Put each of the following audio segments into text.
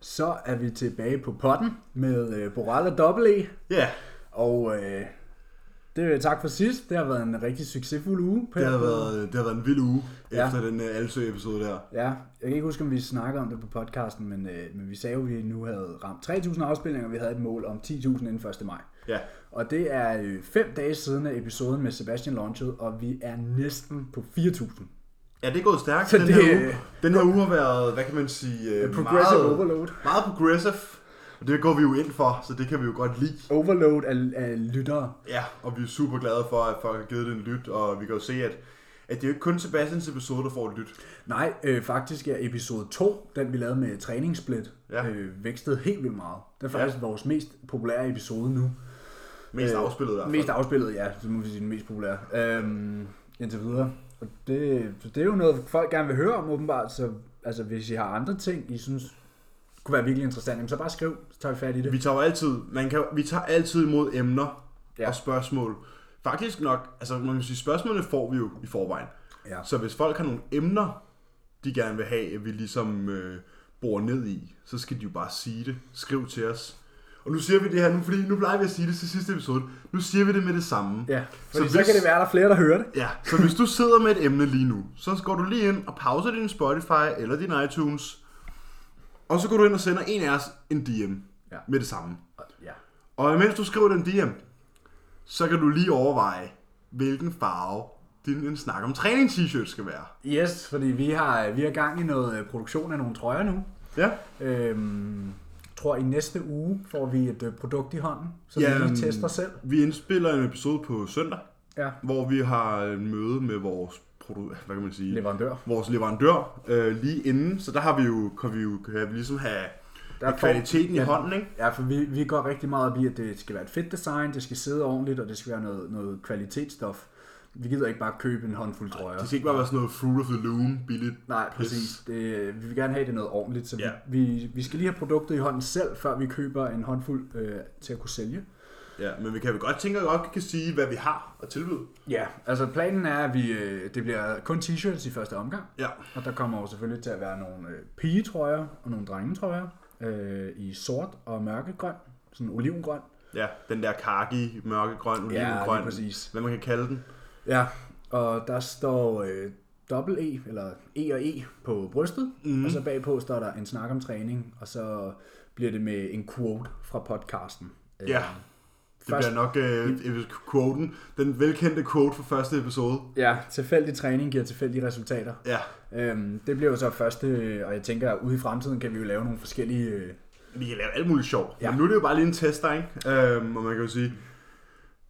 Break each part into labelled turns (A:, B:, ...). A: Så er vi tilbage på potten med øh, Boral og Dobbel E.
B: Ja,
A: Og øh, det er tak for sidst. Det har været en rigtig succesfuld uge.
B: det har
A: Peter.
B: været, det har været en vild uge
A: Ja.
B: ja. efter den uh, Alsø-episode der.
A: Ja, jeg kan ikke huske, om vi snakkede om det på podcasten, men, øh, men vi sagde jo, at vi nu havde ramt 3.000 afspilninger, og vi havde et mål om 10.000 inden 1. maj.
B: Ja,
A: Og det er øh, fem dage siden, at episoden med Sebastian launchede, og vi er næsten på 4.000.
B: ja det er gået stærkt
A: Så
B: den
A: det,
B: her uge.
A: øh,
B: Den her uge har været, hvad kan man sige, øh,
A: Progressive
B: meget,
A: overload.
B: meget progressive. Og det går vi jo ind for, så det kan vi jo godt lide.
A: Overload af, af lyttere.
B: Ja, og vi er super glade for, at folk har givet den lyt, og vi kan jo se, at, at det er jo ikke kun Sebastians episode, der får et lyt.
A: Nej, øh, faktisk er episode 2, den vi lavede med træningssplit, ja.
B: Ja.
A: øh, vækstede helt vildt meget. Det er faktisk ja. vores mest populære episode nu.
B: Mest
A: Øh,
B: øh, afspillet i hvert fald.
A: Mest afspillet, ja, så må vi sige den mest populære. Øhm, indtil videre. Og det, så det er jo noget, folk gerne vil høre om åbenbart, så altså, hvis I har andre ting, I synes kunne være virkelig interessant, jamen, så bare skriv, så tager vi fat i det.
B: Vi tager jo altid, man kan, vi tager altid imod emner
A: Ja.
B: ja. og spørgsmål. Faktisk nok, altså man kan sige, spørgsmålene får vi jo i forvejen.
A: Ja.
B: Så hvis folk har nogle emner, de gerne vil have, at vi ligesom øh, borer ned i, så skal de jo bare sige det. Skriv til os. Og nu siger vi det her, nu, fordi nu plejer vi at sige det til sidste episode. Nu siger vi det med det samme.
A: Ja,
B: Så
A: fordi så, så
B: hvis-
A: kan det være, at der er flere, der hører det.
B: Ja, så hvis du sidder med et emne lige nu, så går du lige ind og pauser din Spotify eller din iTunes, og så går du ind og sender en af os en DM
A: Ja.
B: ja. med det samme.
A: Ja.
B: Og imens du skriver den DM, så kan du lige overveje, hvilken farve din en snak om træning t-shirt skal være.
A: Yes, fordi vi har, vi har gang i noget øh, produktion af nogle trøjer nu.
B: Ja.
A: Øhm, tror i næste uge får vi et øh, produkt i hånden, som
B: Ja,
A: vi
B: øhm,
A: lige tester selv.
B: Vi indspiller en episode på søndag,
A: Ja.
B: hvor vi har en møde med vores produ- hvad kan man sige?
A: Leverandør.
B: vores leverandør øh, lige inden, så der har vi jo, kan vi jo kan vi ligesom have
A: Der
B: der
A: får-
B: kvaliteten i
A: ja.
B: hånden, ikke?
A: Ja, for vi, vi går rigtig meget op i, at det skal være et fedt design, det skal sidde ordentligt, og det skal være noget, noget kvalitetsstof. Vi gider ikke bare købe en håndfuld trøjer.
B: Det skal ikke bare være sådan noget Fruit of the Loom billigt.
A: Nej,
B: pis.
A: præcis. Det, vi vil gerne have det er noget ordentligt, så vi,
B: Ja.
A: vi, vi skal lige have produktet i hånden selv, før vi køber en håndfuld øh, til at kunne sælge.
B: Ja, men vi kan vel godt tænke, at vi godt kan sige, hvad vi har at tilbyde.
A: Ja, altså planen er, at vi, øh, det bliver kun t-shirts i første omgang,
B: Ja,
A: og der kommer jo selvfølgelig til at være nogle øh, pigetrøjer og nogle drengetrøjer øh, i sort og mørkegrøn, sådan olivengrøn.
B: ja den der kaki, mørkegrøn, olivengrøn,
A: lige præcis.
B: hvad man kan kalde den.
A: Ja, og der står øh, dobbelt E, eller E og E på brystet,
B: Mhm.
A: mm. og så bagpå står der en snak om træning, og så bliver det med en quote fra podcasten. Øh,
B: Ja, det
A: Først- Mm.
B: bliver nok øh, øh, quoten, den velkendte quote fra første episode.
A: Ja, tilfældig træning giver tilfældige resultater.
B: Ja,
A: Øhm, det bliver jo så første, øh, og jeg tænker, at ude i fremtiden kan vi jo lave nogle forskellige... Øh,
B: vi kan lave alt muligt sjov.
A: Ja.
B: Ja. Men nu er det jo bare lige en test, der, ikke? Øhm, og man kan jo sige,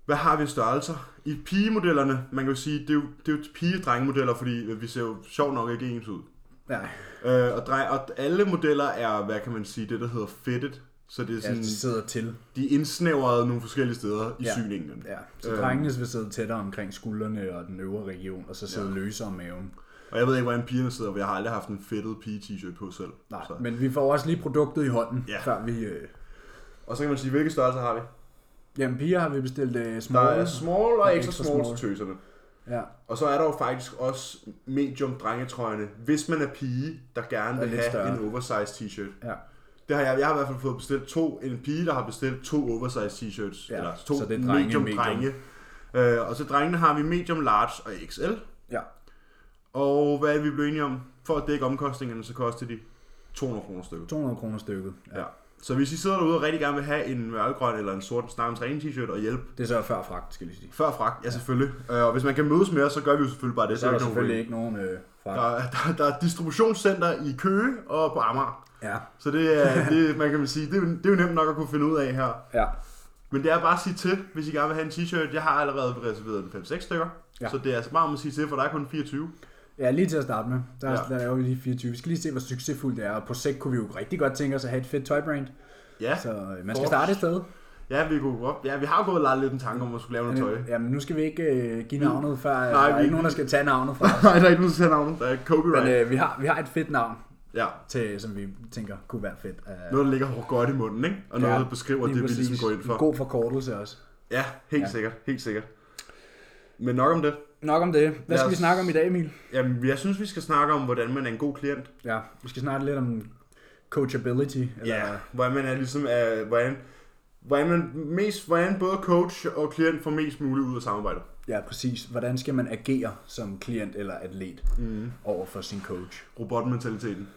B: hvad har vi af størrelser? I pigemodellerne, man kan jo sige, det er jo, det er jo pige-drengemodeller, fordi vi ser jo sjovt nok ikke ens ud.
A: nej,
B: Øh, og, drej, og alle modeller er, hvad kan man sige, det der hedder fitted. Så det er
A: ja,
B: sådan,
A: det sidder til.
B: de er indsnævret nogle forskellige steder i
A: Ja.
B: syningen.
A: Ja, så
B: Øhm.
A: drengene vil sidde tættere omkring skuldrene og den øvre region, og så sidde ja. løsere om maven.
B: Og jeg ved ikke, hvordan pigerne sidder, for jeg har aldrig haft en fitted pige-t-shirt på selv.
A: Nej,
B: Så.
A: men vi får også lige produktet i hånden,
B: Ja.
A: før vi... Øh,
B: Og så kan man sige, hvilke størrelser har vi?
A: jamen, piger har vi bestilt øh,
B: Der
A: små.
B: er small og
A: extra
B: extra small
A: small.
B: til tøserne.
A: Ja,
B: Og så er der jo faktisk også medium drengetrøjerne, hvis man er pige, der gerne
A: Og
B: vil
A: lidt
B: have
A: større.
B: en oversized t-shirt.
A: ja.
B: Det har jeg, jeg har i hvert fald fået bestilt to, en pige, der har bestilt to oversized t-shirts,
A: Ja,
B: ja, eller to
A: så det er drenge,
B: medium
A: medium.
B: drenge. Øh, og så drengene har vi medium, large og XL.
A: Ja,
B: Og hvad er det, vi blev enige om? For at dække omkostningerne, så koster de 200 kroner stykket.
A: 200 kroner stykket. Ja.
B: Ja. Så hvis I sidder derude og rigtig gerne vil have en mørkegrøn eller en sort snarere træning t-shirt og hjælpe
A: Det er så før fragt, skal jeg lige sige.
B: før fragt, ja selvfølgelig. Øh, Og hvis man kan mødes med os, så gør vi jo selvfølgelig bare det.
A: Så er der
B: ikke nogen
A: selvfølgelig ikke nogen øh,
B: problem.
A: fragt.
B: der, er- der, der er distributionscenter i Køge og på Amager.
A: Ja,
B: Så det er, det, man kan vel sige, det er, jo- det er jo nemt nok at kunne finde ud af her.
A: ja.
B: Men det er bare at sige til, hvis I gerne vil have en t-shirt. Jeg har allerede reserveret en 5-6 stykker.
A: Ja.
B: Ja. Så det er altså bare om at sige til, for der er kun 24.
A: Ja, lige til at starte med. Der, ja.
B: Ja.
A: der laver vi lige 24. Vi skal lige se, hvor succesfuldt det er. Og på sigt kunne vi jo rigtig godt tænke os at have et fedt tøjbrand.
B: Ja,
A: Så øh, man skal
B: Forrest.
A: starte et sted.
B: ja, vi, kunne, godt- ja, vi har gået og leget lidt en tanke om at skulle lave noget tøj.
A: Jamen, nu skal vi ikke øh, give navnet, før Nej,
B: Nej,
A: der er
B: vi-
A: ikke nogen, der skal tage navnet fra.
B: Nej, der er ikke nogen, der siger navnet. Der er
A: Men
B: copyright.
A: øh, vi, har, vi har et fedt navn,
B: ja.
A: til, som vi tænker kunne være fedt. Uh,
B: Noget, der ligger godt i munden, ikke? Og noget, der beskriver det, vi ligesom går ind for.
A: En god forkortelse også.
B: Ja, helt
A: Ja.
B: ja. sikkert, helt sikkert. Men nok om det.
A: Nok om det. Hvad skal
B: Lad
A: vi
B: os-
A: snakke om i dag, Emil?
B: Jamen, jeg synes, vi skal snakke om, hvordan man er en god klient.
A: Ja, vi skal snakke lidt om coachability. Eller,
B: Ja, hvordan man er ligesom, er, hvordan, hvordan, man mest, hvordan både coach og klient får mest muligt ud af samarbejdet.
A: ja, præcis. Hvordan skal man agere som klient eller atlet
B: Mm.
A: over for sin coach?
B: Robotmentaliteten.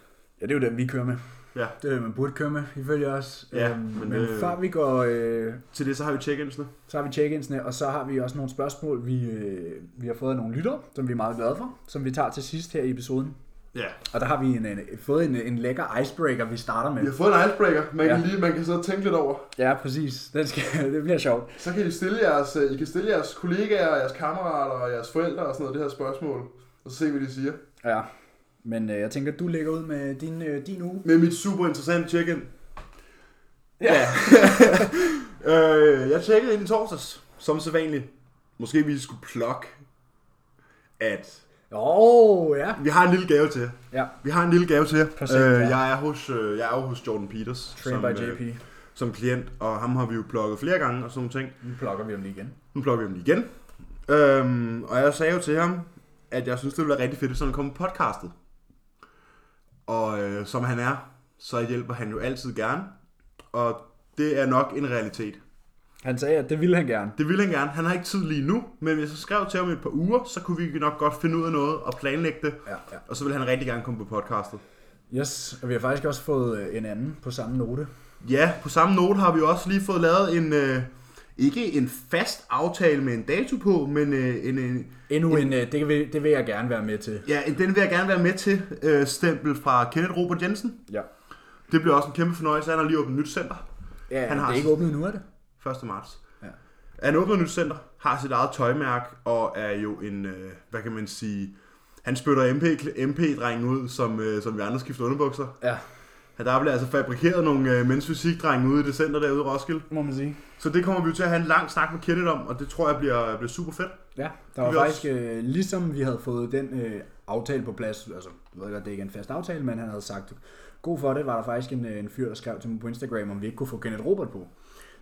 A: Ja, det er jo den, vi kører med.
B: Ja.
A: Det er det, man burde køre med, ifølge os.
B: Ja,
A: øhm, men,
B: men
A: men
B: det-
A: før vi går, øh,
B: Til det så har vi check-insene.
A: så har vi check-insene, og så har vi også nogle spørgsmål, vi, øh, vi har fået af nogle lytter, som vi er meget glade for, som vi tager til sidst her i episoden.
B: Ja.
A: Og der har vi en, en, fået en, en lækker icebreaker, vi starter
B: Vi
A: med.
B: har fået en icebreaker, man, kan
A: Ja.
B: lige, man kan sidde og tænke lidt over.
A: Ja, præcis. Den skal, det bliver sjovt.
B: Så kan I stille jeres, øh, I kan stille jeres kollegaer, jeres kammerater og jeres forældre og sådan noget det her spørgsmål. Og så se, hvad de siger.
A: Ja. Men øh, jeg tænker, du lægger ud med din, øh, din uge.
B: Med mit super interessante check-in.
A: Ja.
B: øh, jeg tjekkede ind i torsdags, som sædvanligt. Måske vi skulle plukke, at
A: Åh, oh, ja.
B: vi har en lille gave til jer.
A: Ja,
B: Vi har en lille gave til jer.
A: Præcis,
B: øh,
A: ja.
B: jeg, er hos, øh, jeg er jo hos Jordan Peters
A: Train by
B: øh,
A: JP.
B: som klient, og ham har vi jo plukket flere gange og sådan nogle ting.
A: Nu plukker vi ham lige igen.
B: Nu plukker vi ham lige igen. Øhm, og jeg sagde jo til ham, at jeg synes, det ville være rigtig fedt, hvis han kom på podcastet. Og øh, som han er, så hjælper han jo altid gerne. Og det er nok en realitet.
A: Han sagde, at det ville han gerne.
B: Det vil han gerne. Han har ikke tid lige nu, men hvis jeg skrev til ham i et par uger, så kunne vi nok godt finde ud af noget og planlægge det.
A: Ja, ja.
B: Og så vil han rigtig gerne komme på podcastet.
A: Yes, og vi har faktisk også fået øh, en anden på samme note.
B: Ja, på samme note har vi også lige fået lavet en, øh, ikke en fast aftale med en dato på, men øh, en, en,
A: Endnu en, øh, det, vil, det vil jeg gerne være med til.
B: ja, en, den vil jeg gerne være med til, øh, stempel fra Kenneth Robert Jensen.
A: Ja.
B: Det bliver også en kæmpe fornøjelse, han har lige åbnet nyt center,
A: ja
B: Han
A: han
B: har
A: har det er ikke åbnet nu, er det?
B: 1. marts.
A: Ja.
B: Han åbner et nyt center, har sit eget tøjmærke og er jo en, øh, hvad kan man sige, han spytter MP, MP-drengen ud, som, øh, som vi andre skifter underbukser.
A: Ja,
B: Ja, Der bliver altså fabrikeret nogle øh, mænds fysikdrenge ude i det center derude i Roskilde.
A: må man sige.
B: Så det kommer vi jo til at have en lang snak med Kenneth om, og det tror jeg bliver, bliver super fedt.
A: Ja, der var
B: Vi vil
A: faktisk, øh, ligesom vi havde fået den øh, aftale på plads, altså jeg ved godt, det er ikke en fast aftale, men han havde sagt, god for det, var der faktisk en, øh, en fyr, der skrev til mig på Instagram, om vi ikke kunne få Kenneth Robert på.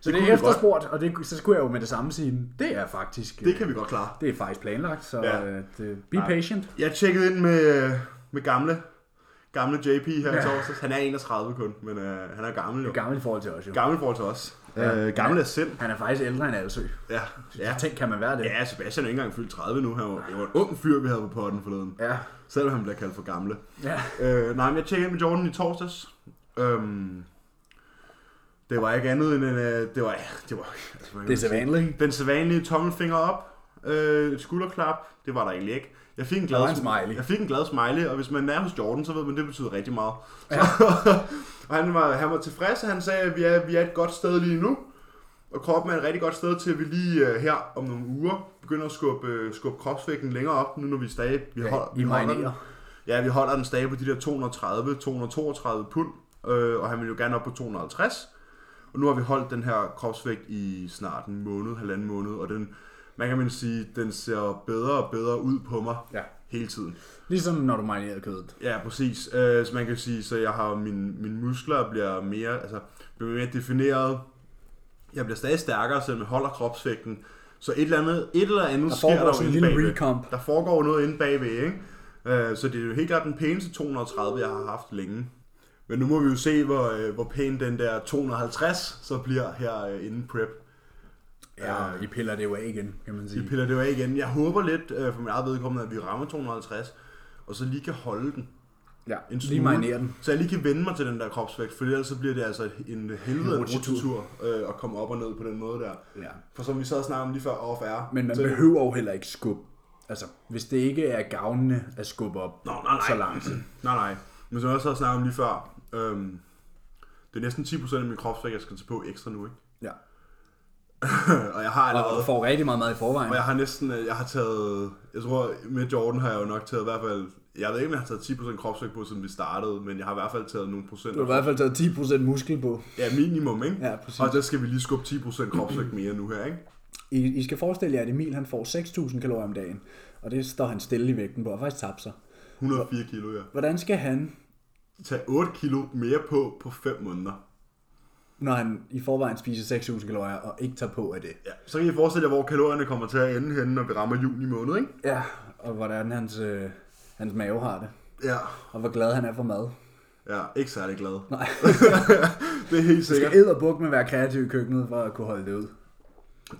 A: Så det,
B: Det
A: det
B: kunne vi
A: er efterspurgt, og det, så skulle jeg jo med det samme sige, det er faktisk, øh,
B: Det kan vi godt klare.
A: det er faktisk planlagt, så
B: Ja.
A: ja. øh, det, be
B: Ja.
A: patient.
B: Jeg tjekkede ind med, med gamle, gamle JP her ja.
A: Ja.
B: i torsdags. Han er 31 kun, men øh, han er gammel
A: Du
B: jo.
A: er gammel i forhold til os jo.
B: Gammel i forhold til os.
A: Ja.
B: Øh, gammel er sind.
A: Han er faktisk ældre end Alsø.
B: Ja.
A: Ja.
B: ja.
A: Tænk, kan man være det?
B: Ja, Sebastian er ikke engang fyldt 30 nu. Han var, det var en ung fyr, vi havde på potten forleden.
A: Ja.
B: Selvom han bliver kaldt for gamle.
A: ja.
B: Øh, nej, men jeg tjekkede ind med Jordan i torsdags. Øhm, det var ikke andet end... En, øh, det var... Det var altså, hvad kan
A: Det
B: man
A: er
B: sige?
A: sædvanligt.
B: Den sædvanlige tommelfinger op, øh, et skulderklap, det var der egentlig ikke. Jeg fik en glad
A: Der var en smiley.
B: Jeg fik en glad smiley, og hvis man er hos Jordan, så ved man, det betyder rigtig meget.
A: Ja.
B: Ja. og han var, han var tilfreds, og han sagde, at vi er, vi er et godt sted lige nu. Og kroppen er et rigtig godt sted til, at vi lige øh, her om nogle uger begynder at skubbe, øh, skubbe kropsvægten længere op, nu når vi stadig vi
A: Ja,
B: holder,
A: I
B: vi holder den.
A: marinerer.
B: Ja, vi holder den stadig på de der 230-232 pund, øh, og han vil jo gerne op på 250. Og nu har vi holdt den her kropsvægt i snart en måned, halvanden måned, og den, man kan man sige, den ser bedre og bedre ud på mig
A: Ja.
B: hele tiden.
A: Ligesom når du marinerer kødet.
B: Ja, præcis. Øh, så man kan sige, så jeg har mine, mine muskler bliver mere, altså, bliver mere defineret. Jeg bliver stadig stærkere, selvom jeg holder kropsvægten. Så et eller andet, et eller andet
A: Der
B: sker
A: foregår
B: der
A: sådan en
B: jo inde
A: lille
B: bagved.
A: recomp.
B: Der foregår noget inde bagved, ikke? Øh, så det er jo helt klart den pæneste 230, jeg har haft længe. Men nu må vi jo se, hvor, øh, hvor pæn den der 250 så bliver her øh, inden prep.
A: Ja, Øh, I piller det jo af igen, kan man sige.
B: Vi piller det jo af igen. Jeg håber lidt, øh, for mit eget vedkommende, at vi rammer 250, og så lige kan holde den.
A: Ja,
B: en
A: lige
B: smule.
A: marinere den.
B: Så jeg lige kan vende mig til den der kropsvægt, for ellers så bliver det altså en helvede
A: Rutetur.
B: rutetur øh, at komme op og ned på den måde der.
A: Ja.
B: For som vi så snakkede om lige før off air.
A: Men man
B: så,
A: behøver jo heller ikke skubbe. Altså, hvis det ikke er gavnende at skubbe op
B: Nå, nej, nej.
A: så langt.
B: Nej, nej. Men som jeg også har snakket om lige før, øhm, det er næsten 10% af min kropsvægt, jeg skal tage på ekstra nu, ikke? Øh,
A: Ja.
B: og jeg har allerede...
A: Og får rigtig meget mad i forvejen.
B: Og jeg har næsten, øh, jeg har taget, jeg tror med Jordan har jeg jo nok taget i hvert fald, jeg ved ikke om jeg har taget 10% kropsvægt på, siden vi startede, men jeg har i hvert fald taget nogle procent.
A: Du har i hvert fald taget 10% muskel på.
B: Ja, minimum, ikke?
A: Ja, præcis.
B: Og der skal vi lige skubbe 10% kropsvægt mere nu her, ikke?
A: I, I skal forestille jer, at Emil han får 6.000 kalorier om dagen. Og det står han stille i vægten på, og faktisk tabt sig.
B: 104 kilo, ja.
A: Hvordan skal han,
B: Tag 8 kilo mere på på 5 måneder.
A: når han i forvejen spiser 6.000 kalorier og ikke tager på af det?
B: Ja, så kan I forestille jer, hvor kalorierne kommer til at ende henne, når vi rammer juni måned, ikke?
A: Ja, og hvordan hans, øh, hans mave har det.
B: Ja,
A: Og hvor glad han er for mad.
C: Ja, ikke særlig glad.
A: Nej.
C: det er helt
A: Du skal
C: sikkert.
A: æderbuk med at være kreativ i køkkenet for at kunne holde det ud.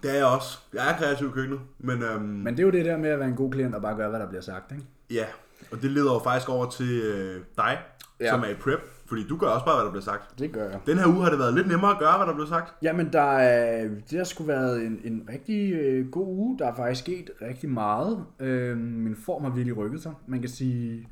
C: Det er jeg også. Jeg er kreativ i køkkenet, men, øhm, men
A: Men det er jo det der med at være en god klient og bare gøre, hvad der bliver sagt, ikke?
C: ja. Og det leder jo faktisk over til øh, dig, ja.
A: Ja.
C: som er i prep, fordi du gør også bare, hvad der bliver sagt.
A: Det gør jeg.
C: Den her uge har det været lidt nemmere at gøre, hvad der blev sagt.
A: Jamen, der, er, det har sgu været en, en rigtig øh, god uge. Der er faktisk sket rigtig meget. Øh, min form har virkelig rykket sig. Man kan sige,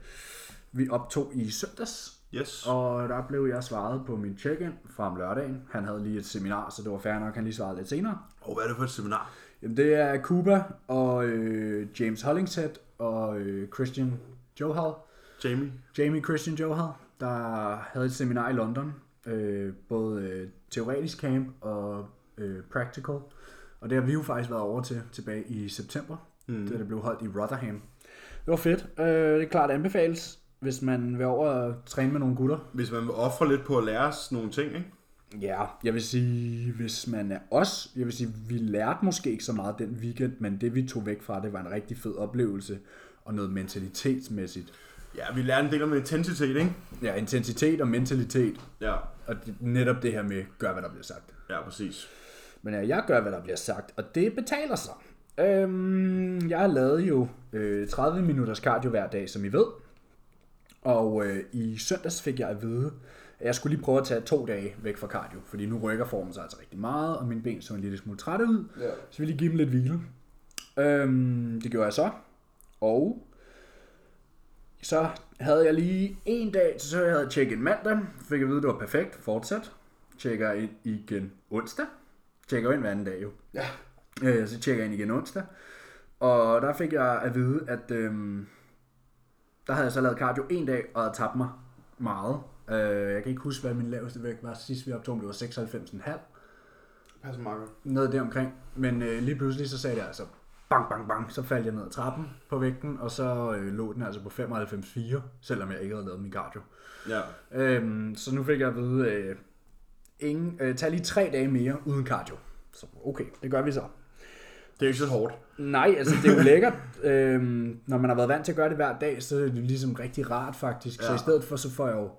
A: vi optog i søndags,
C: Yes.
A: og der blev jeg svaret på min check-in fra om lørdagen. Han havde lige et seminar, så det var fair nok, han lige svarede lidt senere.
C: Og hvad er det for et seminar?
A: Jamen, det er Cuba og øh, James Hollingshead og øh, Christian Johal.
C: Jamie?
A: Jamie Christian Johal, der havde et seminar i London. Øh, både øh, teoretisk camp og øh, practical. Og det har vi jo faktisk været over til tilbage i september, mm. da det blev holdt i Rotherham. Det var fedt. Øh, det er klart anbefales, hvis man vil over og træne med nogle gutter.
C: Hvis man vil ofre lidt på at lære os nogle ting, ikke?
A: Ja, jeg vil sige, hvis man er os, jeg vil sige, vi lærte måske ikke så meget den weekend, men det vi tog væk fra, det var en rigtig fed oplevelse, og noget mentalitetsmæssigt.
C: Ja, vi lærer en del om intensitet, ikke?
A: Ja, intensitet og mentalitet,
C: Ja,
A: og det, netop det her med, gør hvad der bliver sagt.
C: ja præcis.
A: Men ja, jeg gør hvad der bliver sagt, og det betaler sig. Øhm, jeg har lavet jo øh, 30 minutters cardio hver dag, som I ved. Og øh, i søndags fik jeg at vide, at jeg skulle lige prøve at tage to dage væk fra cardio, fordi nu rykker formen sig altså rigtig meget, og mine ben så en lille smule trætte ud.
C: Ja.
A: Så ville jeg give dem lidt hvile. Øhm, det gjorde jeg så. Og så havde jeg lige en dag, så jeg havde tjekket mandag. Fik jeg at vide, at det var perfekt. Fortsat. Tjekker ind igen onsdag. Tjekker ind hver anden dag jo.
C: Ja.
A: Øh, så tjekker jeg ind igen onsdag. Og der fik jeg at vide, at øhm, der havde jeg så lavet cardio en dag, og havde tabt mig meget. Øh, jeg kan ikke huske, hvad min laveste vægt var sidst vi optog, men det var 96,5
C: Pas Marker.
A: noget der omkring. Men øh, lige pludselig så sagde det altså bang, bang, bang, så faldt jeg ned ad trappen på vægten, og så øh, lå den altså på 95,4, selvom jeg ikke havde lavet min cardio.
C: Ja.
A: Øhm, så nu fik jeg at vide, øh, ingen, øh, tag lige tre dage mere uden cardio. Så okay, det gør vi så.
C: Det er jo ikke så hårdt.
A: Nej, altså det er jo lækkert. øhm, når man har været vant til at gøre det hver dag, så er det ligesom rigtig rart faktisk. Ja. Så
C: Ja.
A: i stedet for, så får jeg jo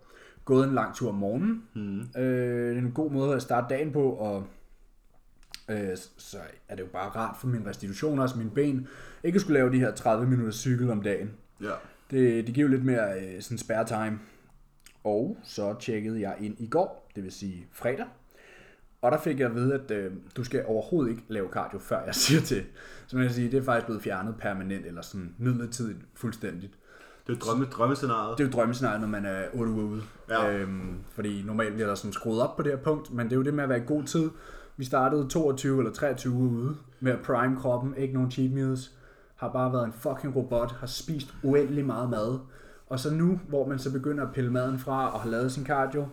A: gået en lang tur om morgenen. Mm. Øh, det er en god måde at starte dagen på, og øh, så er det jo bare rart for min restitution, også mine ben, ikke at skulle lave de her 30 minutters cykel om dagen.
C: Ja.
A: Det, det giver jo lidt mere øh, sådan spare time. Og så tjekkede jeg ind i går, det vil sige fredag. Og der fik jeg at vide, at øh, du skal overhovedet ikke lave cardio, før jeg siger til. Så man kan sige, det er faktisk blevet fjernet permanent, eller sådan midlertidigt fuldstændigt.
C: Det er jo drømme, drømmescenariet.
A: Det er jo drømmescenariet, når man er 8 uger ude.
C: Ja.
A: Øhm, fordi normalt bliver der sådan skruet op på det her punkt, men det er jo det med at være i god tid. Vi startede 22 eller 23 uger ude med at prime kroppen, ikke nogen cheat meals, har bare været en fucking robot, har spist uendelig meget mad. Og så nu, hvor man så begynder at pille maden fra og har lavet sin cardio,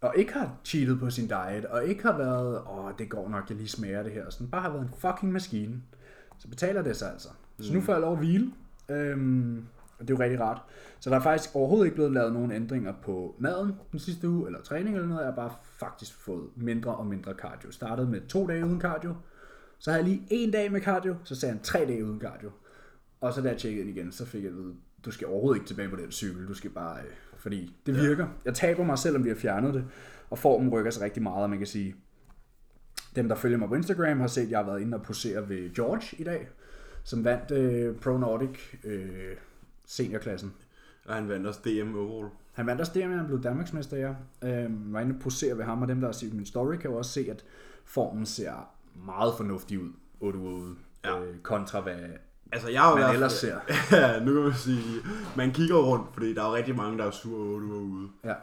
A: og ikke har cheatet på sin diet, og ikke har været, åh, det går nok, jeg lige smager det her, og sådan, bare har været en fucking maskine, så betaler det sig altså. Så nu får jeg lov at hvile, øhm, og det er jo rigtig rart. Så der er faktisk overhovedet ikke blevet lavet nogen ændringer på maden den sidste uge, eller træning eller noget, jeg har bare faktisk fået mindre og mindre cardio. Startede med to dage uden cardio, så havde jeg lige en dag med cardio, så sagde han tre dage uden cardio. Og så da jeg tjekkede ind igen, så fik jeg at vide, du skal overhovedet ikke tilbage på den cykel, du skal bare, øh, fordi det virker. Jeg taber mig, selvom vi har fjernet det, og formen rykker sig rigtig meget, og man kan sige, dem der følger mig på Instagram har set, at jeg har været inde og posere ved George i dag, som vandt øh, Pro Nordic øh, seniorklassen.
C: Og han vandt også DM overall.
A: Han vandt også det, men han blev Danmarksmester, ja. Øh, var inde og posere ved ham, og dem, der har set min story, kan jo også se, at formen ser meget fornuftig ud. 8 uger ude. Ja. Øh, kontra hvad
C: Altså, jeg har jo
A: man
C: været-
A: ellers ser.
C: ja, nu kan man sige, man kigger rundt, fordi der er jo rigtig mange, der er sure 8 uger ude.
A: Ja.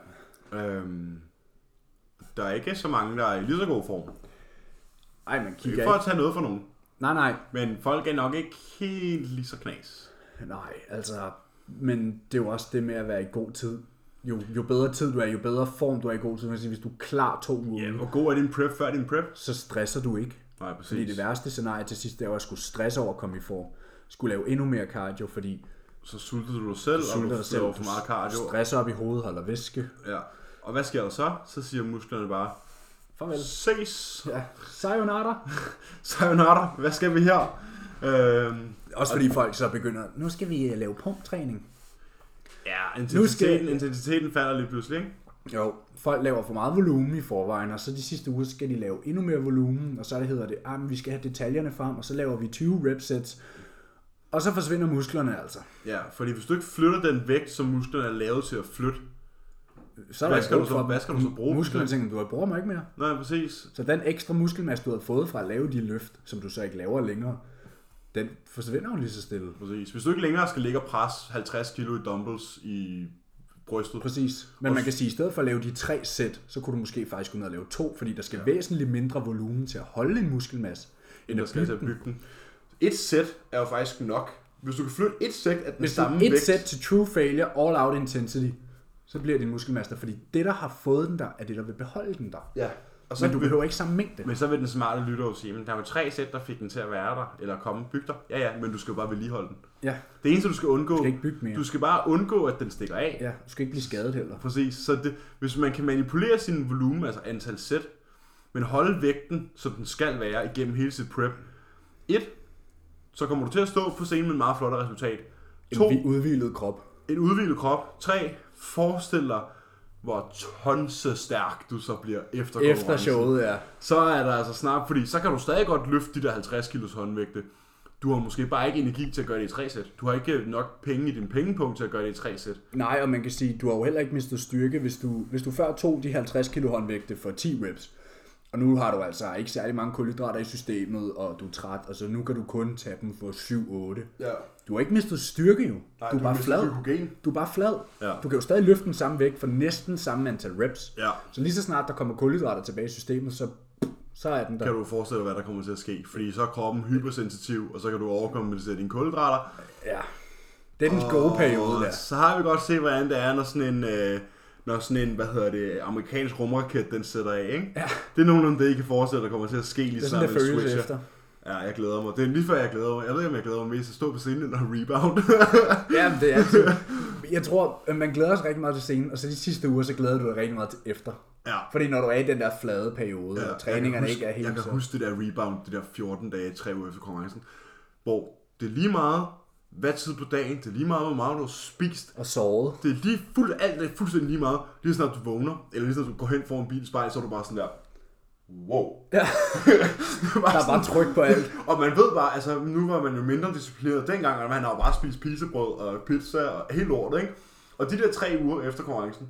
C: Øhm, der er ikke så mange, der er i lige så god form.
A: Ej, man
C: Ikke
A: kigger
C: for
A: ikke.
C: at tage noget fra nogen,
A: Nej, nej.
C: men folk er nok ikke helt lige så knas.
A: Nej, altså... Men det er jo også det med at være i god tid. Jo, jo bedre tid du er, jo bedre form du er i god tid. Man kan sige, Hvis du er klar to uger,
C: Ja,
A: yeah.
C: Hvor god er din prep før din prep?
A: så stresser du ikke.
C: Nej, præcis.
A: Fordi det værste scenarie til sidst, det var, at jeg skulle stresse over at komme i form. Skulle lave endnu mere cardio, fordi
C: Så sultede du dig selv,
A: sulter
C: og
A: dig
C: du laver for meget cardio.
A: stresser op i hovedet, holder væske.
C: Ja. Og hvad sker der så? Så siger musklerne bare,
A: Farvel.
C: ses,
A: Ja, sayonara.
C: sayonara, hvad skal vi her? Øhm,
A: Også fordi folk så begynder, nu skal vi øh, lave pumptræning.
B: Ja,
A: Nu skal-
B: intensiteten, intensiteten falder lige pludselig, ikke?
A: Jo, folk laver for meget volumen i forvejen, og så de sidste uger skal de lave endnu mere volumen, og så det hedder det, at vi skal have detaljerne frem, og så laver vi 20 rep sets, og så forsvinder musklerne altså.
B: Ja, fordi hvis du ikke flytter den vægt, som musklerne er lavet til at flytte,
A: Så er
B: Hvad
A: der
B: skal
A: brug
B: du så-
A: for
B: hvad skal du så bruge dem
A: Musklerne
B: til?
A: tænker, du jeg bruger mig ikke mere.
B: nej, præcis.
A: Så den ekstra muskelmasse, du har fået fra at lave de løft, som du så ikke laver længere, den forsvinder jo lige så stille.
B: præcis. Hvis du ikke længere skal ligge og presse 50 kilo i dumbbells i brystet,
A: Præcis. Men man kan sige, at i stedet for at lave de tre sæt, så kunne du måske faktisk gå ned og lave to, fordi der skal ja. væsentligt mindre volumen til at holde en muskelmasse.
B: end der skal til at bygge den. Et sæt er jo faktisk nok. Hvis du kan flytte et sæt af den
A: Hvis du
B: samme
A: et
B: vægt,
A: sæt til true failure, all out intensity, så bliver din muskelmasse der, fordi det, der har fået den der, er det, der vil beholde den der.
B: ja. og så
A: Men du
B: vil,
A: behøver ikke samme mængde.
B: men så vil den smarte lytter jo sige, men der er jo tre sæt, der fik den til at være der, eller komme og bygge dig. Ja, ja, men du skal jo bare vedligeholde den.
A: Ja,
B: Det eneste, du skal undgå,
A: du skal ikke bygge mere.
B: du skal bare undgå, at den stikker af.
A: Ja, du skal ikke blive skadet heller.
B: Præcis, så det, hvis man kan manipulere sin volumen, altså antal sæt, men holde vægten, som den skal være igennem hele sit prep. 1. Så kommer du til at stå på scenen med et meget flot resultat. 2.
A: En udvildet krop.
B: En udvildet krop. 3. Forestil dig, hvor tonsestærk du så bliver efter,
A: Efter
B: konkurrencen.
A: showet, ja.
B: Så er der altså snart, fordi så kan du stadig godt løfte de der 50 kilos håndvægte. Du har måske bare ikke energi til at gøre det i tre sæt. Du har ikke nok penge i din pengepunkt til at gøre det i tre sæt.
A: Nej, og man kan sige, du har jo heller ikke mistet styrke, hvis du, hvis du før tog de 50 kilo håndvægte for 10 reps, og nu har du altså ikke særlig mange kulhydrater i systemet, og du er træt, og så nu kan du kun tage dem for 7-8.
B: Ja.
A: Du har ikke mistet styrke jo.
B: Nej,
A: du er
B: du
A: bare
B: har mistet
A: flad.
B: glykogen.
A: Du er bare flad.
B: Ja.
A: Du kan jo stadig løfte den samme vægt for næsten samme antal reps.
B: Ja.
A: Så lige så snart der kommer kulhydrater tilbage i systemet, så, så er den der.
B: kan du forestille dig, hvad der kommer til at ske. Fordi så er kroppen hypersensitiv, og så kan du overkompensere dine kulhydrater.
A: Ja. Det er den gode periode der.
B: Og så har vi godt set, hvordan det er, når sådan en, øh, når sådan en hvad hedder det, amerikansk rumraket, den sætter af. Ikke? Ja. Det er nogenlunde det, I kan forestille dig, der kommer til at ske lige
A: Det er
B: snart
A: sådan, det
B: med en
A: føles
B: switcher.
A: efter.
B: Ja, jeg glæder mig. Det er lige før, jeg glæder mig. Jeg ved ikke, om jeg glæder mig mest at stå på scenen eller rebound.
A: Ja, men det er altid. Jeg tror, at man glæder sig rigtig meget til scenen, og så de sidste uger, så glæder du dig rigtig meget til efter.
B: ja.
A: Fordi når du er i den der flade periode, ja, og træningerne
B: jeg kan huske,
A: ikke er
B: Jeg
A: helt
B: kan
A: så...
B: huske det der rebound, det der 14 dage, 3 uger efter konkurrencen, hvor det er lige meget, hvad tid på dagen, det er lige meget, hvor meget du har spist,
A: Og såret.
B: Det er lige fuld, alt er fuldstændig lige meget. Lige snart du vågner, eller lige snart du går hen foran bilspejl, så er du bare sådan der, wow.
A: Ja,
B: Bare
A: der er bare tryk på alt.
B: og man ved bare, altså nu var man jo mindre disciplineret dengang, og man har jo bare spist pizzabrød og pizza og helt lort, ikke? Og de der tre uger efter konkurrencen,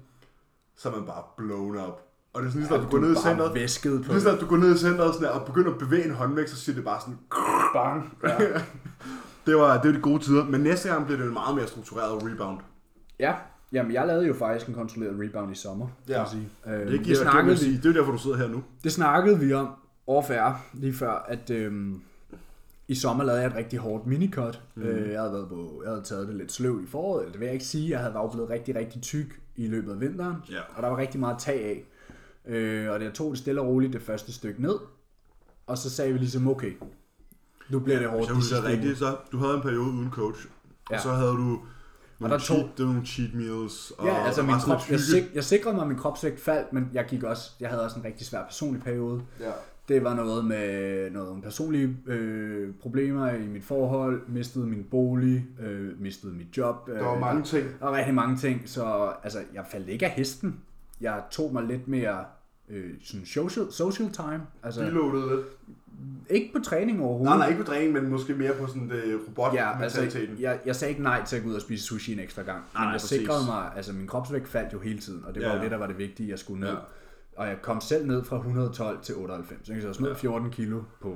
B: så er man bare blown up. Og det er sådan lige snart, du
A: Du
B: går ned i
A: er bare
B: centret,
A: væsket på
B: lige snart du går ned i centret sådan der, og begynder at bevæge en håndvægt, så siger det bare sådan,
A: bang. Ja.
B: det var, det var de gode tider. Men næste gang bliver det en meget mere struktureret rebound.
A: ja. Jamen, jeg lavede jo faktisk en kontrolleret rebound i sommer, kan
B: Ja.
A: man sige. Øh,
B: Det, giver, det, kan man
A: snakkede vi,
B: sige, det er jo derfor, du sidder her nu.
A: det snakkede vi om off air, lige før, at øhm, i sommer lavede jeg et rigtig hårdt minicut. Mm.
B: Mhm.
A: Øh, jeg, havde været på, jeg havde taget det lidt sløvt i foråret, eller det vil jeg ikke sige. Jeg havde været blevet rigtig, rigtig tyk i løbet af vinteren,
B: Ja.
A: og der var rigtig meget tag af. Øh, og det jeg tog det stille og roligt det første stykke ned, og så sagde vi ligesom, okay, nu bliver det hårdt.
B: Jeg
A: de
B: husker
A: sidste
B: rigtigt, så du havde en periode uden coach, ja.
A: Ja.
B: og så havde du nogle,
A: der tog-
B: cheat, det var nogle cheat meals, og
A: uger. Ja, altså
B: der
A: min
B: var sådan
A: krop,
B: lidt
A: jeg,
B: hygge.
A: sik, jeg, sikrede mig, at min kropsvægt faldt, men jeg, gik også, jeg havde også en rigtig svær personlig periode.
B: Ja.
A: Det var noget med nogle personlige øh, problemer i mit forhold, mistede min bolig, øh, mistede mit job. Øh,
B: Der var mange ting.
A: Der var rigtig mange ting, så altså, jeg faldt ikke af hesten. Jeg tog mig lidt mere øh, sådan social, social time. Altså,
B: Reloadet lidt.
A: ikke på træning overhovedet.
B: Nej, nej, ikke på dræning, men måske mere på sådan øh, det robot
A: Ja, altså,
B: mentaliteten.
A: jeg, jeg sagde ikke nej til at gå ud og spise sushi en ekstra gang, men
B: nej,
A: jeg
B: præcis.
A: sikrede mig, altså min kropsvægt faldt jo hele tiden, og det var
B: Ja,
A: ja, jo
B: ja.
A: det, der var det vigtige, jeg skulle ned.
B: Ja.
A: Ja. Og jeg kom selv ned fra 112 til 98, ikke? så jeg smed 14 kilo på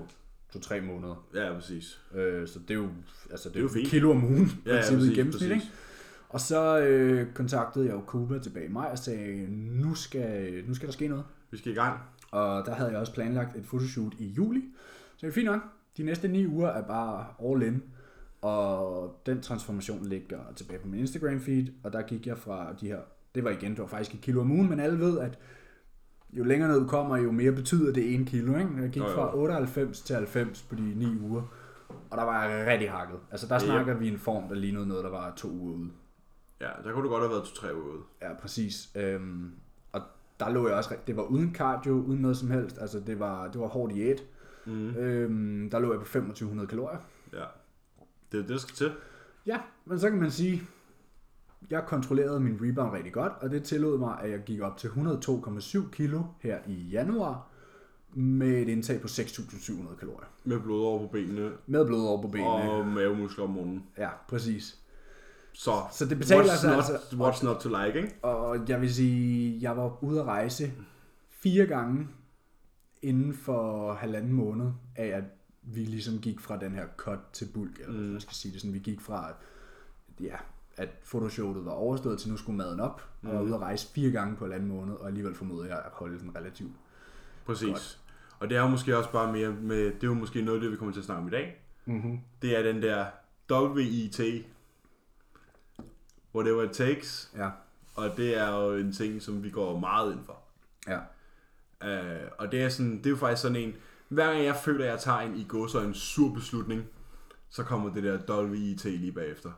A: 2-3 måneder.
B: Ja, ja, præcis.
A: Øh, så det er jo, altså, det er
B: jo
A: jo
B: fint.
A: kilo om ugen i
B: Ja, ja,
A: princippet
B: præcis,
A: i gennemsnit.
B: præcis.
A: Ikke? Og så øh, kontaktede jeg jo Cuba tilbage i maj og sagde, nu skal, nu skal der ske noget.
B: Vi skal i gang.
A: Og der havde jeg også planlagt et fotoshoot i juli. Så det er fint nok. De næste ni uger er bare all in. Og den transformation ligger tilbage på min Instagram feed. Og der gik jeg fra de her... Det var igen, det var faktisk et kilo om ugen, men alle ved, at jo længere ned du kommer, jo mere betyder det en kilo. Ikke? Jeg gik
B: Jo, jo.
A: fra 98 til 90 på de ni uger. Og der var jeg rigtig hakket. Altså der snakker vi en form, der lignede noget, der var to uger ude.
B: Ja, der kunne du godt have været to-tre uger ude.
A: Ja, præcis. Øhm, og der lå jeg også, rigt- det var uden cardio, uden noget som helst, altså det var, det var hård diæt. Mm. Øhm, der lå jeg på 2500 kalorier.
B: Ja. Det er det, der skal til.
A: Ja, men så kan man sige, jeg kontrollerede min rebound rigtig godt, og det tillod mig, at jeg gik op til 102,7 kilo her i januar, med et indtag på 6.700 kalorier.
B: Med blod over på benene
A: Med blod over på benene.
B: og mavemuskler om morgenen.
A: Ja, præcis.
B: Så,
A: Så det betaler
B: what's
A: sig
B: not,
A: altså.
B: What's not to like, ikke?
A: Og jeg vil sige, jeg var ude at rejse fire gange inden for halvanden måned, af at vi ligesom gik fra den her cut til bulk, eller mm. man skal sige det sådan. Vi gik fra, at- ja, at fotoshootet var overstået, til nu skulle maden op, og
B: Mm.
A: jeg var ude at rejse fire gange på halvanden måned, og alligevel formåede jeg at holde den relativt.
B: Præcis. Og det er jo måske også bare mere med, det er jo måske noget af det, vi kommer til at snakke om i dag.
A: Mm-hmm.
B: Det er den der WIT, whatever it takes,
A: Ja,
B: og det er jo en ting, som vi går meget ind for.
A: ja,
B: Øh, og det er, sådan, det er jo faktisk sådan en, hver gang jeg føler, at jeg tager en i går, så en sur beslutning, så kommer det der WIT lige bagefter.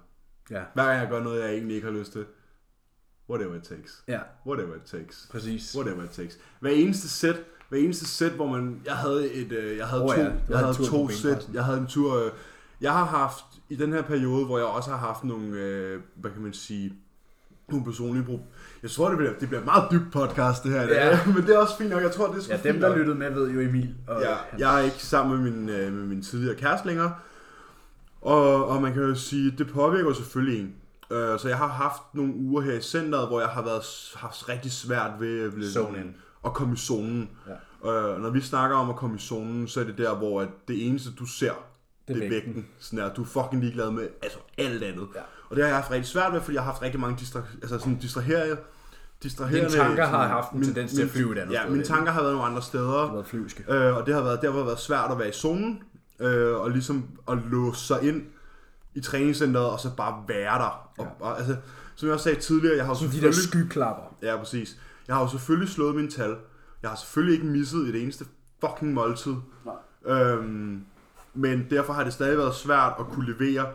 A: ja,
B: Hver gang jeg gør noget, jeg egentlig ikke har lyst til, whatever it takes,
A: ja,
B: whatever it takes.
A: præcis.
B: Whatever it takes. Hver eneste sæt, hver eneste sæt, hvor man, jeg havde et, øh, jeg havde
A: Åh
B: oh,
A: ja,
B: to,
A: du havde
B: ja. jeg havde
A: en tur
B: to
A: på
B: sæt,
A: benpressen.
B: jeg havde en tur. Øh, jeg har haft i den her periode, hvor jeg også har haft nogle, øh, hvad kan man sige, nogle personlige problemer. Jeg tror, det bliver, det bliver et meget dybt podcast, det her.
A: Ja.
B: Ja. Men det er også fint nok. Jeg tror, det er sgu
A: Ja, dem
B: fint
A: der
B: nok.
A: lyttede med ved jo Emil. Og
B: Ja, jeg er ikke sammen med min, øh, med min tidligere kæreste længere. Og, og man kan jo sige, det påvirker jo selvfølgelig en. Øh, så jeg har haft nogle uger her i centret, hvor jeg har været, s- haft rigtig svært ved at blive
A: Zone in.
B: at komme i zonen.
A: Ja.
B: Øh, når vi snakker om at komme i zonen, så er det der, hvor at det eneste, du ser,
A: Det
B: det
A: er
B: er vægten. vægten. Sådan der, du er fucking ligeglad med altså alt andet.
A: Ja.
B: Og det har jeg haft rigtig svært ved, fordi jeg har haft rigtig mange distra altså sådan distraherende, distraherende...
A: tanker har
B: sådan-
A: haft en
B: min-
A: tendens til
B: min-
A: at flyve et andet
B: Ja,
A: sted
B: mine
A: hen.
B: tanker har været nogle andre steder.
A: Det var flyvske.
B: Øh, og det har været, derfor har det været svært at være i zonen, øh, og ligesom at låse sig ind i træningscenteret, og så bare være der. Og, ja. og, altså, som jeg også sagde tidligere, jeg har jo
A: De der
B: selvfølgelig...
A: skyklapper.
B: Ja, præcis. Jeg har jo selvfølgelig slået mine tal. Jeg har selvfølgelig ikke misset et eneste fucking måltid. Nej. Øhm, men derfor har det stadig været svært at kunne levere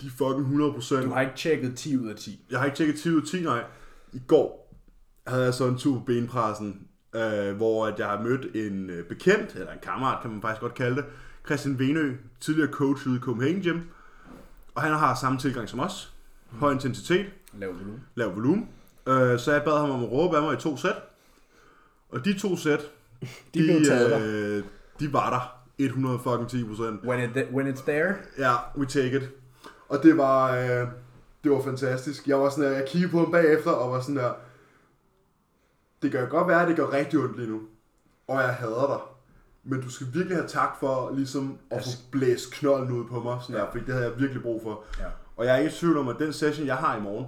B: de fucking 100%.
A: Du har ikke tjekket 10 ud af 10.
B: Jeg har ikke tjekket 10 ud af 10, nej. I går havde jeg så en tur på benpressen, øh, hvor at jeg har mødt en øh, bekendt, eller en kammerat kan man faktisk godt kalde det, Christian Venø, tidligere coach ude i Copenhagen Gym. Og han har samme tilgang som os. Høj intensitet,
A: Lav volumen.
B: lav volumen. Øh, så jeg bad ham om at råbe af mig i to sæt. Og de to sæt,
A: De blev taget der.
B: øh, de var der 110 procent.
A: When, it, when it's there.
B: Ja, we take it. Og det var, øh, det var fantastisk. Jeg var sådan der, jeg kiggede på ham bagefter og var sådan der, det kan godt være, at det gør rigtig ondt lige nu. Og jeg hader dig. Men du skal virkelig have tak for ligesom at få blæst knolden ud på mig, sådan der, fordi det havde jeg virkelig brug for.
A: Ja.
B: Og jeg er ikke i tvivl om, at den session, jeg har i morgen,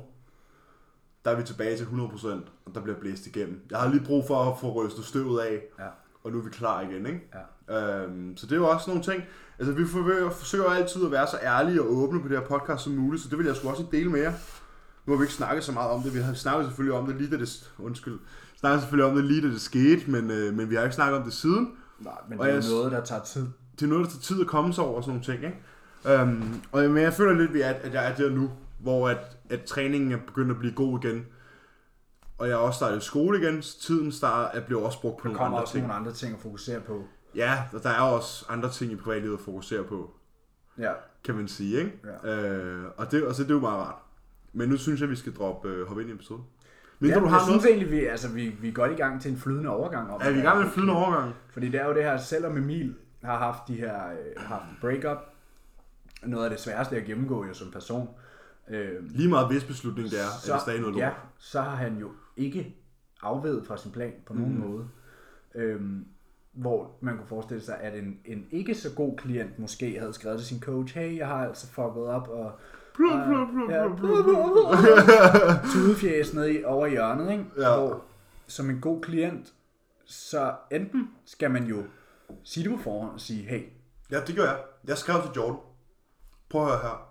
B: der er vi tilbage til 100%, og der bliver blæst igennem. Jeg har lige brug for at få rystet støvet af,
A: Ja.
B: og nu er vi klar igen, ikke? Øhm, så det er jo også nogle ting. Altså, vi forsøger, forsøger altid at være så ærlige og åbne på det her podcast som muligt, så det vil jeg sgu også dele med jer. Nu har vi ikke snakket så meget om det. Vi har snakket selvfølgelig om det lige da det... Undskyld. Snakket selvfølgelig om det lige da det skete, men, øh, men vi har ikke snakket om det siden.
A: Nej, men
B: Og
A: det er
B: jeg s-
A: jo noget, der tager tid.
B: Det er noget, der tager tid at komme sig over sådan nogle ting, ikke? Øhm, og jeg, men jeg føler lidt, at jeg, at jeg er der nu, hvor at, at træningen er begyndt at blive god igen. Og jeg har også startet i skole igen, så tiden start, at bliver også brugt på
A: Der
B: nogle
A: kommer
B: andre
A: også
B: ting.
A: nogle andre ting at fokusere på.
B: Ja, og der er også andre ting i privatlivet at fokusere på.
A: Ja.
B: kan man sige, ikke?
A: Ja.
B: Øh, og, det, og så det er jo meget rart. Men nu synes jeg, vi skal droppe øh, hoppe ind i episoden. Men
A: ja
B: ja, du
A: men
B: har
A: jeg
B: noget...
A: synes egentlig, vi, altså, vi, vi er godt i gang til en flydende overgang. Om,
B: Er vi i gang med en flydende overgang?
A: Fordi det er jo det her, selvom Emil har haft de her øh, haft breakup, noget af det sværeste at gennemgå jo som person, øh,
B: Lige meget hvis beslutning det er, så, er der stadig noget lort.
A: ja, så har han jo ikke afvedet fra sin plan på
B: Mm.
A: nogen måde. Øhm, hvor man kunne forestille sig, at en, en ikke så god klient måske havde skrevet til sin coach, hey, jeg har altså fucket op, og tudefjæs nede i, over i hjørnet, ikke?
B: Ja.
A: Hvor, som en god klient, så enten skal man jo sige det på forhånd og sige, hey,
B: Ja, det gør jeg. Jeg skrev til Jordan. Prøv at høre her.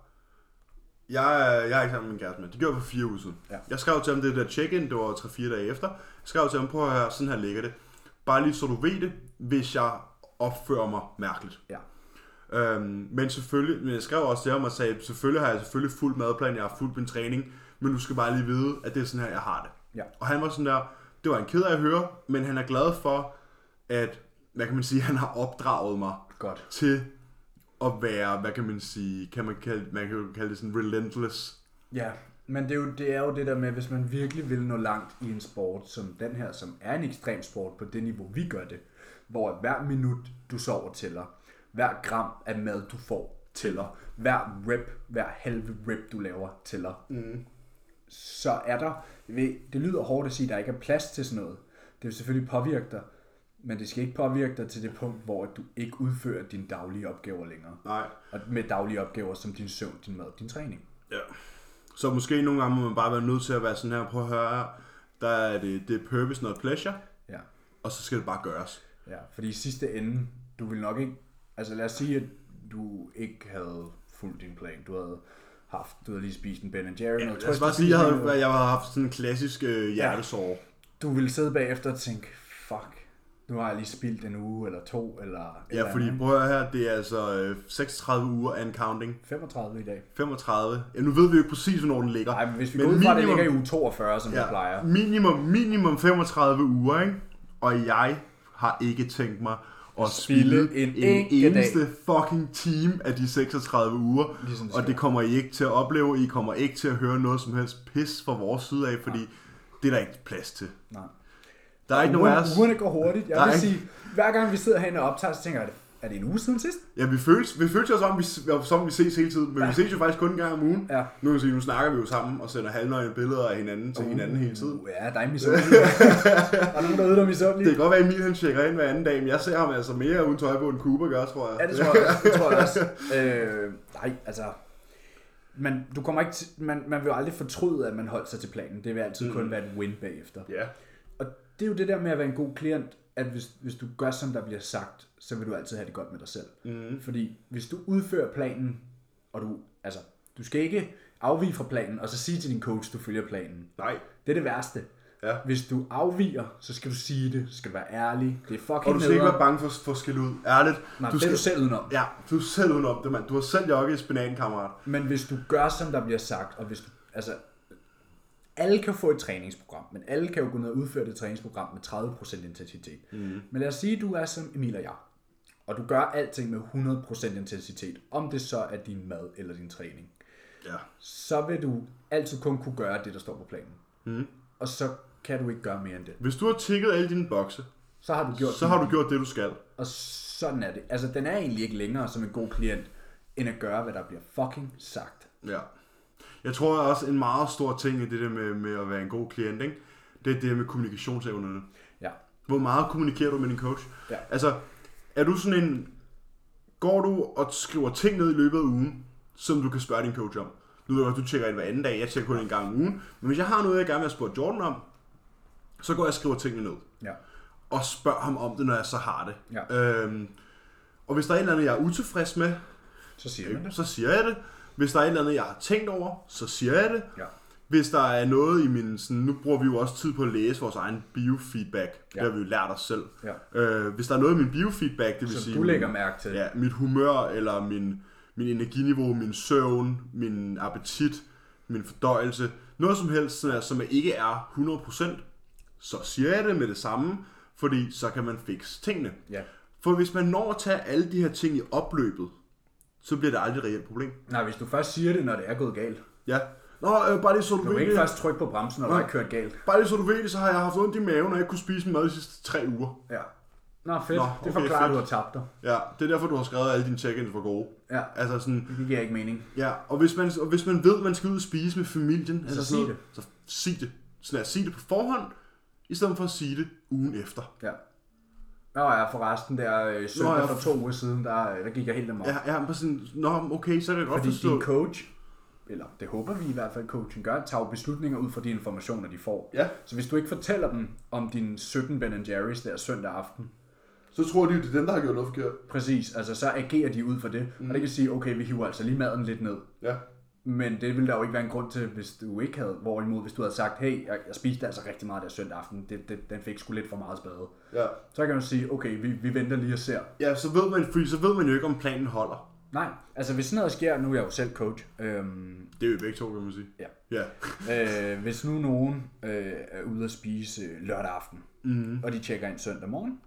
B: Jeg, er- jeg er ikke sammen med min kæreste, men det gjorde jeg for fire uger siden.
A: Ja.
B: Jeg skrev til ham det der check-in, det var 3-4 dage efter. Jeg skrev til ham, prøv at høre her, sådan her ligger det. Bare lige så du ved det, hvis jeg opfører mig mærkeligt.
A: ja,
B: Øhm, men selvfølgelig, men jeg skrev også til ham og sagde, selvfølgelig har jeg selvfølgelig fuld madplan, jeg har fuldt min træning, men du skal bare lige vide, at det er sådan her, jeg har det.
A: Ja.
B: Og han var sådan der, det var en ked af at høre, men han er glad for, at, hvad kan man sige, han har opdraget mig
A: godt.
B: til at være, hvad kan man sige, kan man kalde, man kan jo kalde det sådan relentless
A: Ja, Men det er, jo, det er jo det der med, hvis man virkelig vil nå langt i en sport som den her, som er en ekstrem sport på det niveau, vi gør det, hvor hver minut, du sover, tæller. Hver gram af mad, du får, tæller. Hver rep, hver halve rep, du laver, tæller. Mm. Så er der, jeg ved, det lyder hårdt at sige, at der ikke er plads til sådan noget. Det vil selvfølgelig påvirke dig, men det skal ikke påvirke dig til det punkt, hvor du ikke udfører dine daglige opgaver længere.
B: Nej.
A: Og med daglige opgaver som din søvn, din mad, din træning.
B: Ja. Så måske nogle gange må man bare være nødt til at være sådan her, på at høre, her. der er det, det er purpose, not pleasure,
A: Ja.
B: og så skal det bare gøres.
A: Ja, fordi i sidste ende, du vil nok ikke... Altså lad os sige, at du ikke havde fulgt din plan. Du havde haft, du havde lige spist en Ben Jerry. Ja,
B: Jeg skal bare sige, jeg havde, jeg havde haft sådan en klassisk øh, hjertesår.
A: Du ville sidde bagefter og tænke, fuck, nu har jeg lige spildt en uge eller to, eller...
B: Ja,
A: eller
B: fordi
A: andet.
B: prøv at høre her, det er altså øh, 36 uger and counting.
A: 35 i dag.
B: 35. Ja, nu ved vi jo ikke præcis, hvornår den ligger.
A: Nej, men hvis vi går ud fra, at det ligger i uge 42, som ja. det
B: ja,
A: plejer.
B: minimum, minimum 35 uger, ikke? Og jeg har ikke tænkt mig at
A: Spilde
B: spille
A: en
B: en, en
A: enkelt dag.
B: eneste fucking time af de 36 uger.
A: Ligesom det
B: og
A: skal.
B: det kommer I ikke til at opleve. I kommer ikke til at høre noget som helst pis fra vores side af, fordi det er der ikke plads til.
A: Nej.
B: Der er ikke nogen af
A: Ugerne,
B: os.
A: ugerne går hurtigt. Jeg
B: Der er
A: vil
B: ikke-
A: sige, hver gang vi sidder herinde og optager, så tænker jeg, er det en uge siden sidst?
B: Ja, vi føles, vi føles jo som, vi, som vi ses hele tiden, men ja. vi ses jo faktisk kun en gang om ugen.
A: Ja.
B: Nu, kan man sige, nu snakker vi jo sammen og sender halvnøgne billeder af hinanden til uh. hinanden hele tiden.
A: Uh, ja, dig misundelig. og nogen derude, der misundelig.
B: Det kan godt være, at Emil han tjekker ind hver anden dag, men jeg ser ham altså mere uden tøj på, end Cooper gør, tror jeg.
A: Ja, det tror jeg også. Det tror jeg også. Øh, nej, altså... Man, du kommer ikke til, man, man vil jo aldrig fortryde, at man holdt sig til planen. Det vil altid mm. kun være et win bagefter.
B: Ja.
A: Og det er jo det der med at være en god klient, at hvis, hvis du gør, som der bliver sagt, så vil du altid have det godt med dig selv. Mm. Fordi hvis du udfører planen, og du, altså, du skal ikke afvige fra planen, og så sige til din coach, du følger planen.
B: Nej.
A: Det er det værste.
B: Ja.
A: Hvis du afviger, så skal du sige det, så skal du være ærlig. Det er fucking
B: Og du skal ikke være
A: nederen.
B: bange for, for at skille ud. Ærligt.
A: Nej, det
B: du
A: er
B: skal,
A: du selv udenom.
B: Ja, du er selv udenom det, mand. Du har selv jogget i spinaten, kammerat.
A: Men hvis du gør, som der bliver sagt, og hvis du, altså, alle kan få et træningsprogram, men alle kan jo gå ned og udføre det træningsprogram med 30% intensitet.
B: Mhm.
A: Mm. Men lad os sige, at du er som Emil og jeg, og du gør alting med 100% intensitet, om det så er din mad eller din træning,
B: Ja.
A: så vil du altid kun kunne gøre det, der står på planen.
B: Mhm.
A: Mm. Og så kan du ikke gøre mere end det.
B: Hvis du har tikket alle dine bokse,
A: Så har du gjort
B: så har du gjort det, du skal.
A: og sådan er det. Altså, den er egentlig ikke længere som en god klient, end at gøre, hvad der bliver fucking sagt.
B: Ja. Jeg tror også, en meget stor ting i det der med, med at være en god klient, ikke? det er det med kommunikationsevnerne.
A: Ja.
B: Hvor meget kommunikerer du med din coach?
A: Ja.
B: Altså, er du sådan en... Går du og skriver ting ned i løbet af ugen, som du kan spørge din coach om? Nu ved jeg godt, du tjekker ind hver anden dag, jeg tjekker kun en gang om ugen. Men hvis jeg har noget, jeg gerne vil have spurgt Jordan om, så går jeg og skriver tingene ned.
A: Ja.
B: Og spørger ham om det, når jeg så har det.
A: Ja.
B: Øhm, og hvis der er et eller andet, jeg er utilfreds med,
A: Så siger man det.
B: så siger jeg det. Hvis der er et eller andet, jeg har tænkt over, så siger jeg det.
A: Ja.
B: Hvis der er noget i min... Sådan, nu bruger vi jo også tid på at læse vores egen biofeedback. Ja.
A: Ja.
B: Det har vi jo lært os selv.
A: Ja.
B: Øh, hvis der er noget i min biofeedback, det vil
A: Som
B: sige...
A: du lægger mærke til.
B: Ja, mit humør, eller min, min energiniveau, min søvn, min appetit, min fordøjelse. Noget som helst, sådan, er, som ikke er 100%, så siger jeg det med det samme, fordi så kan man fikse tingene.
A: Ja.
B: For hvis man når at tage alle de her ting i opløbet, så bliver det aldrig et reelt problem.
A: Nej, hvis du først siger det, når det er gået galt.
B: Ja. Nå, øh, bare lige så du,
A: Du kan
B: ved
A: ikke
B: det.
A: først trykke på bremsen, når du
B: Nej.
A: har kørt galt.
B: Bare lige så du ved det, så har jeg haft ondt i maven, og ikke kunne spise min mad de sidste tre uger.
A: Ja. Nå, fedt.
B: Nå,
A: Nå,
B: okay,
A: okay, det forklarer, at
B: fedt.
A: du har tabt dig.
B: Ja, det er derfor, du har skrevet alle dine check-ins for gode.
A: Ja.
B: Altså sådan,
A: Det giver ikke mening.
B: ja, og hvis man, og hvis man ved, at man skal ud og spise med familien, eller
A: sig
B: sådan noget, så sig det. Sådan at sige det på forhånd, i stedet for at sige det ugen efter.
A: Ja. Nå ja, forresten der øh, søndag
B: Nå, ja.
A: for to uger siden, der, øh, der gik jeg helt amok.
B: Ja, ja, bare sådan, nå, okay, så kan jeg godt
A: Fordi
B: forstå.
A: din coach, eller det håber vi i hvert fald, coachen gør, tager jo beslutninger ud fra de informationer, de får.
B: Ja.
A: Så hvis du ikke fortæller dem om din 17 Ben Jerry's der søndag aften,
B: Så tror de jo, det er dem, der har gjort noget forkert.
A: præcis, altså så agerer de ud fra det. Mm. Og det kan sige, okay, vi hiver altså lige maden lidt ned.
B: Ja.
A: Men det ville der jo ikke være en grund til, hvis du ikke havde, hvorimod hvis du havde sagt, hey, jeg, jeg spiste altså rigtig meget der søndag aften, det, det, den fik sgu lidt for meget spade.
B: Ja.
A: Så kan man sige, okay, vi, vi venter lige og ser.
B: ja, så ved man, fordi så ved man jo ikke, om planen holder.
A: Nej, altså hvis sådan noget sker, nu er jeg jo selv coach, øhm,
B: Det er jo begge to, kan man sige.
A: Ja.
B: Ja.
A: øh, hvis nu nogen øh, er ude at spise øh, lørdag aften, mm. og de tjekker ind søndag morgen,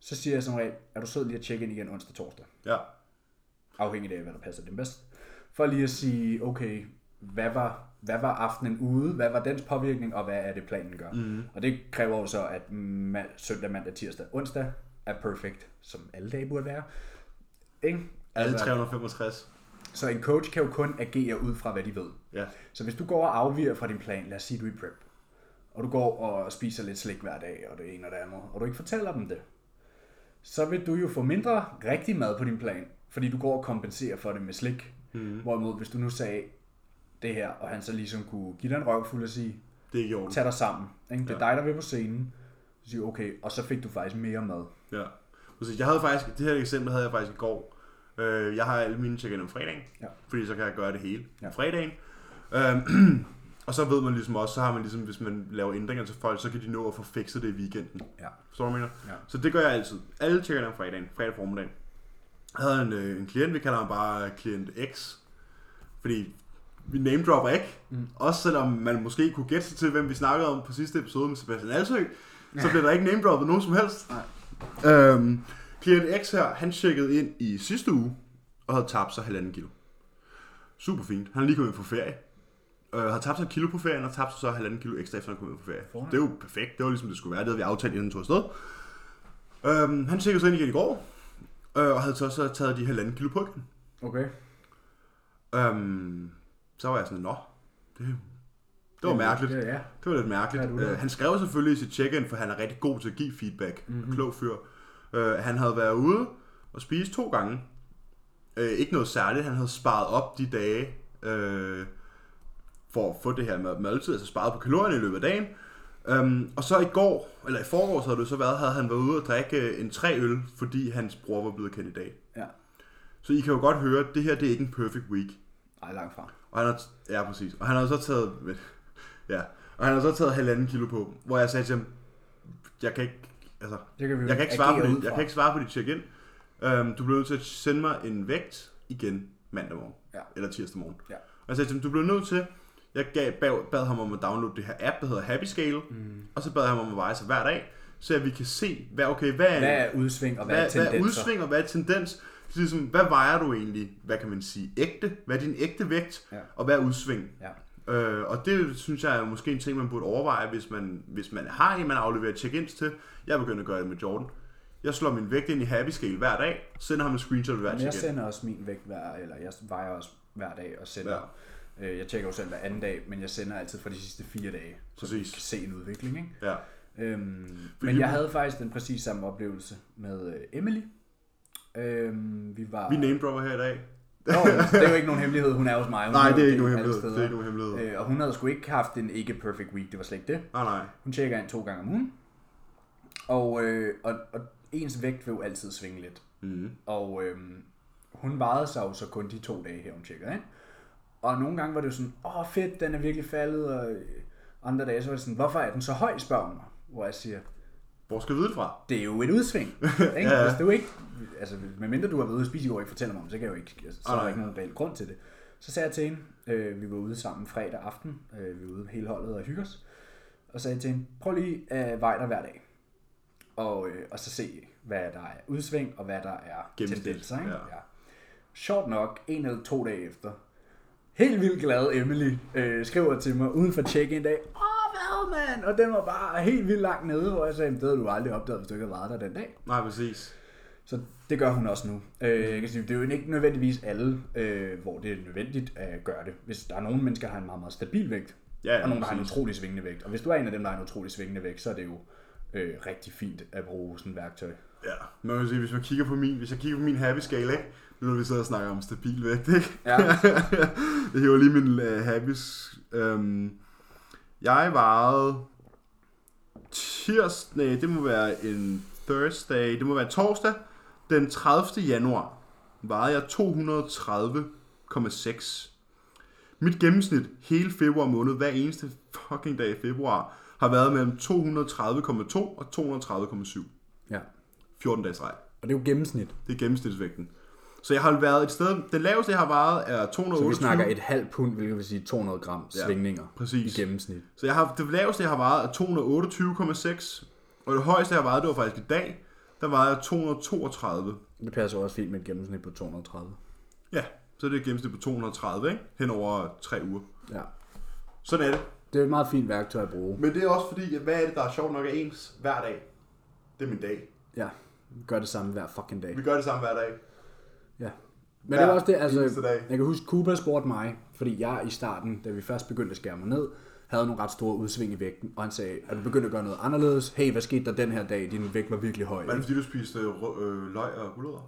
A: så siger jeg som regel, er du sød lige at tjekke ind igen onsdag torsdag,
B: Ja.
A: afhængigt af, hvad der passer dem bedst, for lige at sige, okay, hvad var, hvad var aftenen ude, hvad var dens påvirkning, og hvad er det, planen gør. Mm. Og det kræver jo så, at ma- søndag, mandag, tirsdag, onsdag er perfekt, som alle dage burde være. Ikke? Altså,
B: Alle 365.
A: så en coach kan jo kun agere ud fra, hvad de ved.
B: Ja.
A: Så hvis du går og afviger fra din plan, lad os sige, du er i prep, og du går og spiser lidt slik hver dag, og det ene og det andet, og du ikke fortæller dem det, så vil du jo få mindre rigtig mad på din plan, fordi du går og kompenserer for det med slik. Mm.
B: Mhm.
A: Hvorimod, hvis du nu sagde det her, og han så ligesom kunne give dig en røvfuld og sige,
B: Det er ikke i orden.
A: tag dig sammen, ikke? det er dig, der vil på scenen, så siger okay, og så fik du faktisk mere mad.
B: Ja. Præcis. Jeg havde faktisk, det her eksempel havde jeg faktisk i går. Øh, jeg har alle mine check-in om fredagen,
A: Ja.
B: fordi så kan jeg gøre det hele
A: Ja.
B: ja. fredagen. Øhm, og så ved man ligesom også, så har man ligesom, hvis man laver ændringer til folk, så kan de nå at få fikset det i weekenden.
A: Ja.
B: Forstår du, hvad jeg
A: Ja.
B: mener? Så det gør jeg altid. Alle checker om fredagen, fredag formiddag. Jeg havde en, øh, en klient, vi kalder ham bare klient X, fordi vi name dropper ikke. Mm. Også selvom man måske kunne gætte sig til, hvem vi snakkede om på sidste episode med Sebastian Alsø, så blev der ikke name droppet nogen som helst. Nej. Øhm, klient X her, han tjekkede ind i sidste uge, og havde tabt sig halvanden kilo. Super fint. Han er lige kommet ind fra ferie. Øh, har tabt sig et kilo på ferien, og tabt sig så halvanden kilo ekstra, efter han kom ind på ferie.
A: Fornemt.
B: Det er jo perfekt. Det var ligesom det skulle være. Det havde vi aftalt, inden han tog afsted. Øhm, han tjekkede så ind igen i går, øh, og havde så også taget de halvanden kilo på igen.
A: Okay.
B: Øhm, så var jeg sådan, nå, det, det var mærkeligt.
A: Det, ja.
B: Det var lidt mærkeligt.
A: Ja, du
B: Ja,
A: ved.
B: øh, han skrev selvfølgelig i sit check-in, for han er rigtig god til at give feedback. Mm-hmm. Klog fyr. Øh, han havde været ude og spise to gange. Øh, ikke noget særligt. Han havde sparet op de dage øh, for at få det her mad- måltid, altså sparet på kalorierne i løbet af dagen. Øhm, og så i går, eller i forgårs havde det så været, havde han været ude og drikke øh, en tre øl, fordi hans bror var blevet kandidat.
A: Ja.
B: Så I kan jo godt høre, at det her det er ikke en perfect week.
A: Ej, langt fra.
B: Og han har, ja, præcis. Og han har så taget, men- ja, og han har så taget halvanden kilo på, hvor jeg sagde til ham, jeg kan ikke, altså,
A: Det kan vi
B: jeg kan ikke svare på
A: agere ud
B: dit, jeg
A: fra.
B: kan ikke svare på dit check-in. Øhm, du bliver nødt til at sende mig en vægt igen mandag morgen,
A: Ja.
B: eller tirsdag morgen.
A: Ja.
B: Og jeg sagde til ham, du bliver nødt til, jeg gav, bad, bad ham om at downloade det her app, der hedder Happy Scale, mm. og så bad jeg ham om at veje sig hver dag, så at vi kan se, hvad, okay, hvad, er en-
A: Hvad er udsving, og hvad,
B: hvad,
A: er
B: hvad
A: tendenser?
B: er udsving og hvad er tendens? Så ligesom, hvad vejer du egentlig, hvad kan man sige, ægte? Hvad er din ægte vægt,
A: Ja.
B: og hvad er udsving?
A: Ja.
B: Øh, og det synes jeg er måske en ting, man burde overveje, hvis man, hvis man har en, man afleverer check-ins til. Jeg begynder at gøre det med Jordan. Jeg slår min vægt ind i Happy Scale hver dag, sender ham en screenshot af hver
A: Jamen, jeg
B: check-in.
A: sender også min vægt hver, eller jeg vejer også hver dag og sender.
B: Ja.
A: Ja. Øh, jeg tjekker jo selv hver anden dag, men jeg sender altid for de sidste fire dage, så vi
B: Præcis.
A: kan se en udvikling. Ikke?
B: Ja.
A: Øhm, men
B: lige
A: jeg
B: nu-
A: havde faktisk den præcis samme oplevelse med øh, Emily. Øhm, vi var...
B: Vi name dropper her i dag.
A: Nå, det er jo ikke nogen hemmelighed, hun er hos mig. Hun
B: Nej, det er
A: jo
B: ikke nogen
A: alle
B: hemmelighed. Det er
A: steder.
B: ikke nogen hemmelighed.
A: Øh, og hun havde sgu ikke haft en ikke perfect week, det var slet ikke det.
B: Nej, nej.
A: Hun tjekker ind to gange om ugen. Og, øh, og, og ens vægt vil jo altid svinge lidt. Mm. Og øh, hun vejede sig jo så kun de to dage her, hun tjekker ind. Og nogle gange var det jo sådan, åh fedt, den er virkelig faldet. Og øh, andre dage så var det sådan, hvorfor er den så høj, spørger hun mig. Hvor jeg siger,
B: Hvor skal vi vide det fra?
A: det er jo et udsving. Ikke? ja. Hvis du ikke, altså, medmindre du har været ude at spise i går og ikke fortæller mig om, det, så kan jeg jo ikke, altså, så er der
B: nej.
A: ikke nogen reel grund til det. Så sagde jeg til hende, øh, vi var ude sammen fredag aften, øh, vi var ude hele holdet og hygge os, og sagde til hende, prøv lige at øh, veje dig hver dag, og, øh, og så se, hvad der er udsving, og hvad der er
B: Gennemsnit,
A: tendenser. Ikke?
B: ja.
A: Sjovt nok, en eller to dage efter, helt vildt glad Emily øh, skriver til mig uden for check en dag, åh hvad mand, og den var bare helt vildt langt nede, hvor jeg sagde, "Men det havde du aldrig opdaget, hvis du ikke havde været der den dag.
B: Nej, præcis.
A: Så det gør hun også nu. Øh, jeg kan sige, det er jo ikke nødvendigvis alle, øh, hvor det er nødvendigt at gøre det. Hvis der er nogle mennesker, der har en meget, meget stabil vægt,
B: Ja, ja,
A: og nogle, der har en
B: præcis.
A: utrolig svingende vægt. Og hvis du er en af dem, der har en utrolig svingende vægt, så er det jo øh, rigtig fint at bruge sådan et værktøj.
B: Ja, man kan sige, hvis man kigger på min, hvis jeg kigger på min happy scale, ikke? Nu når vi sidder og snakker om stabil vægt, ikke?
A: Ja.
B: jeg hiver lige min uh, happy... Øhm, jeg vejede tirs... Nej, det må være en Thursday. Det må være torsdag. Den 30. januar vejede jeg 230,6. Mit gennemsnit hele februar måned, hver eneste fucking dag i februar, har været mellem 230,2 og 230,7.
A: ja.
B: 14 dages rejse.
A: Og det er jo gennemsnit.
B: Det er gennemsnitsvægten. Så jeg har været et sted, den laveste jeg har varet er 228.
A: Så vi snakker et halvt pund, hvilket vil sige 200 gram
B: Ja,
A: svingninger
B: præcis.
A: i gennemsnit.
B: Så jeg har, det laveste jeg har varet er 228,6. Og det højeste jeg har varet, det var faktisk i dag, der var jeg 232.
A: Det passer også fint med et gennemsnit på 230.
B: Ja, så er det et gennemsnit på 230, ikke? Hen over tre uger.
A: Ja.
B: Sådan er det.
A: Det er et meget fint værktøj at bruge.
C: Men det er også fordi, at hvad er det, der er sjovt nok af ens hver dag? Det er min dag.
A: Ja, gør det samme hver fucking dag.
C: Vi gør det samme hver dag.
A: Ja. Men det
C: Hver
A: var også det, altså,
C: eneste dag.
A: jeg kan huske, Cooper spurgte mig, fordi jeg i starten, da vi først begyndte at skære mig ned, havde nogle ret store udsving i vægten, og han sagde, er du begyndt at gøre noget anderledes? Hey, hvad skete der den her dag? Din vægt var virkelig høj.
B: Var det fordi, du spiste øh, rø- øh, løg og gulerødder?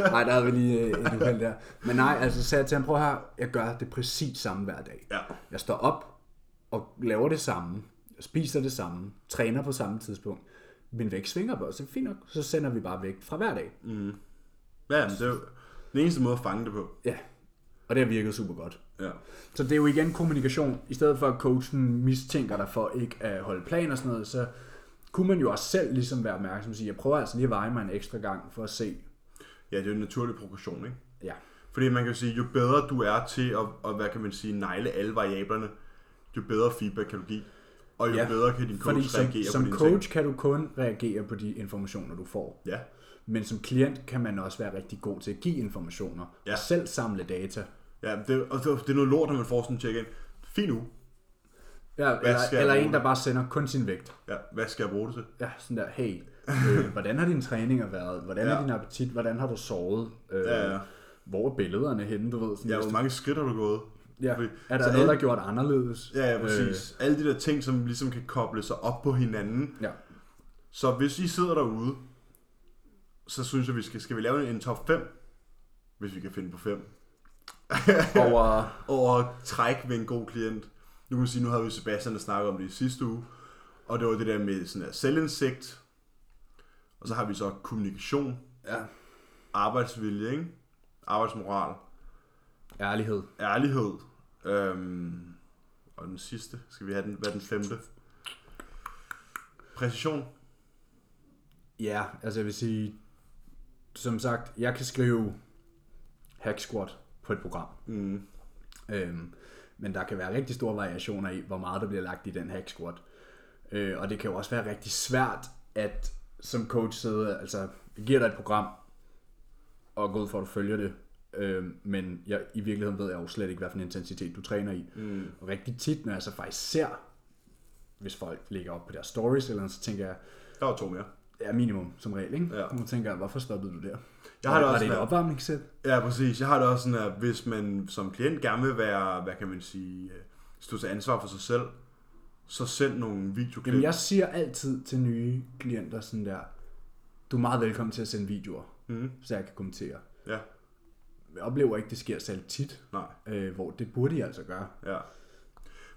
A: nej, nej, der havde vi lige øh, et uheld der. Men nej, altså sagde jeg til ham, prøv her, jeg gør det præcis samme hver dag.
B: Ja.
A: Jeg står op og laver det samme, jeg spiser det samme, træner på samme tidspunkt. Min vægt svinger bare, så fint nok, så sender vi bare vægt fra hver dag.
B: Ja, men det er jo den eneste måde at fange det på.
A: Ja, og det har virket super godt.
B: Ja.
A: Så det er jo igen kommunikation. I stedet for at coachen mistænker dig for ikke at holde plan og sådan noget, så kunne man jo også selv ligesom være opmærksom og sige, jeg prøver altså lige at veje mig en ekstra gang for at se.
B: Ja, det er jo en naturlig progression, ikke?
A: Ja,
B: Fordi man kan jo sige, jo bedre du er til at, og hvad kan man sige, negle alle variablerne, jo bedre feedback kan du give. Og jo
A: Ja,
B: ja. bedre kan din
A: fordi
B: coach
A: som,
B: reagere på
A: som
B: dine ting.
A: coach kan du kun reagere på de informationer, du får.
B: Ja.
A: Men som klient kan man også være rigtig god til at give informationer ja.
B: Ja.
A: og selv samle data.
B: Ja, det, og det, det er noget lort, når man får sådan en check-in. Fint nu.
A: Ja, eller,
B: skal jeg
A: eller en,
B: bruge
A: der
B: det?
A: bare sender kun sin vægt.
B: Ja, hvad skal jeg bruge det til?
A: Ja, sådan der, hey, øh, hvordan har dine træninger været? Hvordan ja. er
B: Ja.
A: din appetit? Hvordan har du sovet? Øh,
B: Ja, ja.
A: Hvor er billederne henne, du ved? Sådan,
B: Ja,
A: hvis
B: hvor
A: du-
B: mange skridt har du gået?
A: Ja,
B: Fordi-
A: er der
B: så
A: noget,
B: alle-
A: der er gjort anderledes?
B: Ja, ja, præcis. Øh. Alle de der ting, som ligesom kan koble sig op på hinanden.
A: Øh, ja.
B: Så hvis I sidder derude, så synes jeg, vi skal, skal vi lave en top 5, hvis vi kan finde på 5,
A: Over,
B: over træk ved en god klient. Nu kan man sige, nu havde vi Sebastian, der snakkede om det i sidste uge, og det var det der med sådan her selvindsigt, og så har vi så kommunikation,
A: ja,
B: arbejdsvilje, ikke? arbejdsmoral,
A: ærlighed.
B: ærlighed, øhm, og den sidste, skal vi have den, hvad er den femte? Præcision.
A: Ja, altså jeg vil sige, som sagt, jeg kan skrive hack squat på et program.
B: Mm.
A: Øhm, men der kan være rigtig store variationer i, hvor meget der bliver lagt i den hack squat. Øh, og det kan jo også være rigtig svært, at som coach sidder, altså jeg giver dig et program, og går ud for, at du følger det. Øh, men jeg, i virkeligheden ved jeg jo slet ikke, hvilken intensitet du træner i. Mm. Og rigtig tit, når jeg så faktisk ser, hvis folk ligger op på deres stories, eller noget, så tænker jeg,
B: Der var to mere.
A: ja, minimum som regel, ikke?
B: Ja.
A: Nu tænker jeg, hvorfor stoppede du der?
B: Jeg har
A: var,
B: det
A: var
B: også
A: det et
B: med-
A: opvarmningssæt?
B: Ja, præcis. Jeg har det også sådan, at hvis man som klient gerne vil være, hvad kan man sige, øh, stå til ansvar for sig selv, så send nogle videoklip.
A: Jamen, jeg siger altid til nye klienter sådan der, du er meget velkommen til at sende videoer, mm.
B: Mhm.
A: så jeg kan kommentere.
B: Ja,
A: Jeg oplever ikke, det sker særlig tit,
B: nej,
A: øh, hvor det burde jeg altså gøre.
B: ja.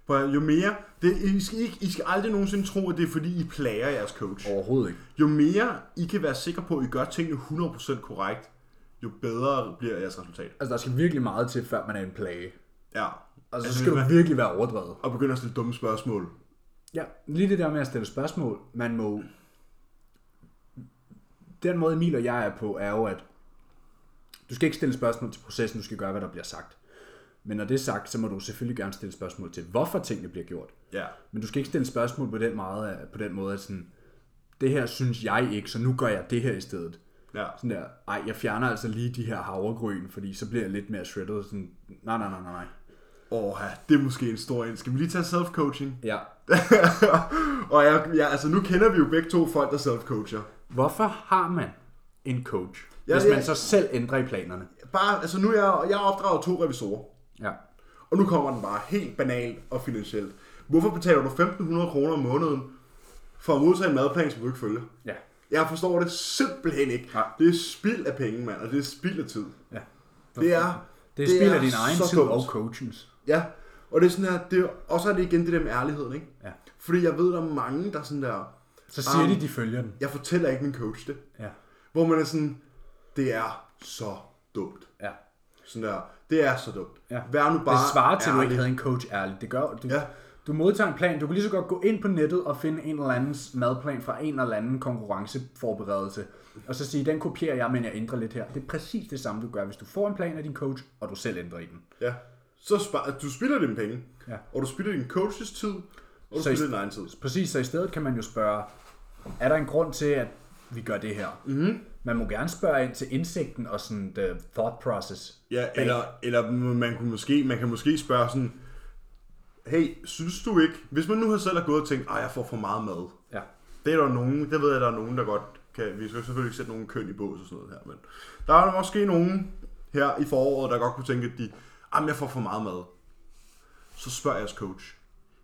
B: For jo mere, det, I, skal ikke, I skal aldrig nogensinde tro, at det er fordi, I plager jeres coach.
A: Overhovedet ikke.
B: Jo mere I kan være sikre på, at I gør tingene 100% korrekt, jo bedre bliver jeres resultat.
A: Altså, der skal virkelig meget til, før man er en plage.
B: Ja.
A: Altså, så
B: Altså,
A: skal
B: hvis
A: du virkelig være overdrevet.
B: Og begynder at stille dumme spørgsmål.
A: Ja, lige det der med at stille spørgsmål, man må... Den måde Emil og jeg er på, er jo, at du skal ikke stille spørgsmål til processen, du skal gøre, hvad der bliver sagt. Men når det er sagt, så må du selvfølgelig gerne stille spørgsmål til, hvorfor tingene bliver gjort.
B: Ja.
A: Men du skal ikke stille spørgsmål på den, meget, af- på den måde, at sådan, det her synes jeg ikke, så nu gør jeg det her i stedet.
B: Ja.
A: Sådan der, ej, jeg fjerner altså lige de her havregryn, fordi så bliver jeg lidt mere shredded. Sådan, nej, nej, nej, nej, nej.
B: Åh, det er måske en stor en. Skal vi lige tage self-coaching?
A: Ja.
B: og jeg, jeg, altså, nu kender vi jo begge to folk, der self-coacher.
A: Hvorfor har man en coach,
B: Ja,
A: hvis
B: det er-
A: man så selv ændrer i planerne?
B: Bare, altså nu er jeg, jeg er opdraget to revisorer,
A: Ja.
B: og nu kommer den bare helt banalt og finansielt. Hvorfor betaler du 1.500 kroner om måneden for at modtage en madplan, som du ikke følger?
A: Ja.
B: Jeg forstår det simpelthen ikke.
A: Nej.
B: Det er spild af penge, mand, og det er spild af tid.
A: ja.
B: Det er,
A: Det er spil af
B: er
A: din egen
B: så
A: tid
B: dumt.
A: og coachens.
B: Ja, og det er sådan her, det, er- og så er det igen det der med ærligheden, ikke?
A: Ja.
B: Fordi jeg ved, der er mange, der er sådan der,
A: Så siger
B: Um,
A: de, de følger den.
B: jeg fortæller ikke min coach det.
A: Ja.
B: Hvor man er sådan, det er så dumt.
A: Ja.
B: Sådan der, det er så dumt.
A: Ja.
B: Vær nu bare
A: det svarer til, at du
B: ærlig.
A: ikke havde en coach ærligt. Det gør du.
B: Ja.
A: Du modtager en plan. Du kan lige så godt gå ind på nettet og finde en eller andens madplan fra en eller anden konkurrenceforberedelse. Og så sige, den kopierer jeg, men jeg ændrer lidt her. Det er præcis det samme, du gør, hvis du får en plan af din coach, og du selv ændrer i den.
B: Ja. Så spar, du spilder dine penge,
A: Ja.
B: og du spilder din coaches tid, og du
A: Så i-
B: spilder din egen tid.
A: Præcis, så i stedet kan man jo spørge, er der en grund til, at vi gør det her.
D: Mm-hmm.
A: Man må gerne spørge ind til indsigten og sådan the thought process.
B: Ja, eller, eller man, kunne måske, man kan måske spørge sådan, hey, synes du ikke, hvis man nu har selv har gået og tænkt, at jeg får for meget mad,
A: Ja.
B: det er der nogen, det ved jeg, der er nogen, der godt kan, vi skal selvfølgelig ikke sætte nogen køn i bås og sådan noget her, men der er måske nogen her i foråret, der godt kunne tænke, at de, jamen jeg får for meget mad. Så spørger jeres coach,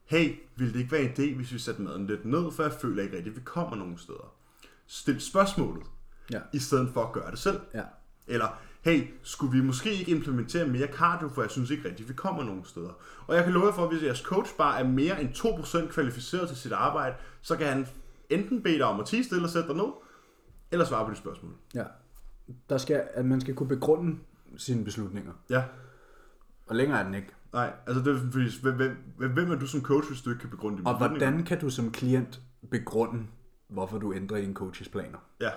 B: hey, ville det ikke være en idé, hvis vi satte maden lidt ned, for jeg føler ikke rigtigt, at vi kommer nogen steder. Stil spørgsmålet,
A: Ja.
B: i stedet for at gøre det selv.
A: Ja.
B: Eller, hey, skulle vi måske ikke implementere mere cardio, for jeg synes ikke rigtigt, vi kommer nogen steder. Og jeg kan love jer for, at hvis jeres coach bare er mere end 2% kvalificeret til sit arbejde, så kan han enten bede dig om at tige stille og sætte dig ned, eller svare på de spørgsmål.
A: ja. Der skal, at man skal kunne begrunde sine beslutninger.
B: Ja,
A: Og længere er den ikke.
B: nej, altså det er sådan, fordi, hvem- hvem, hvem er du som coach, hvis du ikke kan begrunde dine
A: Og
B: beslutninger?
A: hvordan kan du som klient begrunde, hvorfor du ændrer din coaches planer?
B: Ja,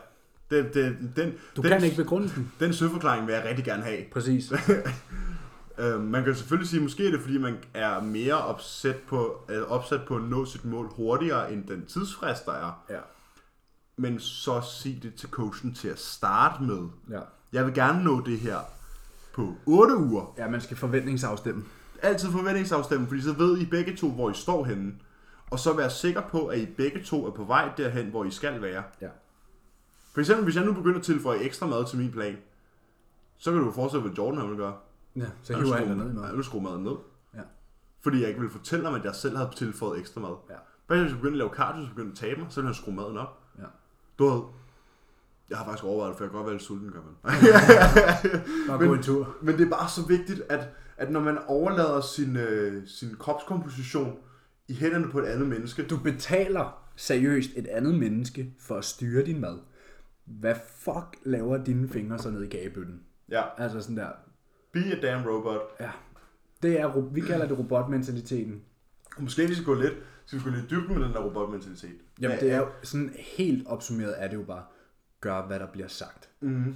B: det, det, den,
A: Du
B: den,
A: kan ikke begrunde den.
B: den søforklaring vil jeg rigtig gerne have.
A: Præcis.
B: Øh, man kan selvfølgelig sige, måske er det fordi, man er mere opsat på, øh, opsat på at nå sit mål hurtigere, end den tidsfrist, der er.
A: Ja.
B: Men så sig det til coachen til at starte med.
A: Ja.
B: Jeg vil gerne nå det her på 8 uger.
A: ja, man skal forventningsafstemme.
B: Altid forventningsafstemme, fordi så ved I begge to, hvor I står henne. Og så være sikker på, at I begge to er på vej derhen, hvor I skal være.
A: Ja.
B: For eksempel, hvis jeg nu begynder at tilføje ekstra mad til min plan, så kan du jo fortsætte, hvad Jordan han vil gøre.
A: ja så
B: Jeg vil
A: hiver han
B: skrue,
A: dig ned i
B: jeg
A: noget.
B: vil skrue maden ned.
A: Ja.
B: Fordi jeg ikke ville fortælle ham, at jeg selv havde tilføjet ekstra mad.
A: Ja.
B: Hvad hvis jeg begyndte at lave cardio, så begyndte at tabe mig, så ville han skrue maden op.
A: Ja.
B: Du ved, jeg har faktisk overvejet det, for jeg kan godt være lidt sulten, gør man.
A: Bare
B: Men-
A: gå en tur.
B: Men det er bare så vigtigt, at, at når man overlader sin, øh, sin kropskomposition i hænderne på et andet menneske,
A: Du betaler seriøst et andet menneske for at styre din mad. Hvad fuck laver dine fingre så ned i kagebøtten?
B: ja,
A: Altså sådan der.
B: be a damn robot.
A: Ja. Det er, ro- vi kalder det robotmentaliteten.
B: Måske vi skal gå lidt, skal vi gå lidt dybt med den der robotmentalitet.
A: Jamen det er jo sådan helt opsummeret er det jo bare, gør hvad der bliver sagt.
B: Mm.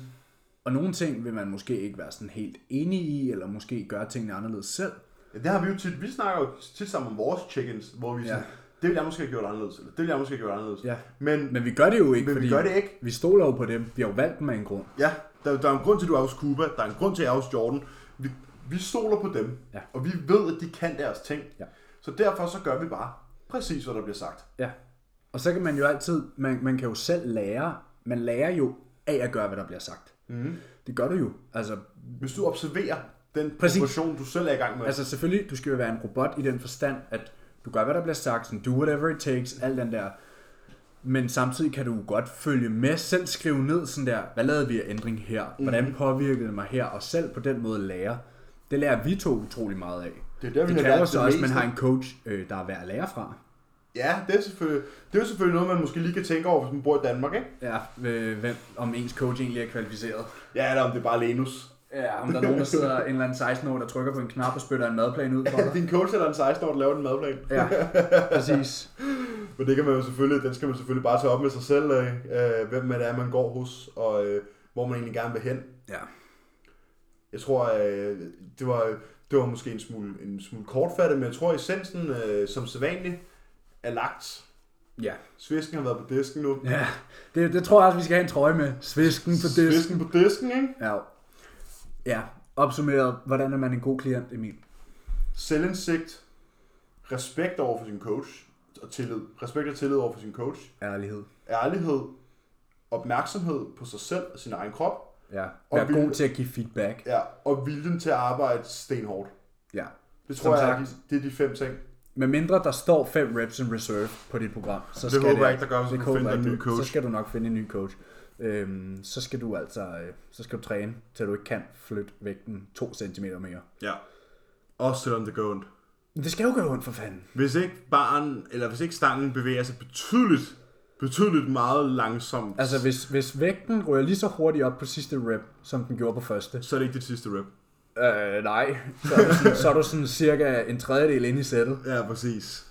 A: Og nogle ting vil man måske ikke være sådan helt enig i, eller måske gøre tingene anderledes selv.
B: Ja, det har vi jo tit. Vi snakker jo tit sammen om vores check-ins, hvor vi ja. sådan,
A: Ja.
B: det ville jeg måske have gjort anderledes, eller det ville jeg måske have gjort anderledes.
A: Ja.
B: Men,
A: Men vi gør det jo ikke,
B: Men vi
A: fordi
B: gør det ikke.
A: vi stoler jo på dem. Vi har jo valgt dem af en grund.
B: Ja, der, der er en grund til, at du er hos Cuba. Der er en grund til, at jeg er hos Jordan. Vi, vi stoler på dem,
A: Ja.
B: og vi ved, at de kan deres ting.
A: Ja.
B: Så derfor så gør vi bare præcis, hvad der bliver sagt.
A: Ja. Og så kan man jo altid, man, man kan jo selv lære, man lærer jo af at gøre, hvad der bliver sagt. Mm. Det gør du jo. Altså,
B: Hvis du observerer den
A: Præcis.
B: proportion, du selv er i gang med.
A: altså selvfølgelig, du skal jo være en robot i den forstand, at du gør, hvad der bliver sagt, sådan, do whatever it takes, alt den der. Men samtidig kan du jo godt følge med, selv skrive ned sådan der, hvad lavede vi af ændring her? Hvordan påvirkede det mig her? Og selv på den måde lære. Det lærer vi to utrolig meget af.
B: Det er der, vi har
A: det
B: lært
A: kræver så
B: det
A: også, at man
B: meste.
A: har en coach, øh, der er værd at lære fra.
B: ja, det er, selvfølgelig, det er jo selvfølgelig noget, man måske lige kan tænke over, hvis man bor i Danmark, ikke?
A: Ja, øh, hvem, om ens coach egentlig er kvalificeret.
B: Ja, eller om det er bare Lenus.
A: Ja, om der er nogen, der sidder en eller anden 16 år, der trykker på en knap og spytter en madplan ud for dig.
B: Din coach eller en 16 år, der laver en madplan.
A: Ja, præcis.
B: Men det kan man jo selvfølgelig, den skal man selvfølgelig bare tage op med sig selv, øh, øh, hvem det er, man går hos, og øh, hvor man egentlig gerne vil hen.
A: Ja.
B: Jeg tror, øh, det var, det var måske en smule, en smule kortfattet, men jeg tror, essensen øh, som sædvanligt er lagt.
A: Ja.
B: Svisken har været på disken nu.
A: ja. Det, det tror jeg også, vi skal have en trøje med. Svisken på det.
B: Svisken på disken, ikke?
A: Ja. ja. Opsummeret, hvordan er man en god klient, Emil?
B: Selvindsigt. Respekt over for sin coach. Og tillid. Respekt og tillid over for sin coach.
A: Ærlighed.
B: Ærlighed. Opmærksomhed på sig selv og sin egen krop.
A: Ja.
B: Og
A: Vær
B: vi-
A: god til at give feedback.
B: Ja, og viljen til at arbejde stenhårdt.
A: Ja.
B: Det tror
A: Som
B: jeg, er
A: sagt.
B: de, det er de fem ting.
A: Med mindre der står 5 reps in reserve på dit program, så
B: Det
A: skal
B: håber
A: det,
B: jeg ikke, der gør, hvis
A: det
B: du
A: håber
B: finder
A: jeg
B: en
A: ikke,
B: ny
A: du-
B: coach.
A: Så skal du nok finde en ny coach. Øhm, så skal du altså øh, så skal du træne, til du ikke kan flytte vægten 2 cm mere.
B: Ja. Også selvom det gør ondt.
A: Men det skal jo gøre ondt for fanden.
B: Hvis ikke barn, eller hvis ikke stangen bevæger sig betydeligt, betydeligt meget langsomt,
A: Altså, hvis, hvis vægten rører lige så hurtigt op på sidste rep, som den gjorde på første,
B: så er det ikke dit sidste rep.
A: øh, nej, så er, du sådan, så er du sådan cirka en tredjedel inde i sættet.
B: Ja, præcis.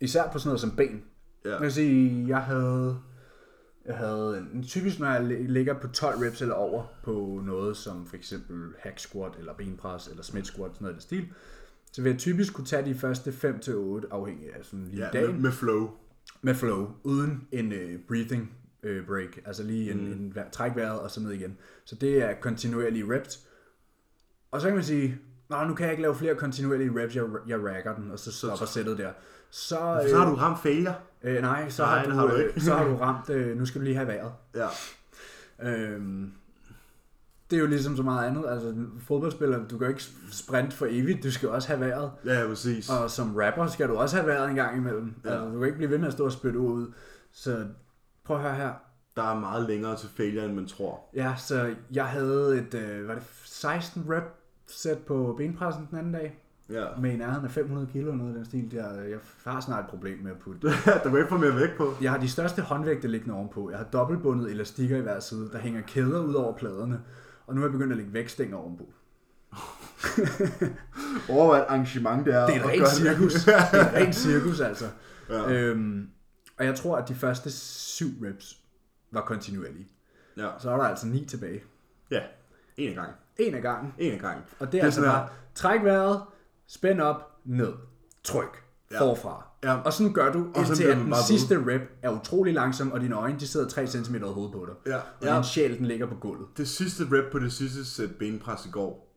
A: Især på sådan noget som ben.
B: Ja.
A: Jeg vil sige, jeg havde, jeg havde en, typisk, når jeg lig- ligger på 12 reps eller over på noget som for eksempel hack squat, eller benpres, eller smith squat, sådan noget i den stil, så vil jeg typisk kunne tage de første 5-8 afhængig af sådan lige
B: Ja,
A: dagen.
B: med, med flow.
A: med flow, uden en øh, breathing øh, øh, break. Altså lige en, mm. en vær- træk vejret og så ned igen. Så det er kontinuerlige reps. Og så kan man sige, Nå, nu kan jeg ikke lave flere kontinuerlige reps, jeg, jeg racker den, og så stopper sættet der. Så,
E: Så har du ramt failure.
A: øh, nej, så,
E: Nej,
A: har
E: det
A: du,
E: har du
A: øh,
E: ikke.
A: så har du ramt, øh, nu skal du lige have vejret.
B: Ja.
A: Øhm, det er jo ligesom så meget andet. Altså, en fodboldspiller, du kan jo ikke sprint for evigt, du skal jo også have vejret.
B: Ja, præcis.
A: Og som rapper skal du også have vejret en gang imellem. Ja. Altså, du kan ikke blive ved med at stå og spytte ord ud. Så prøv at høre her.
B: Der er meget længere til failure, end man tror.
A: Ja, så jeg havde et, øh, var det 16 rep sæt på benpressen den anden dag.
B: Ja.
A: Med en nærheden af 500 kilo eller noget af den stil. Der, jeg har snart et problem med at putte.
B: der var ikke få mere vægt på.
A: Jeg har de største håndvægte liggende ovenpå. Jeg har dobbeltbundet elastikker i hver side. Der hænger kæder ud over pladerne. Og nu er jeg begyndt at lægge vægtstænger ovenpå.
B: Overvej et arrangement, det er.
A: Det er et
B: at
A: rent
B: gøre
A: cirkus. Det er et rent cirkus, altså.
B: Ja.
A: Øhm, og jeg tror, at de første syv reps var kontinuerlige.
B: Ja.
A: Så er der altså ni tilbage.
B: Ja. En gang.
A: En af gangen.
B: En gang.
A: Og det er, det er altså
B: sådan
A: bare, træk vejret, spænd op, ned, tryk, ja. forfra.
B: Ja.
A: Og sådan gør du,
B: sådan
A: indtil
B: bliver
A: at
B: man
A: den
B: bare ved.
A: sidste rep er utrolig langsom, og dine øjne de sidder 3 cm over hovedet på dig.
B: Ja.
A: Og din sjæl den ligger på gulvet.
B: Det sidste rep på det sidste sæt benpres i går,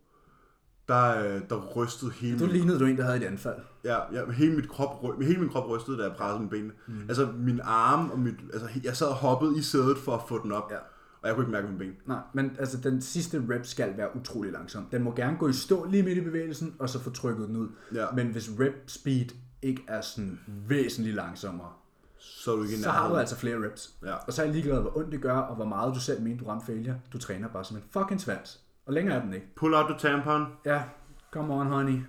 B: der, øh, der rystede hele
A: Du
B: min
A: lignede du en, der havde et anfald.
B: Ja, ja hele, mit krop, ry- hele min krop rystede, da jeg pressede med benene. Mm. Altså min arm og mit... Altså, he- jeg sad og hoppede i sædet for at få den op.
A: Ja.
B: Og jeg kunne ikke mærke mine ben.
A: Nej, men altså den sidste rep skal være utrolig langsom. Den må gerne gå i stå lige midt i bevægelsen, og så få trykket den ud.
B: Ja.
A: Men hvis rep speed ikke er sådan væsentligt langsommere,
B: Så er du ikke i
A: så har du
B: nærheden.
A: altså flere reps.
B: Ja.
A: Og så er jeg ligeglad, hvor ondt det gør, og hvor meget du selv mener, du ramte failure. Du træner bare som en fucking svans. Og længere er den ikke.
B: Pull out the tampon.
A: Ja, come on honey.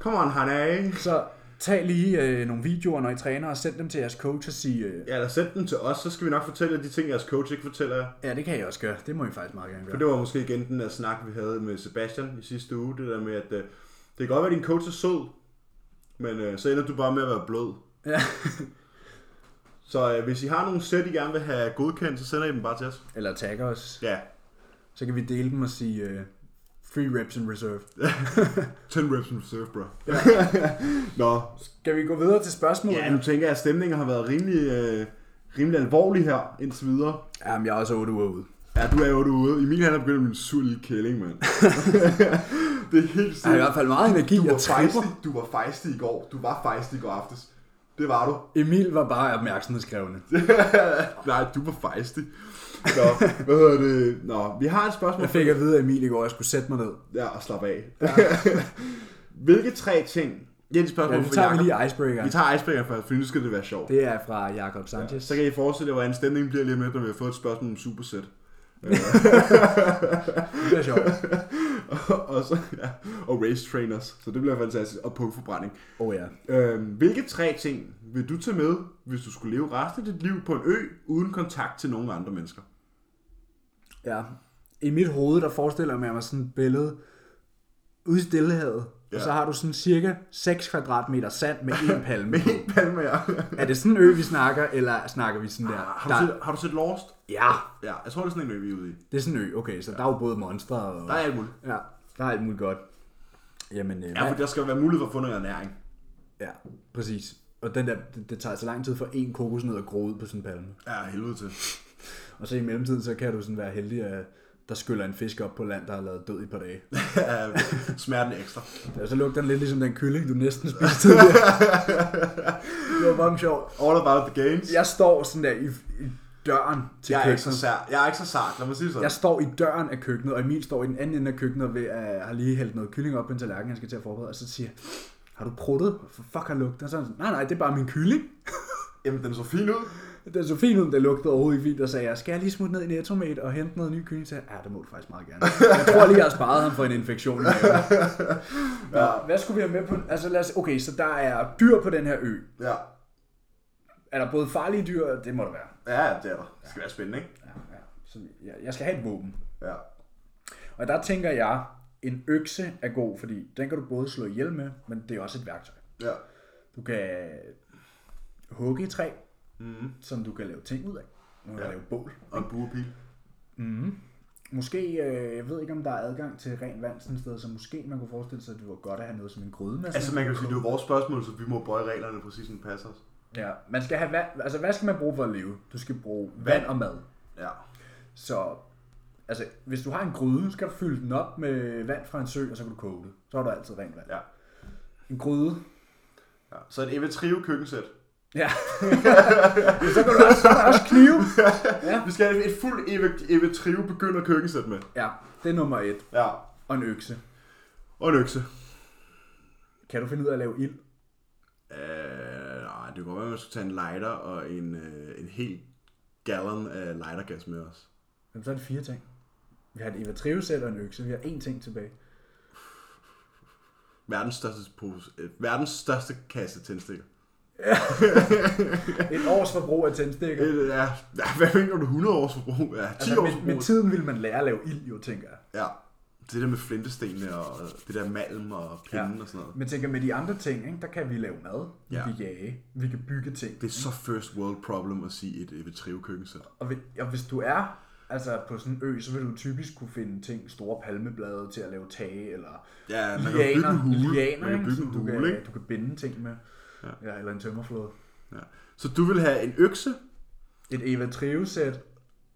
B: Come on, honey.
A: Så tag lige øh, nogle videoer, når I træner, og send dem til jeres coach og sige, øh,
B: Ja, eller send den til os, så skal vi nok fortælle jer de ting, jeres coach ikke fortæller jer.
A: ja, det kan I også gøre. Det må I faktisk meget gerne
B: For
A: gøre.
B: det var måske igen den der snak, vi havde med Sebastian i sidste uge. Det der med, at øh, det kan godt være, at din coach er sød, men øh, så ender du bare med at være blød.
A: Ja.
B: Så øh, hvis I har nogle sæt, I gerne vil have godkendt, så sender I dem bare til os.
A: Eller tag os.
B: Ja,
A: Så kan vi dele dem og sige, øh, free reps in reserve.
B: 10 reps in reserve, bro. Nå,
A: Skal vi gå videre til spørgsmålet?
B: ja, nu tænker jeg, at stemningen har været rimelig, øh, rimelig alvorlig her indtil videre.
A: Jamen, jeg er også 8 uger ude.
B: Ja, du er jo ude. Emil han er begyndt at blive en sur lille kælling, mand. det er
A: Jeg
B: helt
A: har i
B: sikkert.
A: hvert fald meget energi,
B: Du
A: jeg
B: var,
A: tripper.
B: fejstig, du var fejstig i går. Du var fejstig i går aftes. Det var du.
A: Emil var bare opmærksomhedskrævende.
B: Nej, du var fejstig. Nå, hvad hedder det? Nå, vi har et spørgsmål.
A: Jeg fik at vide af Emil i går, at jeg skulle sætte mig ned.
B: Ja, og slap af. Hvilke tre ting... Det er et spørgsmål
A: Ja, nu
B: for
A: tager vi
B: Jacob.
A: lige icebreaker.
B: Vi tager icebreaker først, for nu skal det være sjovt.
A: Det er fra Jakob Sanchez.
B: Så kan I forestille jer, hvordan stemningen bliver lige om lidt, når vi har fået et spørgsmål om supersæt.
A: Det er sjovt.
B: og, så, ja, og race trainers, så det bliver fantastisk. Og punktforbrænding.
A: Åh oh, ja.
B: Øhm, hvilke tre ting vil du tage med, hvis du skulle leve resten af dit liv på en ø, uden kontakt til nogen andre mennesker?
A: ja. I mit hoved, der forestiller jeg mig sådan et billede ude i stillehavet. Ja. Og så har du sådan cirka 6 kvadratmeter sand med én palme. på.
B: Helt palme, ja.
A: er det sådan en ø, vi snakker, eller snakker vi sådan der?
B: Ah, Har du,
A: der
B: set, har du set Lost?
A: ja,
B: Ja, jeg tror, det er sådan en ø, vi er ude i.
A: det er sådan en ø. Okay, så der er jo både monstre og...
B: Der er alt muligt.
A: Ja, der er alt muligt godt. Jamen, øh,
B: Ja,
A: hvad-
B: for der skal være mulighed for at få noget ernæring.
A: Ja, præcis. Og den der, det, det tager så lang tid for en kokosnød at gro ud på sådan en palme.
B: Ja, helvede til.
A: Og så i mellemtiden, så kan du sådan være heldig, at der skyller en fisk op på land, der har lavet død i et par dage.
B: Ja, Smerten er ekstra.
A: Og så lugter den lidt ligesom den kylling, du næsten spiste tidligere. det var bare sjovt.
B: All about the gains.
A: Jeg står sådan der i, i døren til
B: Jeg er ikke så
A: køkkenet.
B: sær. Jeg er ikke så sart, lad mig sige det sådan.
A: Jeg står i døren af køkkenet, og Emil står i den anden ende af køkkenet, og ved, at har lige hældt noget kylling op på en tallerken, han skal til at forberede. Og så siger jeg, har du pruttet? For fuck har lugten? Og så er han sådan, nej, nej, det er bare min kylling.
B: Jamen, den så fin ud.
A: Den så fint ud, den lugtede overhovedet ikke fint, og sagde jeg, skal jeg lige smutte ned i Netto med et og hente noget ny kylling til? jer?" Ja, det må du faktisk meget gerne. Jeg tror lige, jeg har sparet ham for en infektion. i maven. Nå, hvad skulle vi have med på? Altså lad os, okay, så der er dyr på den her ø.
B: Ja.
A: Er der både farlige dyr? Det må der være.
B: Ja, det er der. Det skal være spændende, ikke?
A: Ja, ja. Så jeg, jeg skal have et våben.
B: Ja.
A: Og der tænker jeg, en økse er god, fordi den kan du både slå ihjel med, men det er også et værktøj.
B: Ja.
A: Du kan hugge et træ, mm. som du kan lave ting ud af. Du kan ja. lave bål.
B: Og en buerpil.
A: Måske, øh, jeg ved ikke om der er adgang til rent vand sådan et sted, så måske man kunne forestille sig, at det var godt at have noget som en gryde med.
B: Altså man kan jo sige, det er jo vores spørgsmål, så vi må bøje reglerne præcis, som det passer os.
A: Ja, man skal have vand. Altså, hvad skal man bruge for at leve? Du skal bruge vand, vand og mad.
B: Ja.
A: Så altså, hvis du har en gryde, så skal du fylde den op med vand fra en sø, og så kan du koge det. Så har du altid rent vand.
B: Ja.
A: En gryde.
B: ja. Så et Eva Trio køkkensæt.
A: Ja. så kan du også, så er der også knive.
B: Vi skal have et fuldt Eva, Eva Trio begynder køkkensæt med.
A: Ja, det er nummer et.
B: Ja.
A: Og en økse.
B: Og en økse.
A: Kan du finde ud af at lave ild?
B: Øh, nej, det kunne godt være, at man skulle tage en lighter og en, øh, en hel gallon af lightergas med os.
A: Jamen, så er det fire ting. Vi har et Eva Trivesæt og en økse. Vi har én ting tilbage.
B: Verdens største, pose, øh, verdens største kasse tændstikker.
A: Et års forbrug af tændstikker.
B: Øh, ja, ja, hvad mener du? 100 års forbrug? Ja, 10
A: Altså,
B: års
A: med,
B: forbrug.
A: med, tiden vil man lære at lave ild, jo, tænker jeg.
B: Ja. Det der med flintestenene og det der malm og pinden ja. og sådan noget.
A: Men tænker med de andre ting, ikke, der kan vi lave mad, vi
B: Ja.
A: kan jage, vi kan bygge ting.
B: Det er så first world problem at sige et Evitrive køkkensæt.
A: Og, hvis, og hvis du er altså på sådan en ø, så vil du typisk kunne finde ting, store palmeblade til at lave tage, eller
B: Ja, man kan jo bygge en
A: lianer,
B: hule.
A: lianer
B: man kan
A: ikke,
B: bygge
A: som
B: en
A: du,
B: hule,
A: kan,
B: ikke?
A: du kan binde ting med. Ja. ja eller en tømmerflåde.
B: Ja. Så du vil have en økse
A: Et Eva Trivesæt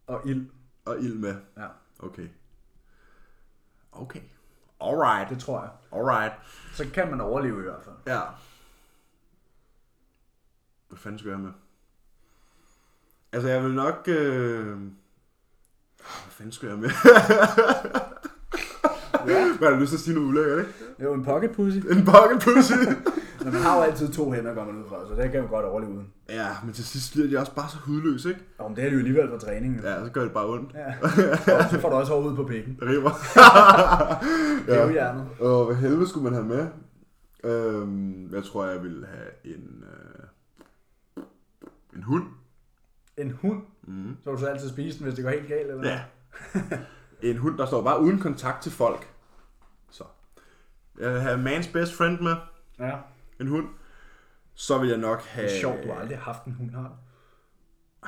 A: og ild.
B: og ild med.
A: Ja,
B: Okay. Okay. Alright.
A: det tror jeg.
B: Alright.
A: Så kan man overleve i hvert fald.
B: Ja. Hvad fanden skal jeg med? Altså, jeg vil nok... Øh... Hvad fanden skal jeg med? ja. Hvad har du lyst til at sige noget ulækkert, ikke?
A: Det er jo en pocket pussy.
B: En pocket pussy.
A: Men man har jo altid to hænder, går man ud fra, så det kan man godt overleve uden.
B: Ja, men til sidst bliver de også bare så hudløse, ikke?
A: Og men det er det jo alligevel for træning. Jo. Ja.
B: Ja, så gør det bare ondt.
A: ja. Og så får du også hår ud på pikken.
B: Det river.
A: Det er jo hjernet.
B: Og hvad helvede skulle man have med? Øhm, jeg tror, jeg ville have en... Øh, en hund.
A: En hund, mm. så vil du så altid spise den, hvis det går helt galt. Eller?
B: Ja. en hund, der står bare uden kontakt til folk. Så. Jeg vil have man's best friend med.
A: ja.
B: En hund. Så vil jeg nok have...
A: Det er sjovt, du har aldrig haft en hund, har du?
B: Jeg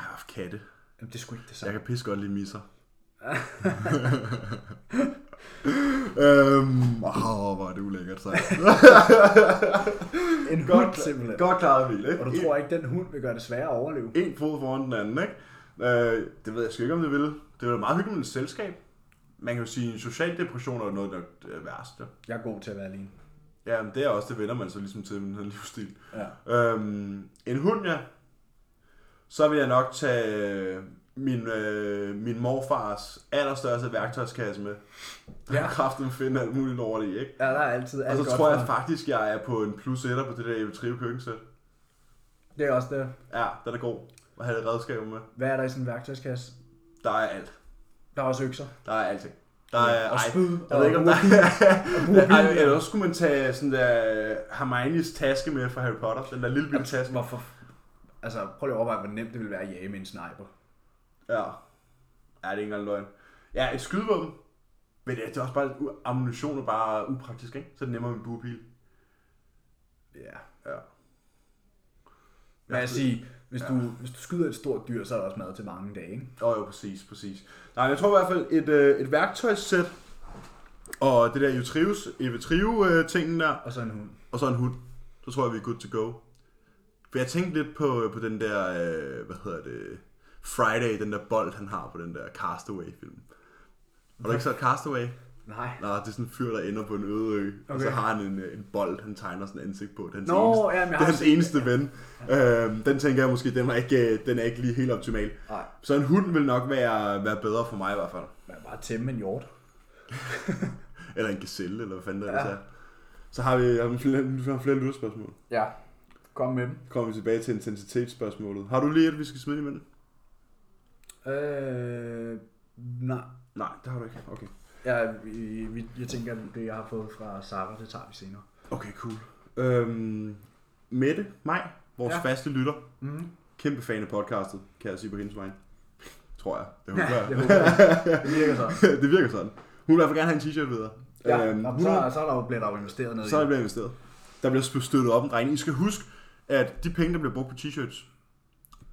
B: har haft katte.
A: Jamen, det er sgu ikke det
B: Jeg
A: samme.
B: kan pisse godt lide misser. øhm, åh, hvor er det ulækkert sagt.
A: En
B: Godt,
A: hund, simpelthen.
B: godt klaret, Emil, ikke?
A: Og du
B: En-
A: tror ikke, den hund vil gøre det sværere at overleve?
B: en fod foran den anden, ikke? Øh, det ved jeg sgu ikke, om det ville. Det var meget hyggeligt med et selskab. Man kan jo sige, at en social depression er jo noget af det værste.
A: Jeg er god til at være alene.
B: Ja, men det er også, det vender man så ligesom til med den her livsstil.
A: Ja.
B: Øhm, en hund, ja. Så vil jeg nok tage øh, min, øh, min morfars allerstørste værktøjskasse med.
A: Ja.
B: Ja. Kraften finde alt muligt over det, ikke?
A: ja, der er altid alt
B: Og så
A: godt
B: tror
A: for
B: jeg
A: mig.
B: faktisk, jeg er på en plus etter på det der Evitrive køkkensæt.
A: Det er også det.
B: Ja, den er god. Og have et redskab med.
A: Hvad er der i sådan en værktøjskasse?
B: Der er alt.
A: Der er også økser.
B: Der er alting. Der er,
A: og
B: ej,
A: spyd,
B: jeg
A: og
B: ved ikke, om der
A: burebil.
B: er... Ej, eller også skulle man tage sådan der Hermione's taske med fra Harry Potter. Den der lille bitte taske.
A: Hvorfor? Altså, prøv lige at overveje, hvor nemt det ville være at jage med en sniper.
B: Ja. Ja, det er ikke engang løgn. Ja, et skydevåben. Men det er også bare, u- ammunition er bare upraktisk, ikke? Så er det nemmere med en buepil.
A: Ja.
B: Ja.
A: Men jeg sige, hvis, du, hvis du skyder et stort dyr, så er der også mad til mange dage, ikke?
B: Åh, oh, jo, præcis, præcis. Nej, men jeg tror i hvert fald, et, øh, et værktøjssæt, og det der Eutrives, Evitrive-tingen der,
A: Og så en hund.
B: og så en hund. Så tror jeg, vi er good to go. For jeg tænkte lidt på, på den der, øh, hvad hedder det, Friday, den der bold, han har på den der Castaway-film. Har du ikke set Castaway?
A: Nej.
B: Nej, det er sådan en fyr, der ender på en øde ø, okay. og så
A: Okay.
B: har han en, øh, en bold, han tegner sådan en ansigt på. Det er hans
A: Nå,
B: eneste,
A: ja, men jeg
B: det
A: har
B: er hans
A: set det,
B: eneste ven. Øhm, den tænker jeg måske, den er ikke, øh, den er ikke lige helt optimal.
A: Nej.
B: Så en hund vil nok være, være bedre for mig i hvert fald.
A: Man kan bare tæmme en hjort.
B: Eller en gazelle, eller hvad fanden det ja.
A: Ja.
B: er. Så har vi, har vi flere, vi har flere lytterspørgsmål.
A: Ja. Kom med dem.
B: kommer vi tilbage til intensitetsspørgsmålet. Har du lige et, vi skal smide imellem?
A: Øh, nej.
B: Nej, det har du ikke. Okay.
A: Ja, vi, vi, jeg tænker, at det, jeg har fået fra Sara, det tager vi senere.
B: Okay, cool. Øhm, Mette, mig, vores ja.
A: Ja.
B: faste lytter.
A: Mm.
B: Kæmpe fan af podcastet, kan jeg sige på hendes vej. Tror jeg. Det håber jeg.
A: Det håber jeg. Det virker så.
B: det virker sådan. Hun vil i hvert fald gerne have en t-shirt videre.
A: Ja,
B: Øhm,
A: øhm,
B: hun-
A: så, så er der jo blevet der jo investeret noget
B: så er
A: i.
B: der blevet investeret. Der bliver sp- støttet op en regning. I skal huske, at de penge, der bliver brugt på t-shirts,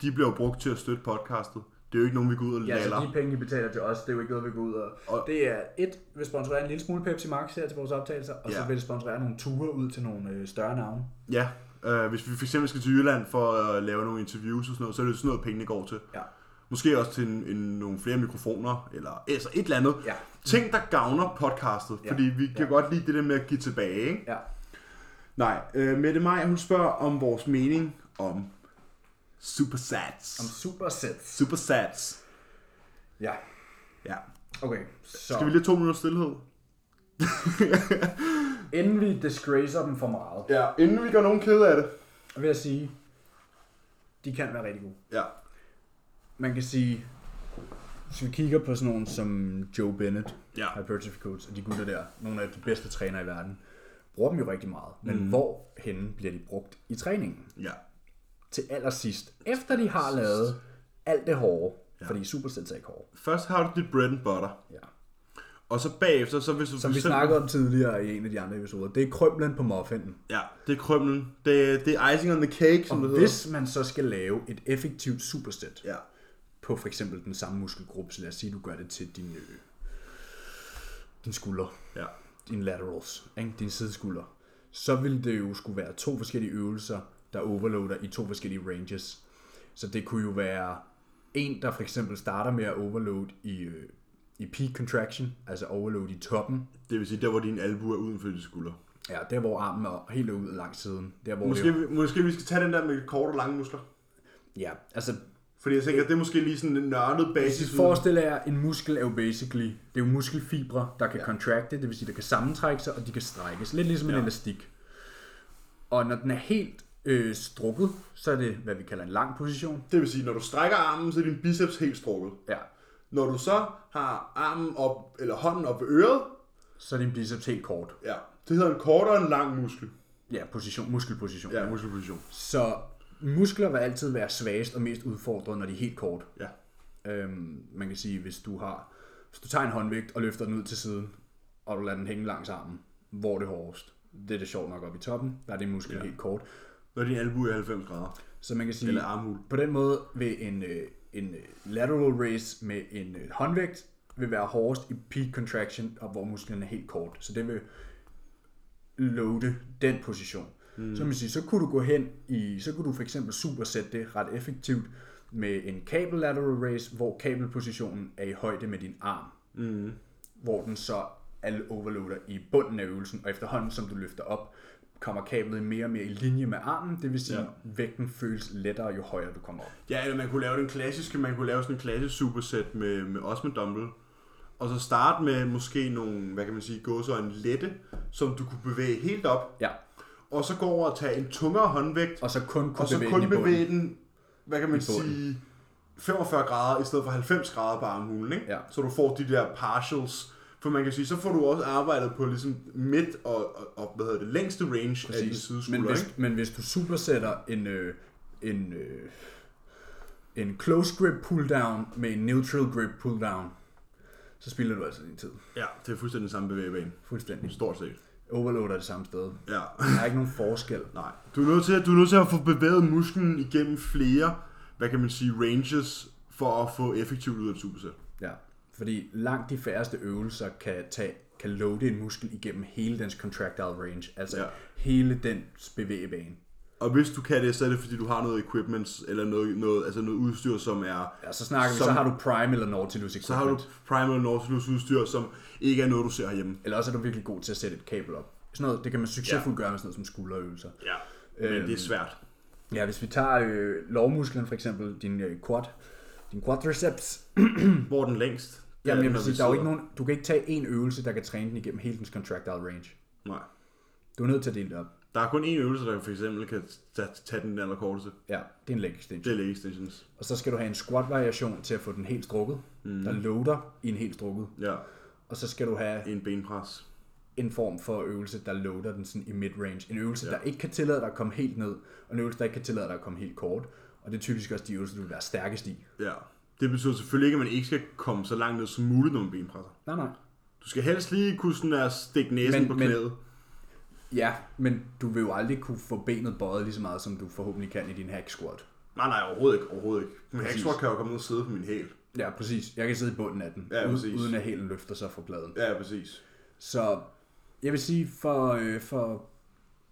B: de bliver jo brugt til at støtte podcastet. Det er jo ikke nogen, vi går ud og
A: Ja,
B: lader.
A: så de penge, I betaler til os, det er jo ikke noget, vi går ud og...
B: Og-
A: og det er et, vi sponsorerer en lille smule Pepsi Max her til vores optagelser, og
B: Ja.
A: så vil det sponsorere nogle ture ud til nogle øh, større navne.
B: Ja, Uh, hvis vi fx skal til Jylland for at lave nogle interviews og sådan noget, så er det sådan noget, pengene går til.
A: Ja.
B: Måske også til en, en, nogle flere mikrofoner, eller altså et eller andet.
A: Ja.
B: Ting, der gavner podcastet,
A: Ja.
B: fordi vi kan
A: Ja.
B: godt lide det der med at give tilbage. Ikke?
A: Ja.
B: Nej, øh, Mette Maj, hun spørger om vores mening om supersats.
A: Om supersets.
B: Supersats.
A: Ja.
B: Ja.
A: Okay, så
B: Skal vi lige to minutter stillhed?
A: inden vi disgracer dem for meget,
B: Ja, inden vi gør nogen kede af det.
A: vil jeg sige, de kan være rigtig gode.
B: Ja.
A: Man kan sige, hvis vi kigger på sådan nogen som Joe Bennett,
B: Ja.
A: Hypertrophy Coach, og de gutter der, nogle af de bedste trænere i verden, bruger dem jo rigtig meget. Men mm. hvor henne bliver de brugt i træningen?
B: Ja.
A: Til allersidst, efter de har lavet alt det hårde, ja. fordi supersets er ikke hårde.
B: Først har du dit bread and butter,
A: Ja.
B: og så bagefter, så hvis du...
A: Som vi snakkede om tidligere i en af de andre episoder, det er krømlen på muffinen.
B: Ja, det er krømlen. Det, det er icing on the cake, som det hedder.
A: Hvis man så skal lave et effektivt superstet
B: Ja.
A: på for eksempel den samme muskelgruppe, så lad os sige, du gør det til din, øh, din skulder,
B: Ja.
A: din laterals, ikke? din sideskulder, så vil det jo skulle være to forskellige øvelser, der overloader i to forskellige ranges. Så det kunne jo være en, der for eksempel starter med at overload i, øh, i peak contraction, altså overload i toppen,
B: Det vil sige, der hvor din albue er uden for dine skuldre.
A: ja, der hvor armen er helt ud langs siden, der hvor
B: Måske,
A: det,
B: vi- måske vi skal tage den der med korte og lange muskler.
A: ja, altså
B: Fordi jeg tænker, det er måske lige sådan en nørdet basis.
A: Hvis I forestiller jer, en muskel er jo basically, det er jo muskelfibre, der kan ja. contracte, det vil sige, der kan sammentrække sig, og de kan strækkes. Lidt ligesom ja. en elastik. Og når den er helt øh, strukket, så er det, hvad vi kalder en lang position.
B: Det vil sige, når du strækker armen, så er din biceps helt strukket.
A: Ja.
B: Når du så har armen op, eller hånden op ved øret,
A: Så er det en biceps helt kort.
B: ja, det hedder en kort og en lang muskel.
A: Ja, position, muskelposition.
B: Ja, muskelposition.
A: Så muskler vil altid være svagest og mest udfordret, når de er helt kort.
B: Ja.
A: Øhm, man kan sige, hvis du har, hvis du tager en håndvægt og løfter den ud til siden, og du lader den hænge langs armen, hvor er det hårdest. Det er det sjovt nok oppe i toppen, der er det muskel ja. helt kort.
B: Når din albue er 90 grader.
A: Så man kan sige,
B: Eller armhul.
A: på den måde vil en, øh, en øh, lateral raise med en øh, håndvægt vil være hårdest i peak contraction, og hvor musklen er helt kort. Så det vil loade den position. Mm. Så man sige, så kunne du gå hen i, så kunne du for eksempel supersætte det ret effektivt med en kabel lateral raise, hvor kabelpositionen er i højde med din arm. Mm. Hvor den så alle overloader i bunden af øvelsen, og efterhånden som du løfter op, kommer kablet mere og mere i linje med armen, det vil sige, ja. vægten føles lettere, jo højere du kommer op.
B: Ja, eller man kunne lave den klassiske, man kunne lave sådan en klassisk supersæt med, med også med dumbbell. Og så starte med måske nogle, hvad kan man sige, gåsøjne lette, som du kunne bevæge helt op.
A: Ja.
B: Og så gå over og tage en tungere håndvægt, og,
A: Og så kun kunne
B: og så
A: bevæge
B: kun
A: den i bunden.
B: bevæge den, hvad kan man
A: bunden.
B: sige, 45 grader i stedet for 90 grader på armhulen, ikke?
A: Ja.
B: Så du får de der partials. For man kan sige, så får du også arbejdet på ligesom midt og, og, og hvad hedder det, længste range Præcis. af dine
A: Præcis. Men
B: sideskulder, ikke?
A: hvis, men hvis du supersætter en, øh, en, øh, en close grip pull down med en neutral grip pull down, så spilder du altså din tid.
B: Ja, det er fuldstændig den samme bevægebane.
A: Fuldstændig.
B: Stort set.
A: Overloader det samme sted.
B: Ja.
A: Der er ikke nogen forskel.
B: Nej. Du er, nødt til, du er nødt til at få bevæget musklen igennem flere, hvad kan man sige, ranges, for at få effektivt ud af et supersæt.
A: Ja. Fordi langt de færreste øvelser kan, tage, kan loade en muskel igennem hele dens contractile range. Altså
B: Ja.
A: ja. hele dens bevægebane.
B: Og hvis du kan det, så er det fordi, du har noget equipment, eller noget, noget, altså noget udstyr, som er...
A: Ja, så snakker vi, så
B: Som-
A: har du Prime eller Nautilus equipment.
B: Så har du Primal Nautilus udstyr, som ikke er noget, du ser herhjemme.
A: Eller også er du virkelig god til at sætte et kabel op. Sådan noget, det kan man succesfuldt gøre med sådan noget som skulderøvelser.
B: Ja. Men øhm. det er svært.
A: Ja, hvis vi tager øh, lovmusklen for eksempel, din øh, quad, din quadriceps,
B: Hvor er den længst? Det
A: jamen, jeg
B: er den,
A: vil
B: når
A: sige,
B: vi
A: der er jo ikke
B: sidder.
A: nogen, du kan ikke tage en øvelse, der kan træne den igennem hele dens contractile range.
B: Nej.
A: Du er nødt til at dele det op.
B: Der er kun én øvelse, der for eksempel kan tage, tage den allerkorteste.
A: Ja, det er en leg extension.
B: Det er leg extensions.
A: Og så skal du have en squat variation til at få den helt strukket, mm. der loader i en helt strukket.
B: Ja.
A: Og så skal du have
B: En benpres.
A: en form for øvelse, der loader den sådan i mid-range. En øvelse, ja. der ikke kan tillade dig at komme helt ned, og en øvelse, der ikke kan tillade dig at komme helt kort. Og det er typisk også de øvelser, du vil være stærkest i.
B: Ja. Det betyder selvfølgelig ikke, at man ikke skal komme så langt ned som muligt, når man benpresser.
A: Nej, nej.
B: Du skal helst lige kunne sådan der stikke næsen men,
A: Men-
B: på
A: men-
B: knæet.
A: Ja, men du vil jo aldrig kunne få benet bøjet lige så meget, som du forhåbentlig kan i din hack squat.
B: Nej, nej, overhovedet ikke. Overhovedet ikke. Men
A: Præcis.
B: Hacksword kan jo komme ned og sidde på min hæl.
A: Ja, præcis. Jeg kan sidde i bunden af den,
B: Ja,
A: uden-
B: præcis.
A: uden at hælen løfter sig fra pladen.
B: Ja, præcis.
A: Så jeg vil sige, for, øh, for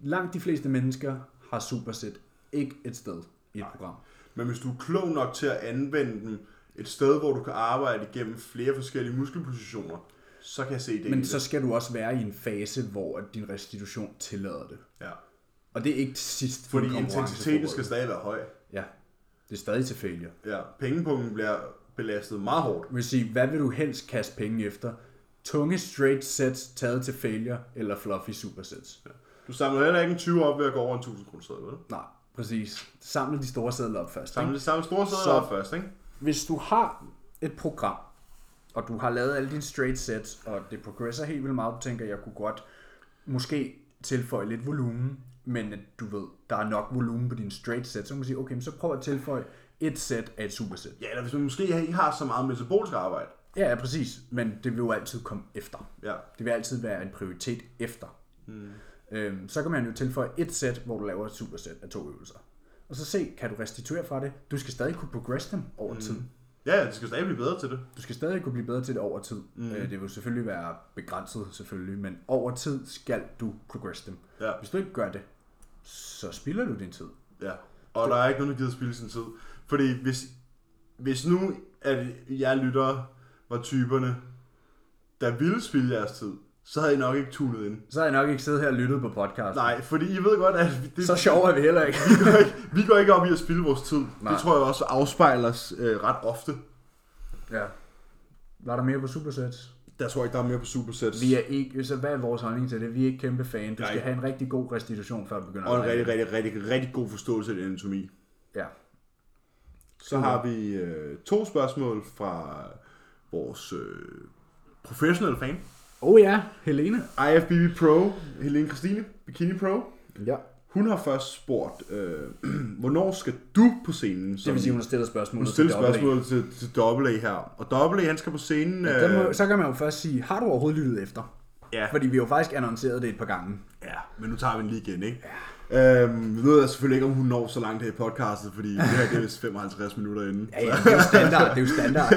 A: langt de fleste mennesker har supersæt ikke et sted i et program.
B: Men hvis du er klog nok til at anvende dem et sted, hvor du kan arbejde igennem flere forskellige muskelpositioner, så kan jeg se det.
A: Men så skal du også være i en fase, hvor at din restitution tillader det.
B: ja.
A: Og det er ikke til sidst. i en
B: Fordi
A: konkurrence-
B: intensiteten skal stadig være høj.
A: Ja, det er stadig til failure.
B: Ja. Pengepunkten bliver belastet meget hårdt.
A: vil sige, hvad vil du helst kaste penge efter? Tunge straight sets taget til failure, eller fluffy supersets? Ja.
B: Du samler heller ikke en 20 op ved at gå over en 1000 kroner sæde, vel?
A: Nej, præcis. Samle de store sædler op først.
B: Samle
A: Ikke?
B: det samme store sæde
A: Så-
B: op først, ikke?
A: Hvis du har et program, og du har lavet alle dine straight sets, og det progresser helt vildt meget, du tænker, jeg kunne godt måske tilføje lidt volumen, men at du ved, der er nok volumen på dine straight sets, så kan man sige, okay, men så prøv at tilføje et sæt af et superset.
B: Ja, eller hvis man måske ikke har så meget metabolisk arbejde.
A: Ja, ja, præcis, men det vil jo altid komme efter.
B: Ja.
A: Det vil altid være en prioritet efter. Mm. Øhm, så kan man jo tilføje et sæt, hvor du laver et supersæt af to øvelser. Og så se, kan du restituere fra det? Du skal stadig kunne progress dem over mm. tid.
B: Ja, ja, det skal stadig blive bedre til det.
A: Du skal stadig kunne blive bedre til det over tid. Mm. Øh, det vil selvfølgelig være begrænset, selvfølgelig, men over tid skal du progress dem.
B: Ja.
A: Hvis du ikke gør det, så spilder du din tid.
B: Ja, og der er ikke nogen, der gider spille sin tid. Fordi hvis, hvis nu, at jeg lytter, var typerne, der ville spille jeres tid, så havde I nok ikke tunet ind.
A: Så har jeg nok ikke siddet her og lyttet på podcast.
B: Nej, fordi I ved godt, at vi- det,
A: Så sjov er vi heller ikke.
B: vi, går ikke, vi går ikke op i at spille vores tid. Nej.
A: Nej.
B: Det tror jeg også afspejler os øh, ret ofte.
A: ja. Var der mere på supersets?
B: Der tror jeg ikke, der er mere på supersets.
A: Vi er ikke, så hvad er vores holdning til det? Vi er ikke kæmpe fan. Du
B: Nej.
A: skal have en rigtig god restitution, før du begynder
B: Og en
A: lege.
B: rigtig, rigtig, rigtig, rigtig god forståelse af din anatomi.
A: Ja.
B: Så har vi øh, to spørgsmål fra vores øh, professionelle fan.
A: Oh ja, Helene.
B: IFBB Pro, Helene Christine, Bikini Pro,
A: Ja.
B: hun har først spurgt, øh, hvornår skal du på scenen?
A: Det vil sige, hun har stillet spørgsmål.
B: hun stiller spørgsmål til, til Double A her. Og Double A, han skal på scenen... Øh, ja,
A: Må, så kan man jo først sige, har du overhovedet lyttet efter?
B: Ja.
A: Fordi vi har jo faktisk annonceret det et par gange.
B: men nu tager vi den lige igen, ikke? Ja. Øhm, nu ved jeg selvfølgelig ikke, om hun når så langt her i podcastet, fordi det her det er vist 55 minutter inden.
A: Ja, ja, det er jo standard. det er jo standard.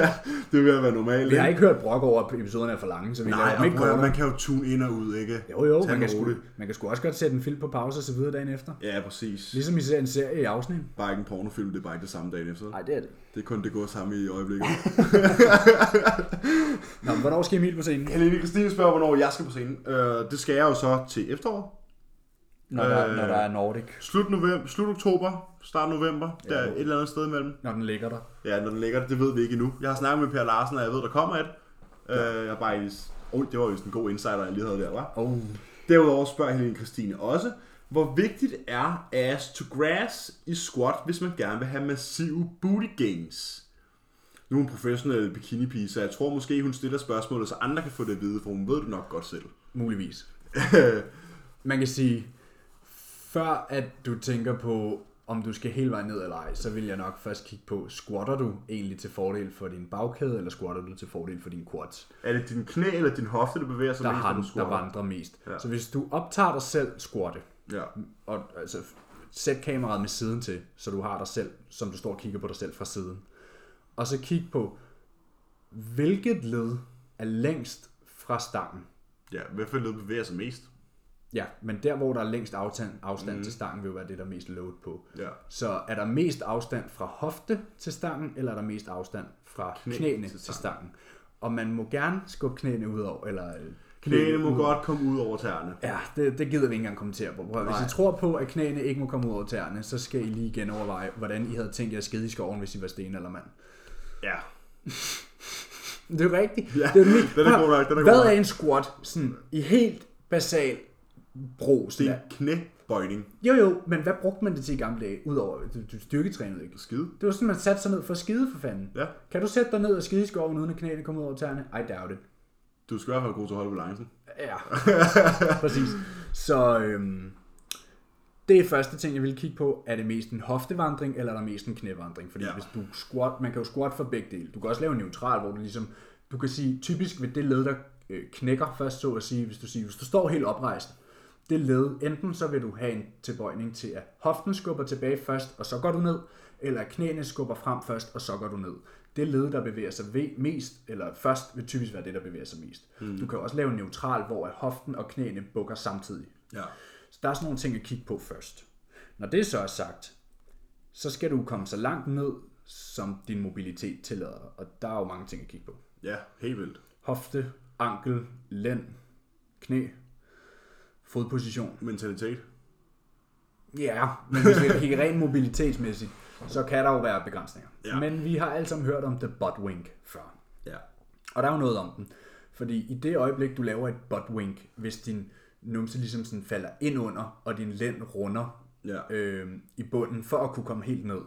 B: det vil være normalt,
A: Vi
B: ikke?
A: har ikke hørt brok over, at episoderne er for lange, så vi
B: Nej,
A: laver dem
B: og
A: ikke
B: prøv, at-
A: kortere.
B: man kan jo tune ind og ud, ikke?
A: Jo, jo,
B: Tag
A: man
B: den
A: kan, sgu,
B: roligt.
A: man kan sgu også godt sætte en film på pause og så videre dagen efter.
B: Ja, præcis.
A: Ligesom I ser en serie i afsnit.
B: Bare ikke en pornofilm, det er bare ikke det samme dagen efter.
A: Nej, det er det.
B: Det er kun det går samme i øjeblikket.
A: Nå, men hvornår skal Emil på scenen?
B: Helene Christine spørger, hvornår jeg skal på scenen. Øh, det skal jeg jo så til efteråret.
A: Når der,
B: Øh.
A: når der er Nordic.
B: Slut, november, slut oktober, start november, der er et eller andet sted imellem.
A: Når den ligger der.
B: Ja, når den ligger der, det ved vi ikke endnu. Jeg har snakket med Per Larsen, og jeg ved, der kommer et. Øh, jeg er bare i... Oh, det var jo en god insider, jeg lige havde der, var.
A: Oh.
B: Derudover spørger Helene Christine også, hvor vigtigt er ass to grass i squat, hvis man gerne vil have massive booty gains? Nu er hun professionel bikinipige, så jeg tror måske, hun stiller spørgsmålet, så andre kan få det at vide, for hun ved det nok godt selv.
A: Muligvis. Man kan sige, før at du tænker på, om du skal hele vejen ned eller ej, så vil jeg nok først kigge på, squatter du egentlig til fordel for din bagkæde, eller squatter du til fordel for din quads,
B: Er det din knæ eller din hofte, der bevæger sig
A: der,
B: mest, når
A: han,
B: du
A: der
B: squatter?
A: vandrer mest. Ja. Så hvis du optager dig selv squatte,
B: Ja.
A: og altså, sæt kameraet med siden til, så du har dig selv, som du står og kigger på dig selv fra siden. Og så kig på, hvilket led er længst fra stangen.
B: ja, hvad for led bevæger sig mest?
A: Ja, men der, hvor der er længst afstand, afstand mm. til stangen, vil jo være det, der er mest load på.
B: Ja.
A: Så er der mest afstand fra hofte til stangen, eller er der mest afstand fra Knæ knæene til stangen. til
B: til
A: stangen? Og man må gerne skubbe knæene ud over, eller... øh,
B: Knæene må
A: ud-
B: godt komme ud over tæerne.
A: Ja, det, det gider vi ikke engang kommentere på. Prøv, at- hvis I tror på, at knæene ikke må komme ud over tæerne, så skal I lige genoverveje, hvordan I havde tænkt jer at skide i skoven, hvis I var sten eller mand.
B: Ja.
A: Det er jo rigtigt.
B: Ja,
A: det er jo lige-
B: den er
A: Prøv,
B: god nok, den er god
A: Hvad
B: nok.
A: er en squat sådan, i helt basal brug?
B: Det
A: sådan
B: er en knæbøjning.
A: Jo jo, men hvad brugte man det til i gamle dage, udover du, du styrketrænede ikke?
B: Skide.
A: Det var sådan, man satte sig ned for at skide for fanden.
B: Ja.
A: Kan du sætte dig ned og skide i skoven, uden at knæene kommer ud over tæerne? I doubt it.
B: Du skal i hvert fald være god til at holde balancen.
A: Ja, præcis. Så øhm, det er første ting, jeg vil kigge på. Er det mest en hoftevandring, eller er der mest en knævandring? Fordi
B: Ja.
A: ja. hvis du squat, man kan jo squat for begge dele. Du kan også lave en neutral, hvor du ligesom, du kan sige, typisk ved det led, der øh, knækker først, så at sige, hvis du, siger, hvis du står helt oprejst, det led, enten så vil du have en tilbøjning til, at hoften skubber tilbage først, og så går du ned, eller at knæene skubber frem først, og så går du ned. Det led, der bevæger sig ved mest, eller først, vil typisk være det, der bevæger sig mest. Mm. Du kan også lave en neutral, hvor at hoften og knæene bukker samtidig.
B: Ja.
A: Så der er sådan nogle ting at kigge på først. Når det så er sagt, så skal du komme så langt ned, som din mobilitet tillader dig. Og der er jo mange ting at kigge på.
B: Ja, helt vildt.
A: Hofte, ankel, lænd, knæ, fodposition.
B: Mentalitet.
A: Ja, men hvis vi kigger rent mobilitetsmæssigt, så kan der jo være begrænsninger. Ja. Men vi har alle sammen hørt om The Butt Wink før.
B: Ja.
A: Og der er jo noget om den. Fordi i det øjeblik, du laver et butt wink, hvis din numse ligesom sådan falder ind under, og din lænd runder
B: Ja.
A: øh, i bunden, for at kunne komme helt ned,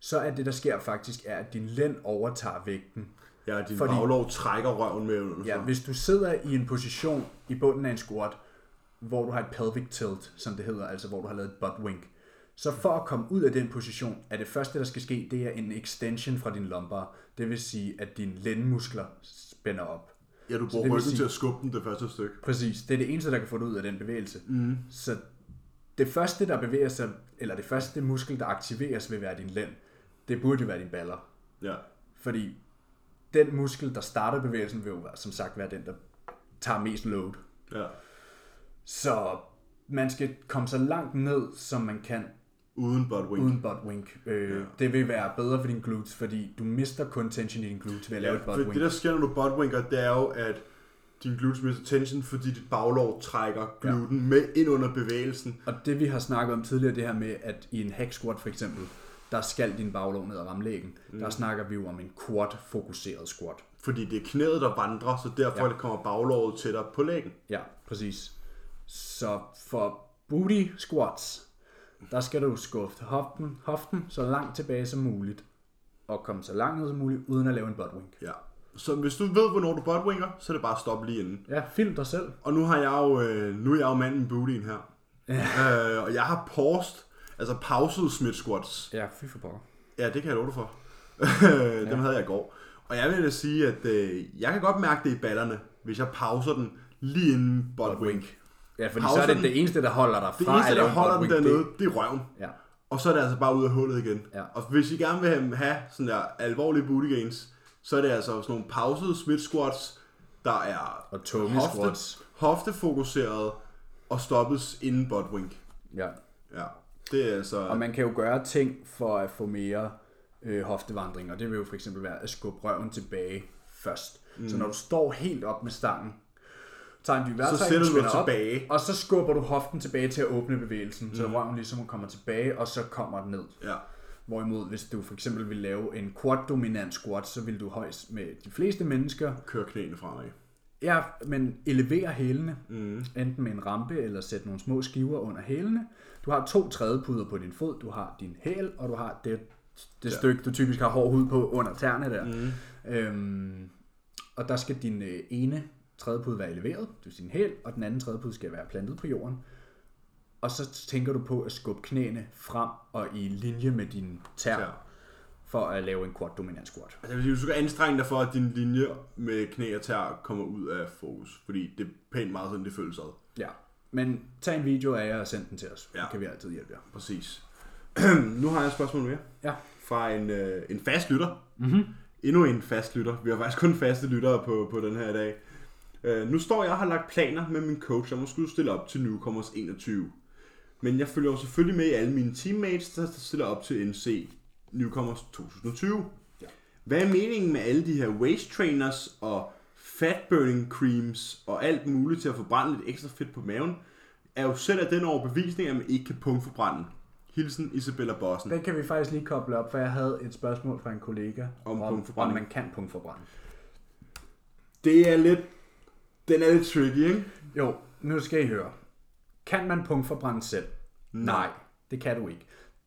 A: så er det, der sker faktisk, er, at din lænd overtager vægten.
B: Ja, din
A: Fordi-
B: Fordi... baglov trækker røven med under.
A: Ja, hvis du sidder i en position i bunden af en squat, hvor du har et pelvic tilt, som det hedder, altså hvor du har lavet et butt wink, så for at komme ud af den position, er det første, der skal ske, det er en extension fra din lumbar. Det vil sige, at dine lændmuskler spænder op.
B: ja du
A: det vil
B: bruger ryggen
A: sige-
B: til at skubbe den det første stykke.
A: Præcis, det er det eneste, der kan få dig ud af den bevægelse. Mm. Så det første, der bevæger sig, eller det første muskel, der aktiveres, vil være din lænd. Det burde jo være din baller.
B: Ja.
A: Fordi den muskel, der starter bevægelsen, vil jo være- som sagt være den, der tager mest load.
B: Ja.
A: Så man skal komme så langt ned, som man kan,
B: Uden butt wing.
A: uden butt wink. Øh, ja. Det vil være bedre for din glutes, fordi du mister kun tension i din glutes ved at lave et
B: Ja,
A: butt
B: for
A: wink.
B: det der sker, når du buttwinker, det er jo, at din glutes mister tension, fordi dit baglov trækker gluten ja. med ind under bevægelsen.
A: Og det vi har snakket om tidligere, det her med, at i en hack squat for eksempel, der skal din baglov ned og ramme lægen. Mm. Der snakker vi jo om en quad-fokuseret squat.
B: Fordi det er knæet, der vandrer, så derfor ja. kommer baglovet tættere på lægen.
A: Ja, præcis. Så for booty squats, der skal du skuffe hoften, hoften så langt tilbage som muligt, og komme så langt ned som muligt, uden at lave en butt wink.
B: Ja. Så hvis du ved, hvornår du buttwinker, så er det bare at stoppe lige inden.
A: Ja, film dig selv.
B: Og nu har jeg jo, øh, nu er jeg jo manden med bootien her. øh, og jeg har paused, altså pauset smith squats.
A: Ja, fy for pokker.
B: Ja, det kan jeg love dig for. Dem havde jeg i går. Og jeg vil da sige, at øh, jeg kan godt mærke det i ballerne, hvis jeg pauser den lige inden butt wink.
A: Ja, fordi
B: Pauser
A: så er det
B: den.
A: det eneste, der holder dig fra
B: Det eneste,
A: at lave
B: der
A: en
B: holder den
A: butt wink, det-
B: dernede, det er røven.
A: Ja,
B: Og så er det altså bare ud af hullet igen.
A: Ja.
B: Og hvis I gerne vil have- have sådan der alvorlige booty gains, så er det altså sådan nogle pausede smith squats, der er
A: og tunge
B: hofte-
A: squats.
B: hoftefokuseret og stoppes inden butt wink.
A: Ja.
B: Ja, det er altså...
A: Og man kan jo gøre ting for at få mere øh, hoftevandring, og det vil jo for eksempel være at skubbe røven tilbage først. Mm. Så når du står helt op med stangen, tager en dyb vejrtrækning,
B: sætter du dig
A: spænder op,
B: tilbage. Mm.
A: og så skubber du hoften tilbage til at åbne bevægelsen, så røven ligesom kommer tilbage, og så kommer den ned.
B: Ja,
A: Hvorimod, hvis du for eksempel vil lave en quad-dominant squat, så vil du højst med de fleste mennesker
B: kører knæene fremad.
A: Ja, men elevere hælene, mm. enten med en rampe eller sæt nogle små skiver under hælene. Du har to trædepuder på din fod, du har din hæl, og du har det, det ja. stykke, du typisk har hård hud på under tæerne der. Mm. Øhm, og der skal din øh, ene trædepude være eleveret, det vil sige din hæl, og den anden trædepude skal være plantet på jorden. Og så tænker du på at skubbe knæene frem og i linje med dine tær,
B: Tæer.
A: for at lave en quad dominant squat.
B: Altså, jeg vil sige, du skal anstrenge dig for, at din linje med knæ og tær kommer ud af fokus. Fordi det er pænt meget sådan, det føles ad.
A: Ja, men tag en video af jer og send den til os. Ja.
B: Ja.
A: Det kan vi altid hjælpe jer.
B: Præcis. nu har jeg et spørgsmål mere.
A: Ja.
B: fra en, øh, en fast lytter. Mm-hmm. Endnu en fast lytter. Vi har faktisk kun faste lyttere på, på den her i dag. Øh, nu står jeg og har lagt planer med min coach om at skulle stille op til Newcomers 21. Men jeg følger jo selvfølgelig med i alle mine teammates, der stiller op til NC Newcomers 2020.
A: Ja.
B: Hvad er meningen med alle de her waist trainers og fat burning creams og alt muligt til at forbrænde lidt ekstra fedt på maven? Er jo selv af den overbevisning, at man ikke kan punktforbrænde. Hilsen Isabella Bossen.
A: Den kan vi faktisk lige koble op, for jeg havde et spørgsmål fra en kollega
B: Om
A: om, om
B: punktforbrænding.
A: man kan punktforbrænde.
B: Det er lidt... Den er lidt tricky, ikke?
A: Jo, nu skal I høre. Kan man punktforbrænde selv? Nej, det kan du ikke.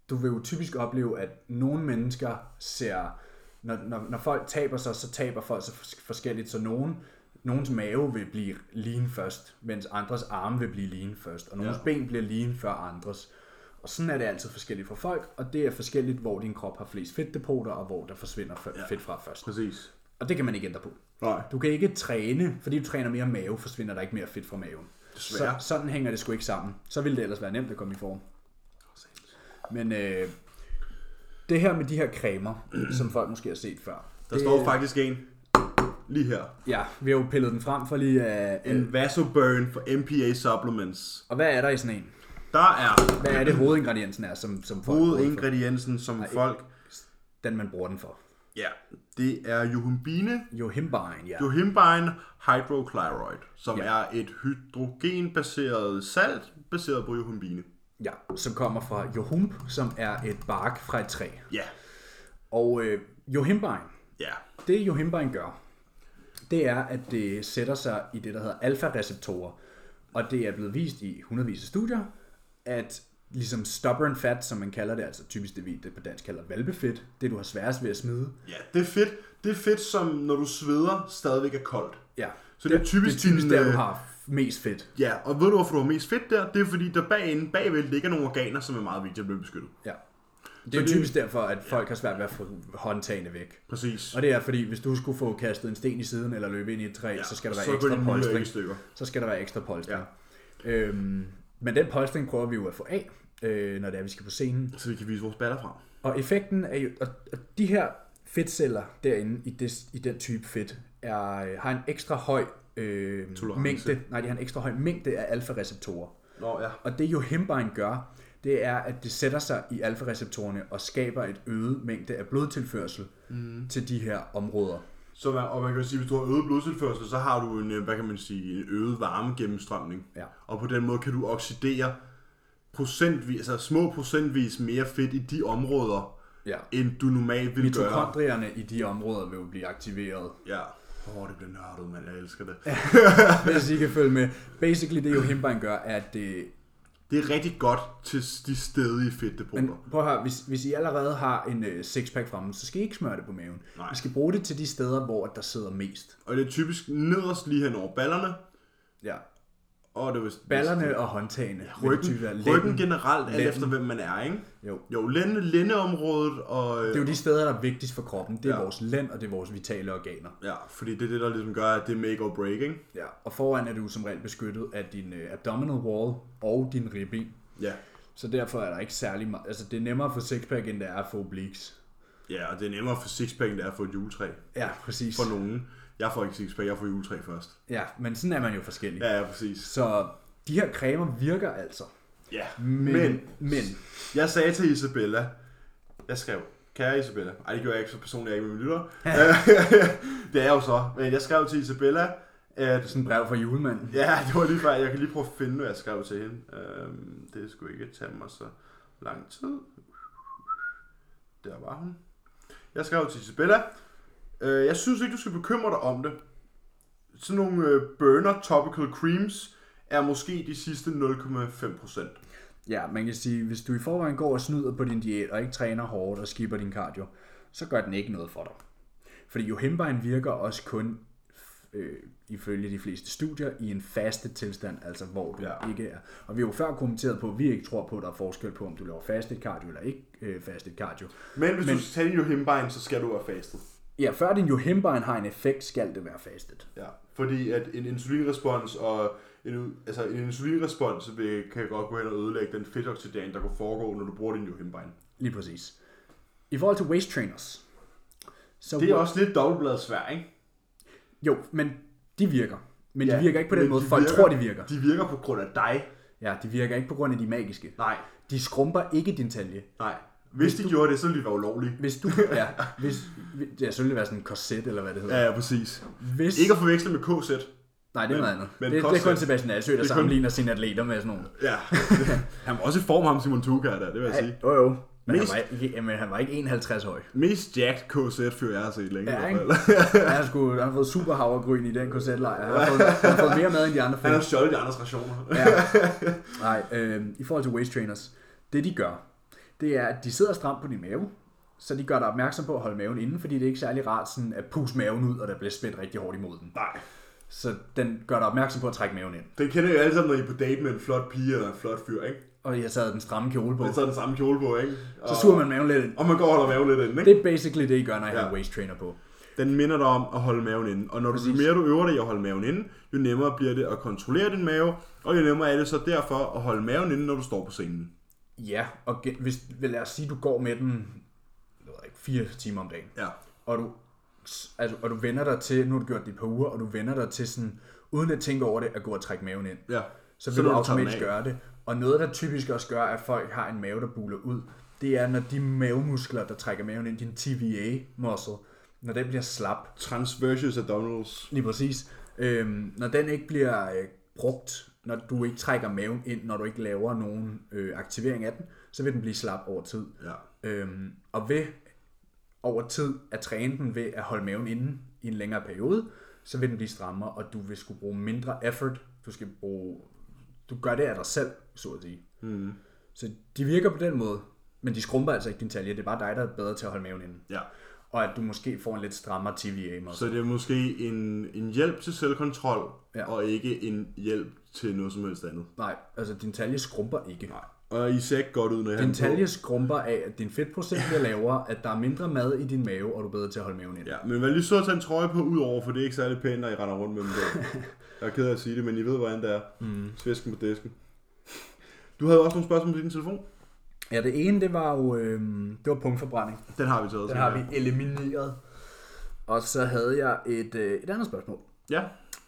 A: Du vil jo typisk opleve, at nogle mennesker ser... Når, når, når folk taber sig, så taber folk sig fors- forskelligt, så nogen, nogens mave vil blive lean først, mens andres arme vil blive lean først, og nogens ja. ben bliver lean før andres. Og sådan er det altid forskelligt for folk, og det er forskelligt, hvor din krop har flest fedtdepoter, og hvor der forsvinder f- fedt fra først.
B: Præcis.
A: Og det kan man ikke ændre på.
B: Nej.
A: Du kan ikke træne, fordi du træner mere mave, forsvinder der ikke mere fedt fra maven. Så,
B: Desværre.
A: sådan hænger det sgu ikke sammen. Så ville det ellers være nemt at komme i form. Men øh, det her med de her cremer, som folk måske har set før.
B: Der står faktisk en lige her.
A: Ja, vi har jo pillet den frem for lige... Øh, øh,
B: En vasoburn for MPA Supplements.
A: og hvad er der i sådan en?
B: Der er
A: Hvad er det hovedingrediensen er, som, som folk
B: hovedingrediensen, som folk...
A: den man bruger den for?
B: Ja, det er johumbine,
A: Jo, himbein, ja.
B: johimbine hydrochloroid, som ja. er et hydrogenbaseret salt, baseret på johumbine.
A: ja. Som kommer fra johump, som er et bark fra et træ.
B: Ja,
A: Og øh, johimbein,
B: ja,
A: Det Johimbein gør, det er, at det sætter sig i det, der hedder alfa-receptorer. Og det er blevet vist i hundredvis af studier, at ligesom stubborn fat, som man kalder det, altså typisk det, vi det på dansk kalder valpefedt, det du har sværest ved at smide.
B: ja. Det er fedt. Det er fedt, som når du sveder, stadigvæk er koldt.
A: Ja.
B: Så det er typisk
A: det er typisk
B: din,
A: der, du
B: øh,
A: har mest fedt.
B: Ja, og ved du, hvorfor du har mest fedt der? Det er fordi, der baginde, bagved ligger nogle organer, som er meget vigtige at blive beskyttet.
A: Ja. Det er
B: det-
A: jo typisk derfor, at folk har svært ved at få håndtagene væk.
B: Præcis.
A: Og det er fordi, hvis du skulle få kastet en sten i siden eller løbe ind i et træ, ja, så skal der være
B: så går
A: ekstra
B: dine muligheder ikke i
A: polstring.
B: stykker.
A: så skal der være ekstra polstring. Ja. Øhm, men den polstring prøver vi jo at få af, øh, når det er, vi skal på scenen.
B: Så vi kan vise vores baller frem.
A: Og effekten er jo, og, og de her fedtceller derinde i, det, i den type fedt, er, øh, har en ekstra høj øh,
B: Tolerance.
A: mængde, nej, de har en ekstra høj mængde af alfa-receptorer.
B: Nå ja.
A: Og det jo hembein gør, det er, at det sætter sig i alfa-receptorerne og skaber et øget mængde af blodtilførsel mm. til de her områder.
B: Så man, og man kan jo sige, hvis du har øget blodtilførsel, så har du en, øh, hvad kan man sige, en øget varme gennemstrømning.
A: Ja.
B: Og på den måde kan du oxidere procentvis, altså små procentvis mere fedt i de områder,
A: Ja.
B: end du normalt ville gøre.
A: Mitokondrierne i de områder vil jo blive aktiveret,
B: Ja. Åh, oh, det bliver nørdet, mand. Jeg elsker det.
A: Hvis I kan følge med. Basically, det jo Himbein gør, er, at øh, det...
B: Det er rigtig godt til de stedige fedtdepoter.
A: Men prøv at høre, hvis, hvis I allerede har en øh, sixpack fremme, så skal I ikke smøre det på maven.
B: Nej.
A: I skal bruge det til de steder, hvor der sidder mest.
B: Og det er typisk nederst lige hen over ballerne.
A: Ja.
B: Og det er vist-
A: Ballerne og håndtagene. vil
B: Ryggen,
A: typisk være
B: ryggen
A: lænden.
B: generelt, alt
A: Lænden.
B: efter hvem man er, ikke?
A: Jo.
B: Jo, lænde, lændeområdet og...
A: Det er
B: Øh,
A: jo de steder, der er vigtigst for kroppen. Det er
B: Ja.
A: ja. vores lænd, og det er vores vitale organer.
B: ja, fordi det er det, der ligesom gør, at det er make or break, ikke?
A: Ja. Og foran er du som regel beskyttet af din øh, abdominal wall og din ribben.
B: Ja.
A: Så derfor er der ikke særlig meget... Altså, det er nemmere at få sixpack, end det er at få obliques.
B: Ja, og det er nemmere for sixpack, end det er for et juletræ.
A: Ja, præcis.
B: For nogen. Jeg får ikke sixpack, jeg får juletræ først.
A: Ja, men sådan er man jo forskellig.
B: Ja, ja, præcis.
A: Så de her cremer virker altså.
B: Ja,
A: Men, men, men
B: Jeg sagde til Isabella, jeg skrev, kære Isabella, ej det gjorde jeg ikke, så personligt er jeg ikke med mine lytter. det er jeg jo så, men jeg skrev til Isabella, at
A: sådan en brev fra julemanden.
B: Ja, det var lige før. Jeg kan lige prøve at finde, hvad jeg skrev til hende. Øhm, det skulle ikke tage mig så lang tid. Der var hun. Jeg skrev til Isabella. Øh, jeg synes ikke, du skal bekymre dig om det. Sådan nogle øh, burner topical creams er måske de sidste 0,5%.
A: Ja, man kan sige, hvis du i forvejen går og snyder på din diæt, og ikke træner hårdt og skipper din cardio, så gør den ikke noget for dig. Fordi jo hembein virker også kun, øh, ifølge de fleste studier, i en faste tilstand, altså hvor du
B: Ja.
A: ja. ikke er. Og vi har jo før kommenteret på, at vi ikke tror på, at der er forskel på, om du laver fastet cardio eller ikke øh, fastet cardio.
B: Men hvis Men... du skal tage din himbein, så skal du være fastet.
A: Ja, før din jo hembein har en effekt, skal det være fastet.
B: Ja, fordi at en insulinrespons og en, altså en insulinrespons vil, kan godt gå hen og ødelægge den fedtoxidering, der kan foregå, når du bruger din johimbein.
A: Lige præcis. I forhold til waist trainers, så
B: Det er også lidt dobbeltbladet svær, ikke?
A: Jo, men de virker. Men ja,
B: Ja,
A: de virker ikke på den
B: men
A: måde,
B: de
A: folk
B: virker.
A: tror, de virker.
B: De virker på grund af dig.
A: Ja, de virker ikke på grund af de er magiske.
B: Nej,
A: De skrumper ikke din talje.
B: nej. Hvis, de gjorde det, så ville de være ulovlige.
A: Hvis du... Ja, hvis, ja, så ville det være sådan en korset, eller hvad det hedder.
B: Ja, ja, præcis.
A: Hvis,
B: Ikke at forveksle med KZ.
A: nej, det er noget
B: men-
A: andet. det,
B: men
A: det, er kun
B: korset-
A: Sebastian Asø, der
B: kun-
A: sammenligner sine atleter med sådan nogle.
B: Ja. han var også i form, ham Simon Tuka, der, det vil jeg sige.
A: Jo, jo. Men han,
B: Mest-
A: var, ikke- jamen, han var ikke 51 høj.
B: Mest jacked KZ-fyr, jeg har set længe.
A: Ja,
B: i hvert
A: ikke?
B: fald.
A: Han, har sgu, han har fået super havregryn i den korsetlejr. Han, har fået- han har fået mere mad end de andre.
B: Han
A: fik.
B: har stjålet de andres rationer.
A: Ja. Nej, øh, i forhold til waist trainers, det de gør, det er, at de sidder stramt på din mave, så de gør dig opmærksom på at holde maven inde, fordi det er ikke særlig rart sådan at puste maven ud, og der bliver spændt rigtig hårdt imod den.
B: Nej.
A: Så den gør dig opmærksom på at trække maven ind.
B: Den kender I jo alle sammen, når I er på date med en flot pige eller en flot fyr, ikke?
A: Og jeg sad den stramme kjole på.
B: Men så er den samme kjole på, ikke? Og,
A: Så suger man maven lidt ind.
B: Og man går og holder maven lidt inde, ikke?
A: Det er basically det, I gør, når jeg
B: Ja.
A: har waist trainer på.
B: Den minder dig om at holde maven inde. Og når du, jo mere du øver dig i at holde maven inde, jo nemmere bliver det at kontrollere din mave, og jo nemmere er det så derfor at holde maven inde, når du står på scenen.
A: Ja, og gen- hvis, vel, lad os sige, du går med den jeg ved ikke, fire timer om dagen.
B: Ja.
A: og du, altså, og du vender dig til, nu har du gjort det i et par uger, og du vender dig til sådan, uden at tænke over det, at gå og trække maven ind.
B: Ja.
A: Så
B: Så
A: vil
B: når
A: du
B: du tager den
A: automatisk
B: af.
A: gøre det. Og noget, der typisk også gør, at folk har en mave, der buler ud, det er, når de mavemuskler, der trækker maven ind, din TVA-muscle, når den bliver slap,
B: Transversus abdominals.
A: Lige præcis. Øhm, når den ikke bliver øh, brugt, når du ikke trækker maven ind, når du ikke laver nogen øh, aktivering af den, så vil den blive slap over tid.
B: Ja.
A: Øhm, og ved over tid at træne den ved at holde maven inde i en længere periode, så vil den blive strammere, og du vil skulle bruge mindre effort. Du skal bruge... Du gør det af dig selv, så at sige.
B: Mm.
A: Så de virker på den måde, men de skrumper altså ikke din talje. Det er bare dig, der er bedre til at holde maven inde.
B: ja.
A: Og at du måske får en lidt strammere TVA måske.
B: Så det er måske en, en hjælp til selvkontrol,
A: Ja.
B: ja. og ikke en hjælp til noget som helst andet.
A: Nej, altså din talje skrumper ikke. Nej.
B: Og I ser ikke godt ud, når jeg har
A: Din
B: den på.
A: talje skrumper af, at din fedtprocent bliver lavere, at der er mindre mad i din mave, og du er bedre til at holde maven ind.
B: Ja, men vær lige så at tage en trøje på ud over, for det er ikke særlig pænt, når I render rundt med dem der. Jeg er ked af at sige det, men I ved, hvordan det er. Mm. Svisken på disken. Du havde også nogle spørgsmål på din telefon.
A: Ja, det ene, det var jo øhm, det var punktforbrænding.
B: Den har vi taget.
A: Den
B: tænker
A: har
B: jeg.
A: vi elimineret. Og så havde jeg et, øh, et andet spørgsmål
B: Ja,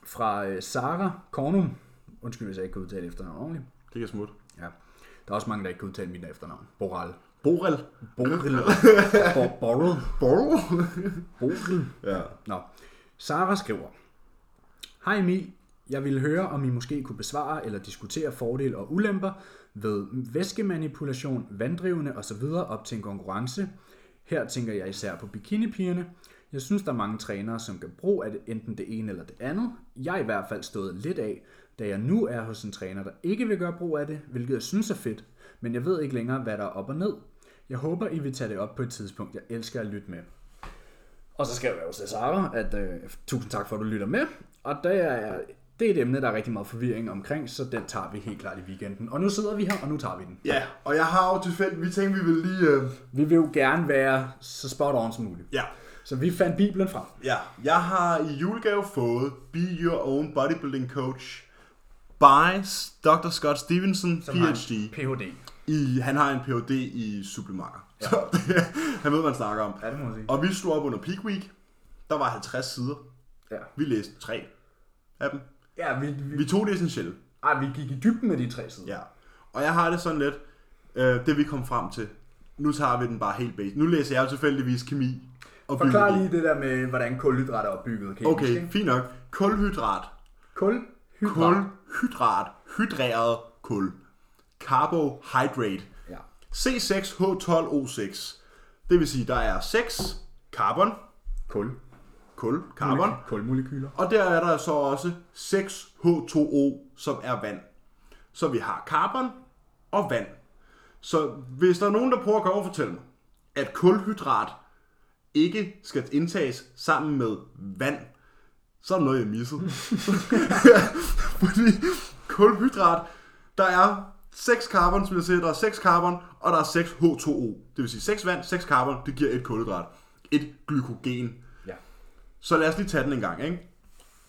A: fra øh, Sara Kornum. Undskyld, hvis jeg ikke kan udtale efternavn ordentligt.
B: det kan smutte.
A: Ja. Der er også mange, der ikke kan udtale mit efternavn. Boral.
B: Borel.
A: Boril. Bo- Boril.
B: Borel?
A: Boril.
B: ja.
A: Nå. Sara skriver. Hej Emil. Jeg ville høre, om I måske kunne besvare eller diskutere fordele og ulemper ved væskemanipulation, vanddrivende osv. op til en konkurrence. Her tænker jeg især på bikinipigerne. Jeg synes, der er mange trænere, som kan bruge af det- enten det ene eller det andet. Jeg er i hvert fald stået lidt af, da jeg nu er hos en træner, der ikke vil gøre brug af det, hvilket jeg synes er fedt, men jeg ved ikke længere, hvad der er op og ned. Jeg håber, I vil tage det op på et tidspunkt. Jeg elsker at lytte med. Og så skrev jeg jo til Sara, at øh, tusind tak for, at du lytter med. Og det er, det er et emne, der er rigtig meget forvirring omkring, så den tager vi helt klart i weekenden. Og nu sidder vi her, og nu tager vi den.
C: Ja, og jeg har jo tilfældigt, vi tænkte, vi ville lige... Øh...
A: Vi vil jo gerne være så spot on som muligt.
B: Ja.
A: Så vi fandt Bibelen frem.
B: Ja. Jeg har i julegave fået Be Your Own Bodybuilding Coach by Dr. Scott Stevenson, PhD.
A: PhD.
B: I, han har en Ph.D. i supplementer. Ja. Så det, han ved, hvad han snakker om.
A: Ja, det må man sige.
B: Og vi slog op under Peak Week. Der var 50 sider.
A: Ja,
B: Vi læste tre af dem.
A: ja vi, vi,
B: Vi tog det essentielle.
A: ej, vi gik i dybden med de tre sider.
B: Ja. Og jeg har det sådan lidt, øh, det vi kom frem til. Nu tager vi den bare helt base. Nu læser jeg jo tilfældigvis kemi og
A: Forklar
B: biologi.
A: lige det der med, hvordan kulhydrater er opbygget. Kan I huske,
B: Okay,
A: ikke?
B: fint nok. Kulhydrat.
A: Kulhydrat.
B: Kulhydrat. Hydreret kul. Carbohydrate.
A: Ja.
B: C6H12O6. Det vil sige, der er 6 carbon,
A: Kul.
B: kul, carbon,
A: Kulmolekyler.
B: og der er der så også 6H2O, som er vand. Så vi har carbon og vand. Så hvis der er nogen, der prøver at gå og fortælle mig, at kulhydrat ikke skal indtages sammen med vand, så er der noget, jeg missede. Fordi kulhydrat, der er 6 carbon, som jeg siger, der er 6 carbon, og der er 6 H2O. Det vil sige 6 vand, 6 carbon, det giver et kulhydrat. Et glykogen.
A: Ja.
B: Så lad os lige tage den en gang, ikke?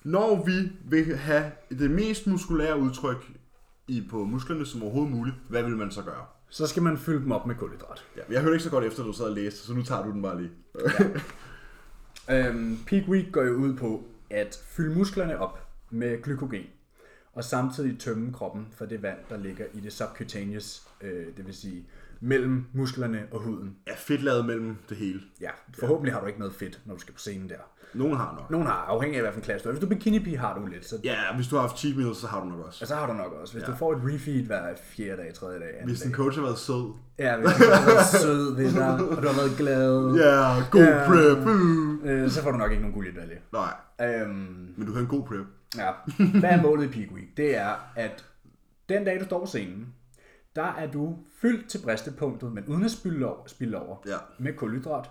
B: Når vi vil have det mest muskulære udtryk i på musklerne som overhovedet muligt, hvad vil man så gøre?
A: Så skal man fylde dem op med kulhydrat.
B: Ja, jeg hørte ikke så godt efter, du sad og læste, så nu tager du den bare lige.
A: Øhm, peak week går jo ud på at fylde musklerne op med glykogen, og samtidig tømme kroppen for det vand, der ligger i det subcutaneous, øh, det vil sige mellem musklerne og huden.
B: Ja, fedtlaget mellem det hele.
A: Ja, forhåbentlig har du ikke noget fedt, når du skal på scenen der.
B: Nogen har nok.
A: Nogen har, afhængig af hvilken klasse du er. Hvis du er bikinipige, har du lidt, så,
B: Ja, hvis du har haft cheat meals, så har du nok også.
A: og så har du nok også. Hvis ja. du får et refeed hver fjerde dag, tredje dag, anden
B: Hvis
A: dag.
B: din coach har været sød.
A: Ja, hvis du har været sød ved dig, og du har været glad,
B: Ja, yeah, god
A: Ja.
B: yeah. prep. Uh.
A: øh, så får du nok ikke nogen guldmedalje.
B: Nej,
A: Øhm,
B: men du havde en god prep.
A: Ja. Hvad er målet i Peak Week? Det er, at den dag, du står på scenen, der er du fyldt til bristepunktet, men uden at spille over, spille over
B: Ja.
A: med kulhydrat.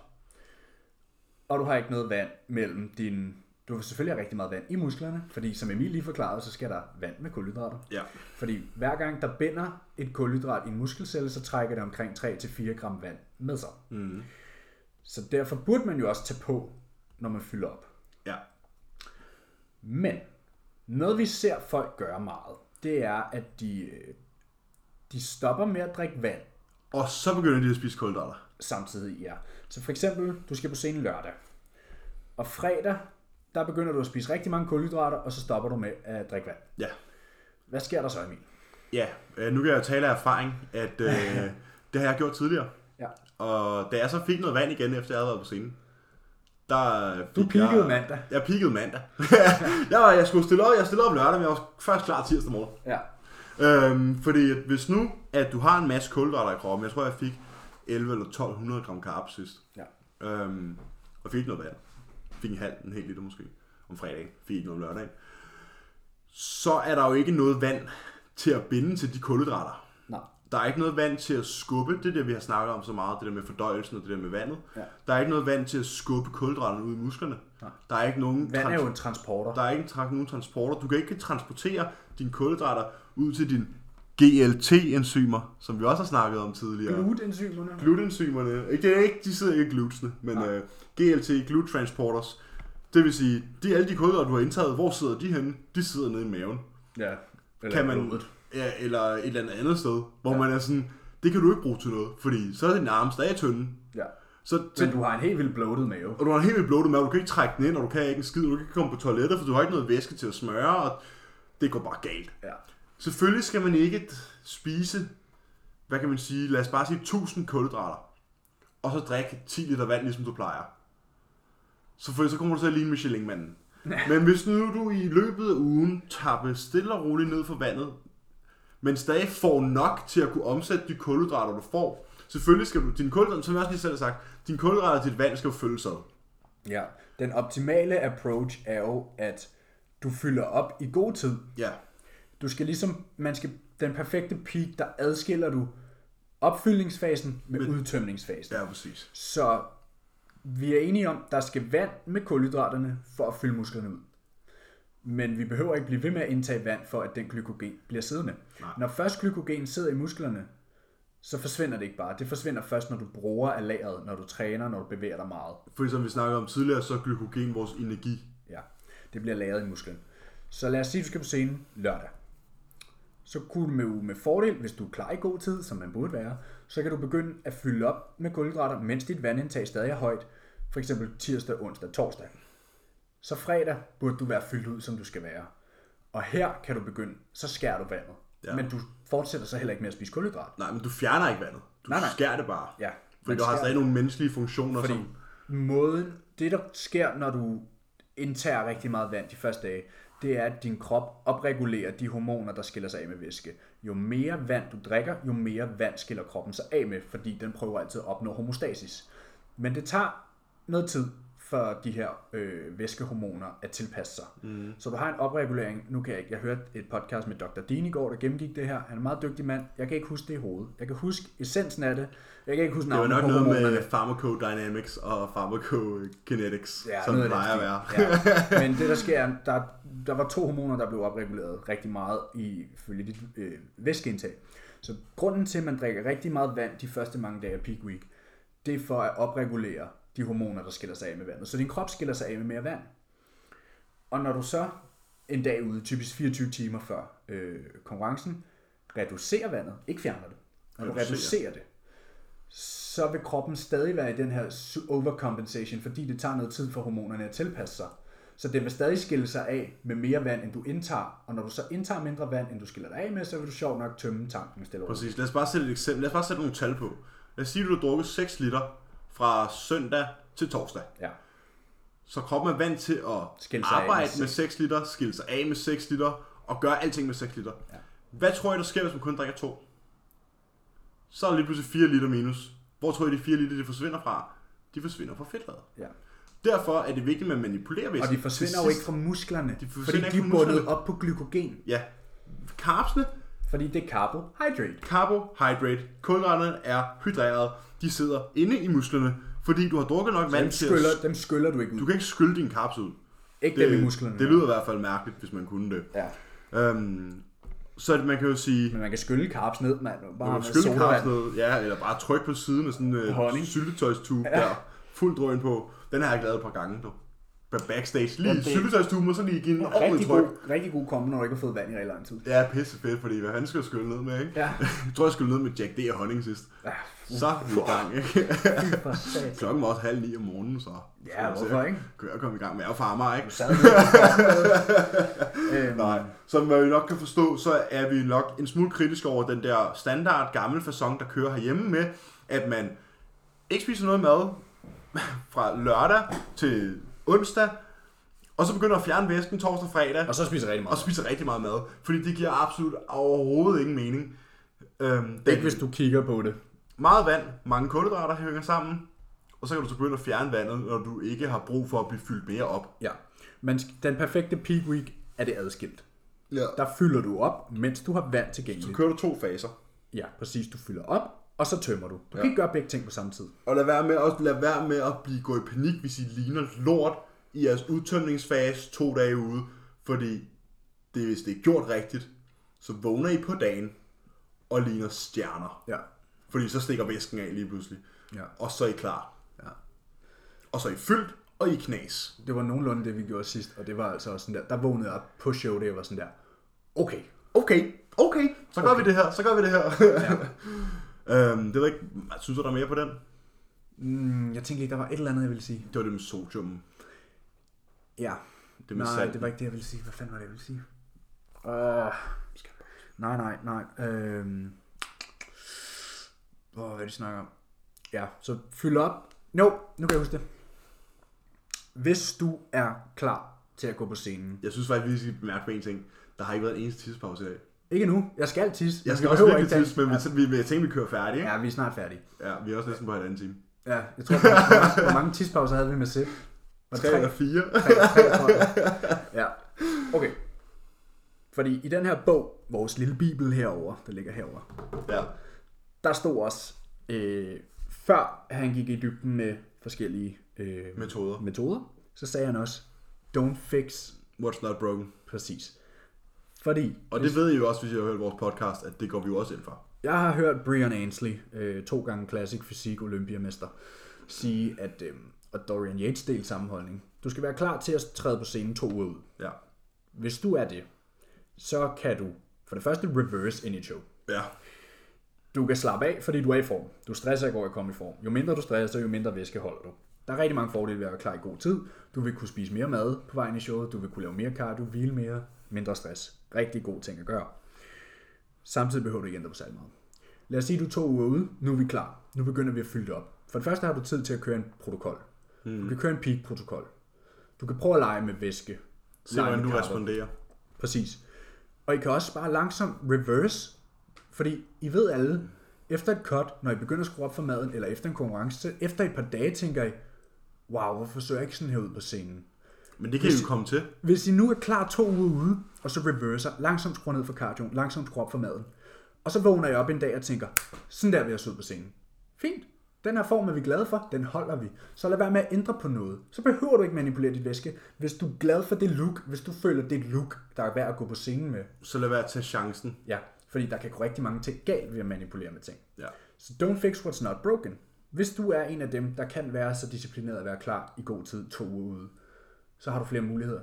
A: Og du har ikke noget vand mellem din... Du vil selvfølgelig have rigtig meget vand i musklerne, fordi som Emil lige forklarede, så skal der vand med kulhydrater.
B: Ja.
A: Fordi hver gang der binder et kulhydrat i en muskelcelle, så trækker det omkring 3-4 gram vand med sig. Mm. Så derfor burde man jo også tage på, når man fylder op.
B: Ja.
A: Men noget vi ser folk gøre meget, det er, at de, øh, de stopper med at drikke vand
B: Og så begynder de at spise kulhydrater.
A: samtidig ja. Så for eksempel, du skal på scenen lørdag, og fredag, der begynder du at spise rigtig mange kulhydrater, og så stopper du med at drikke vand.
B: Ja.
A: Hvad sker der så, Emil?
B: Ja, øh, nu kan jeg jo tale af erfaring, at øh, det har jeg gjort tidligere.
A: Ja.
B: Og da jeg så fik noget vand igen, efter jeg havde været på scenen, der
A: Du
B: fik
A: peakede
B: jeg,
A: mandag.
B: Jeg peakede mandag. jeg, var, jeg skulle stille op, jeg stillede op lørdag, men jeg var først klar tirsdag morgen.
A: Ja.
B: Øhm, fordi at hvis nu, at du har en masse kulhydrater i kroppen, jeg tror, jeg fik 11 eller 1200 gram carbs sidst.
A: Ja.
B: Øhm, og fik ikke noget vand. Fik en halv, en hel liter måske, om fredagen. Fik ikke noget om lørdagen. Så er der jo ikke noget vand til at binde til de kulhydrater.
A: Nej.
B: Der er ikke noget vand til at skubbe, det er det, vi har snakket om så meget, det der med fordøjelsen og det der med vandet.
A: Ja.
B: Der er ikke noget vand til at skubbe kulhydraterne ud i musklerne.
A: Nej.
B: Der er ikke nogen
A: Vand er
B: trans-
A: jo en transporter.
B: der er ikke tra- nogen transporter. Du kan ikke transportere dine kulhydrater ud til dine GLT-enzymer, som vi også har snakket om tidligere.
A: Glutenzymerne.
B: Glutenzymerne. Ikke, det er ikke, de sidder ikke i glutensene, men uh, GLT, glut transporters. Det vil sige, de, alle de kulhydrater, du har indtaget, hvor sidder de henne? De sidder nede i maven.
A: Ja. Eller
B: Kan man,
A: blodet.
B: ja, eller et eller andet andet sted, hvor ja. man er sådan, det kan du ikke bruge til noget, fordi så er din arm stadig tynde.
A: Ja.
B: Så til,
A: Men du har en helt vildt bloated mave.
B: og du har en helt vildt bloated mave, du kan ikke trække den ind, og du kan ikke en skid, du kan ikke komme på toilettet, for du har ikke noget væske til at smøre, og det går bare galt.
A: Ja.
B: Selvfølgelig skal man ikke spise, hvad kan man sige, lad os bare sige 1000 kulhydrater, og så drikke 10 liter vand, ligesom du plejer. Så, for, så kommer du til at ligne Michelin-manden. Men hvis nu du i løbet af ugen tapper stille og roligt ned for vandet, men stadig får nok til at kunne omsætte de kulhydrater, du får, selvfølgelig skal du, din kulhydrater, som jeg også lige selv har sagt, din kulhydrater og dit vand skal jo følges ad.
A: Ja. Den optimale approach er jo, at du fylder op i god tid.
B: Ja.
A: Du skal ligesom, man skal, den perfekte peak, der adskiller du opfyldningsfasen med udtømningsfasen.
B: Ja, præcis.
A: Så vi er enige om, der skal vand med kulhydraterne for at fylde musklerne ud. Men vi behøver ikke blive ved med at indtage vand, for at den glykogen bliver siddende. Nej. Når først glykogen sidder i musklerne, så forsvinder det ikke bare. Det forsvinder først, når du bruger af lageret, når du træner, når du bevæger dig meget.
B: Fordi som vi snakkede om tidligere, så er glykogen vores energi.
A: Ja, det bliver lagret i musklen. Så lad os sige, at du skal på scenen lørdag. Så kunne du med, med fordel, hvis du er klar i god tid, som man burde være, så kan du begynde at fylde op med kulhydrater, mens dit vandindtag stadig er højt. For eksempel tirsdag, onsdag, torsdag. Så fredag burde du være fyldt ud, som du skal være. Og her kan du begynde, så skærer du vandet. Ja. Men du fortsætter så heller ikke med at spise kulhydrat.
B: Nej, men du fjerner ikke vandet. Du
A: Nej, nej.
B: skærer det bare.
A: Ja,
B: Fordi
A: man
B: du har
A: skærer-
B: stadig nogle menneskelige funktioner, Fordi...
A: Fordi
B: som...
A: måden, det der sker, når du indtager rigtig meget vand de første dage, det er, at din krop opregulerer de hormoner, der skiller sig af med væske. Jo mere vand du drikker, jo mere vand skiller kroppen sig af med, fordi den prøver altid at opnå homostasis. Men det tager noget tid for de her øh, væskehormoner at tilpasse sig.
B: Mhm.
A: Mm. Så du har en opregulering. Nu kan jeg ikke. Jeg hørte et podcast med Dr. Dean i går, der gennemgik det her. Han er en meget dygtig mand. Jeg kan ikke huske det i hovedet. Jeg kan huske essensen af det. Jeg kan ikke huske
B: Det var
A: navnet
B: nok
A: på
B: noget
A: hormonerne.
B: med pharmacodynamics og pharmacokinetics, ja, som
A: noget
B: det
A: af den
B: plejer at
A: stil.
B: være.
A: Ja. Men det der sker, er, der, der var to hormoner, der blev opreguleret rigtig meget ifølge dit øh, væskeindtag. Så grunden til, at man drikker rigtig meget vand de første mange dage af peak week, det er for at opregulere de hormoner, der skiller sig af med vandet. Så din krop skiller sig af med mere vand. Og når du så en dag ude, typisk 24 timer før øh, konkurrencen, reducerer vandet, ikke fjerner det, når du
B: Reducerer.
A: reducerer det, så vil kroppen stadig være i den her su- overcompensation, fordi det tager noget tid for hormonerne at tilpasse sig. Så det vil stadig skille sig af med mere vand, end du indtager. Og når du så indtager mindre vand, end du skiller dig af med, så vil du sjovt nok tømme tanken stille og roligt.
B: Præcis. Lad os bare sætte et eksempel. Lad os bare sætte nogle tal på. Lad os sige, at du har drukket 6 liter fra søndag til torsdag.
A: Ja.
B: Så kroppen er vant til at
A: Skille sig af med
B: arbejde med
A: seks.
B: 6 liter, skille sig af med 6 liter og gøre alting med 6 liter. Ja. Hvad tror I, der sker, hvis man kun drikker to? Så er der lige pludselig 4 liter minus. Hvor tror I, de 4 liter de forsvinder fra? De forsvinder fra fedtlaget.
A: ja.
B: Derfor er det vigtigt, at man manipulerer væsken.
A: Og de
B: til
A: forsvinder jo
B: sidst.
A: ikke fra musklerne, de
B: forsvinder
A: fordi
B: ikke
A: de
B: fra
A: er bundet
B: musklerne.
A: op på glykogen.
B: Ja. Carbsene,
A: Fordi det er carbohydrate.
B: carbohydrate, kulhydraterne er hydreret. De sidder inde i musklerne, fordi du har drukket nok
A: Dem
B: vand til
A: skyller,
B: at...
A: dem skyller du ikke ud.
B: Du kan ikke skylle din carbs ud.
A: ikke dem i musklerne.
B: det lyder i hvert fald mærkeligt, hvis man kunne det.
A: Ja.
B: Øhm, så at man kan jo sige,
A: Men man kan skylle carbs ned, mand. Bare
B: man
A: med
B: kan skylle carbs
A: sodavand.
B: ned, ja, eller bare trykke på siden af sådan en
A: Honning.
B: øh, syltetøjstube ja. der, fuld drøn på. Den har jeg ikke lavet et par gange, du.
F: ba- backstage. Lige
A: Jamen,
F: i
A: det-
B: Syltetøjstuben, og så lige give den
A: En rigtig
B: ordentlig
A: god,
B: tryk.
A: rigtig god kombi, når du ikke har fået vand i rigtig lang tid.
B: Ja, pisse fedt, fordi hvad han skal jo skylle ned med, ikke?
A: Ja.
B: Jeg tror, jeg skulle ned med Jack D. og Honning sidst.
A: Ja, Ah,
B: Så er vi i gang, ikke?
A: for satan.
B: Klokken var også halv ni om morgenen, så
A: Ja, hvorfor ikke?
B: kunne jeg komme i gang med. Jeg er jo fra Amager, ikke?
A: Du sad med øhm,
B: Nej, som øh, I nok kan forstå, så er vi nok en smule kritiske over den der standard gammel fasong, der kører herhjemme med, at man ikke spiser noget mad fra lørdag til onsdag, og så begynder at fjerne væsken torsdag og fredag,
A: Og så spiser rigtig
B: og
A: meget.
B: spiser rigtig meget mad, fordi det giver absolut overhovedet ingen mening. Øhm, den,
A: Ikke hvis du kigger på det.
B: Meget vand, mange kulhydrater hænger sammen, og så kan du så begynde at fjerne vandet, når du ikke har brug for at blive fyldt mere op.
A: Ja. Men sk- den perfekte peak week er det adskilt.
B: Ja.
A: Der fylder du op, mens du har vand
B: Så
A: tilgængeligt.
B: kører du to faser.
A: Ja, præcis. Du fylder op, og så tømmer du. Du ja. kan ikke gøre begge ting på samme tid.
B: Og lad være med, også lad være med at blive gå i panik, hvis I ligner lort i jeres udtømningsfase to dage ude. Fordi det, hvis det er gjort rigtigt, så vågner I på dagen og ligner stjerner.
A: Ja.
B: Fordi så stikker væsken af lige pludselig.
A: Ja.
B: Og så er I klar. Ja. Og så er I fyldt, og I er knas.
A: Det var nogenlunde det, vi gjorde sidst, og det var altså også sådan der. Der vågnede jeg op på showday og var sådan der. Okay.
B: Okay, okay, så gør okay. vi det her, så gør vi det her. Ja. øhm, det ved jeg ikke, synes du, der er mere på den?
A: Mm, jeg tænkte lige, der var et eller andet, jeg ville sige.
B: Det var det med sodium.
A: Ja.
B: Det med
A: nej,
B: salt.
A: det var ikke det, jeg ville sige. Hvad fanden var det, jeg ville sige?
B: Øh.
A: Åh. Nej, nej, nej. Øhm. Åh, hvad er det, de snakker om? Ja, så fyld op. No, nu kan jeg huske det. Hvis du er klar til at gå på scenen.
B: Jeg synes faktisk, vi skal bemærke på en ting. Der har ikke været en eneste tidspause i dag.
A: Ikke nu. Jeg skal tisse.
B: Jeg
A: Vi
B: skal også
A: behøver
B: virkelig
A: ikke
B: tids, men vi, vi, vi, jeg tænker, vi kører færdig, ikke?
A: Ja, vi er snart færdige.
B: Ja, vi er også næsten på halvanden time.
A: Ja, jeg tror, hvor mange, hvor mange tidspauser havde vi med Sip? Var det
B: Tre eller fire.
A: Tre, tre, tror jeg. ja. Okay. Fordi i den her bog, vores lille bibel herover, der ligger herover,
B: ja.
A: der stod også, øh, før han gik i dybden med forskellige øh,
B: Metoder.
A: metoder, så sagde han også, don't fix
B: What's not broken.
A: præcis. Fordi
B: Og det ved I jo også, hvis I har hørt vores podcast, at det går vi jo også ind for.
A: Jeg har hørt Brian Ainsley, øh, to gange Classic Fysik Olympiamester, sige, at, øh, og Dorian Yates del sammenholdning, du skal være klar til at træde på scenen to uger ud.
B: Ja.
A: Hvis du er det, så kan du for det første reverse in et show.
B: Ja.
A: Du kan slappe af, fordi du er i form. Du stresser ikke over at komme i form. Jo mindre du stresser, jo mindre væske holder du. Der er rigtig mange fordele ved at være klar i god tid. Du vil kunne spise mere mad på vejen i showet, du vil kunne lave mere cardio, hvile mere, mindre stress. Rigtig god ting at gøre. Samtidig behøver du ikke ændre på særlig meget. Lad os sige, at du er to uger ude. Nu er vi klar. Nu begynder vi at fylde det op. For det første har du tid til at køre en protokol.
B: Hmm.
A: Du kan køre en peak-protokol. Du kan prøve at lege med væske.
B: Se,
A: Lege
B: hvordan
A: med
B: du
A: cardio.
B: responderer.
A: Præcis. Og I kan også bare langsomt reverse, fordi I ved alle, efter et cut, når I begynder at skrue op for maden, eller efter en konkurrence, så efter et par dage tænker I, wow, hvorfor så jeg ikke sådan her ud på scenen?
B: Men det kan I jo komme til.
A: Hvis I nu er klar to uger ude, og så reverser, langsomt skruer ned for cardioen, langsomt skruer op for maden, og så vågner jeg op en dag og tænker, sådan der vil jeg se ud på scenen. Fint. Den her form er vi glade for, den holder vi. Så lad være med at ændre på noget. Så behøver du ikke manipulere dit væske, hvis du er glad for det look, hvis du føler, det er et look, der er værd at gå på scenen med.
B: Så lad være at tage chancen.
A: Ja, fordi der kan gå rigtig mange ting galt ved at manipulere med ting.
B: Ja.
A: Så don't fix what's not broken. Hvis du er en af dem, der kan være så disciplineret at være klar i god tid to uger ude, så har du flere muligheder.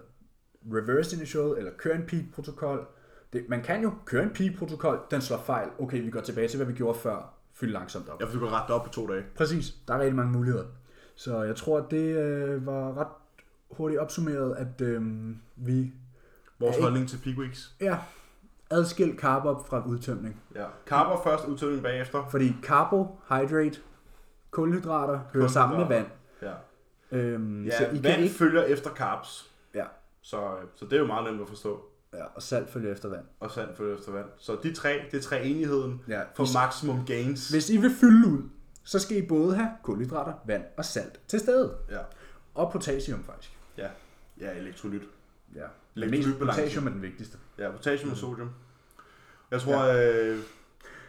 A: Reverse initial eller kør en peak-protokol. Det, man kan jo køre en peak-protokol, den slår fejl. Okay, vi går tilbage til, hvad vi gjorde før. Fyld langsomt op.
B: Ja, for du kan rette op på to dage.
A: Præcis, der er rigtig mange muligheder. Så jeg tror, at det øh, var ret hurtigt opsummeret, at øh, vi
B: Vores
A: Ja,
B: holdning til peak weeks.
A: er adskilt karbop fra udtømning.
B: Ja. Karper først, udtømning bagefter.
A: Fordi carbohydrate, kulhydrater, hører sammen med vand.
B: Ja.
A: Øhm,
B: Ja,
A: så I kan ikke...
B: følger efter carbs.
A: Ja,
B: Så, øh, så det er jo meget nemt at forstå.
A: ja, og salt følger efter vand.
B: Og sand følger efter vand. Så de tre, det er tre enigheden
A: Ja.
B: maximum gains.
A: Hvis I vil fylde ud, så skal I både have kulhydrater, vand og salt til stede.
B: Ja.
A: Og potassium faktisk.
B: Ja. Ja, elektrolyt.
A: Ja. Men mest
B: Elektrolytbalance.
A: potassium er den vigtigste.
B: Ja, potassium og
A: Mm.
B: sodium. Jeg tror, ja. øh,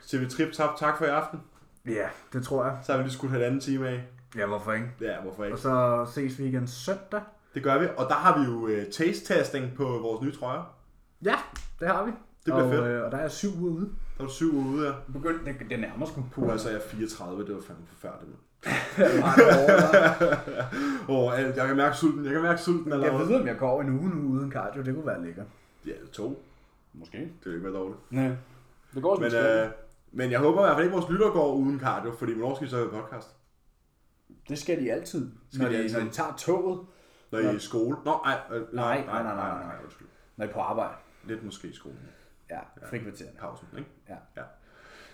B: TV Trip Tap, tak for i aften.
A: Ja, det tror jeg.
B: Så har vi lige skudt halvanden time af.
A: Ja, hvorfor ikke?
B: Ja, hvorfor
A: Og
B: ikke?
A: så ses vi igen søndag.
B: Det gør vi, og der har vi jo øh, taste-testing på vores nye trøjer.
A: Ja, det har vi.
B: Det bliver
A: og,
B: fedt.
A: Øh, og der er syv uger ude.
B: Der er du syv uger ude, ja.
A: Begynd, det, det nærmer sgu.
B: Puh, altså jeg er 34, det var fandme forfærdeligt. mand.
A: Jeg
B: Åh, alt- jeg kan mærke sulten, jeg kan mærke sulten allerede.
A: ved, om jeg går over en uge nu uden cardio. Det kunne være lækkert.
B: Ja, to.
G: Måske.
B: Det vil ikke være dårligt.
G: Nej. Det går som
B: Men,
G: det skal.
B: øh, men jeg håber i hvert fald ikke, at vores lytter går uden cardio, fordi hvornår skal I så have podcast?
A: Det skal de altid.
B: Skal
A: når,
B: de
A: de,
B: altid.
A: når de tager toget,
B: Når I er i skole? Nå, ej, øh,
A: Nej, nej, nej, nej, nej.
B: undskyld.
A: når de er på arbejde.
B: Lidt måske i skolen.
A: Ja, frikvartererne.
B: Pausen, ikke?
A: Ja.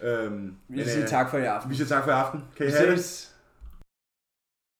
B: ja. Øhm, øh,
A: Vi vil sige tak for i aften.
B: Vi siger tak for i aften. Kan I
A: Vi
B: have det?
A: ses.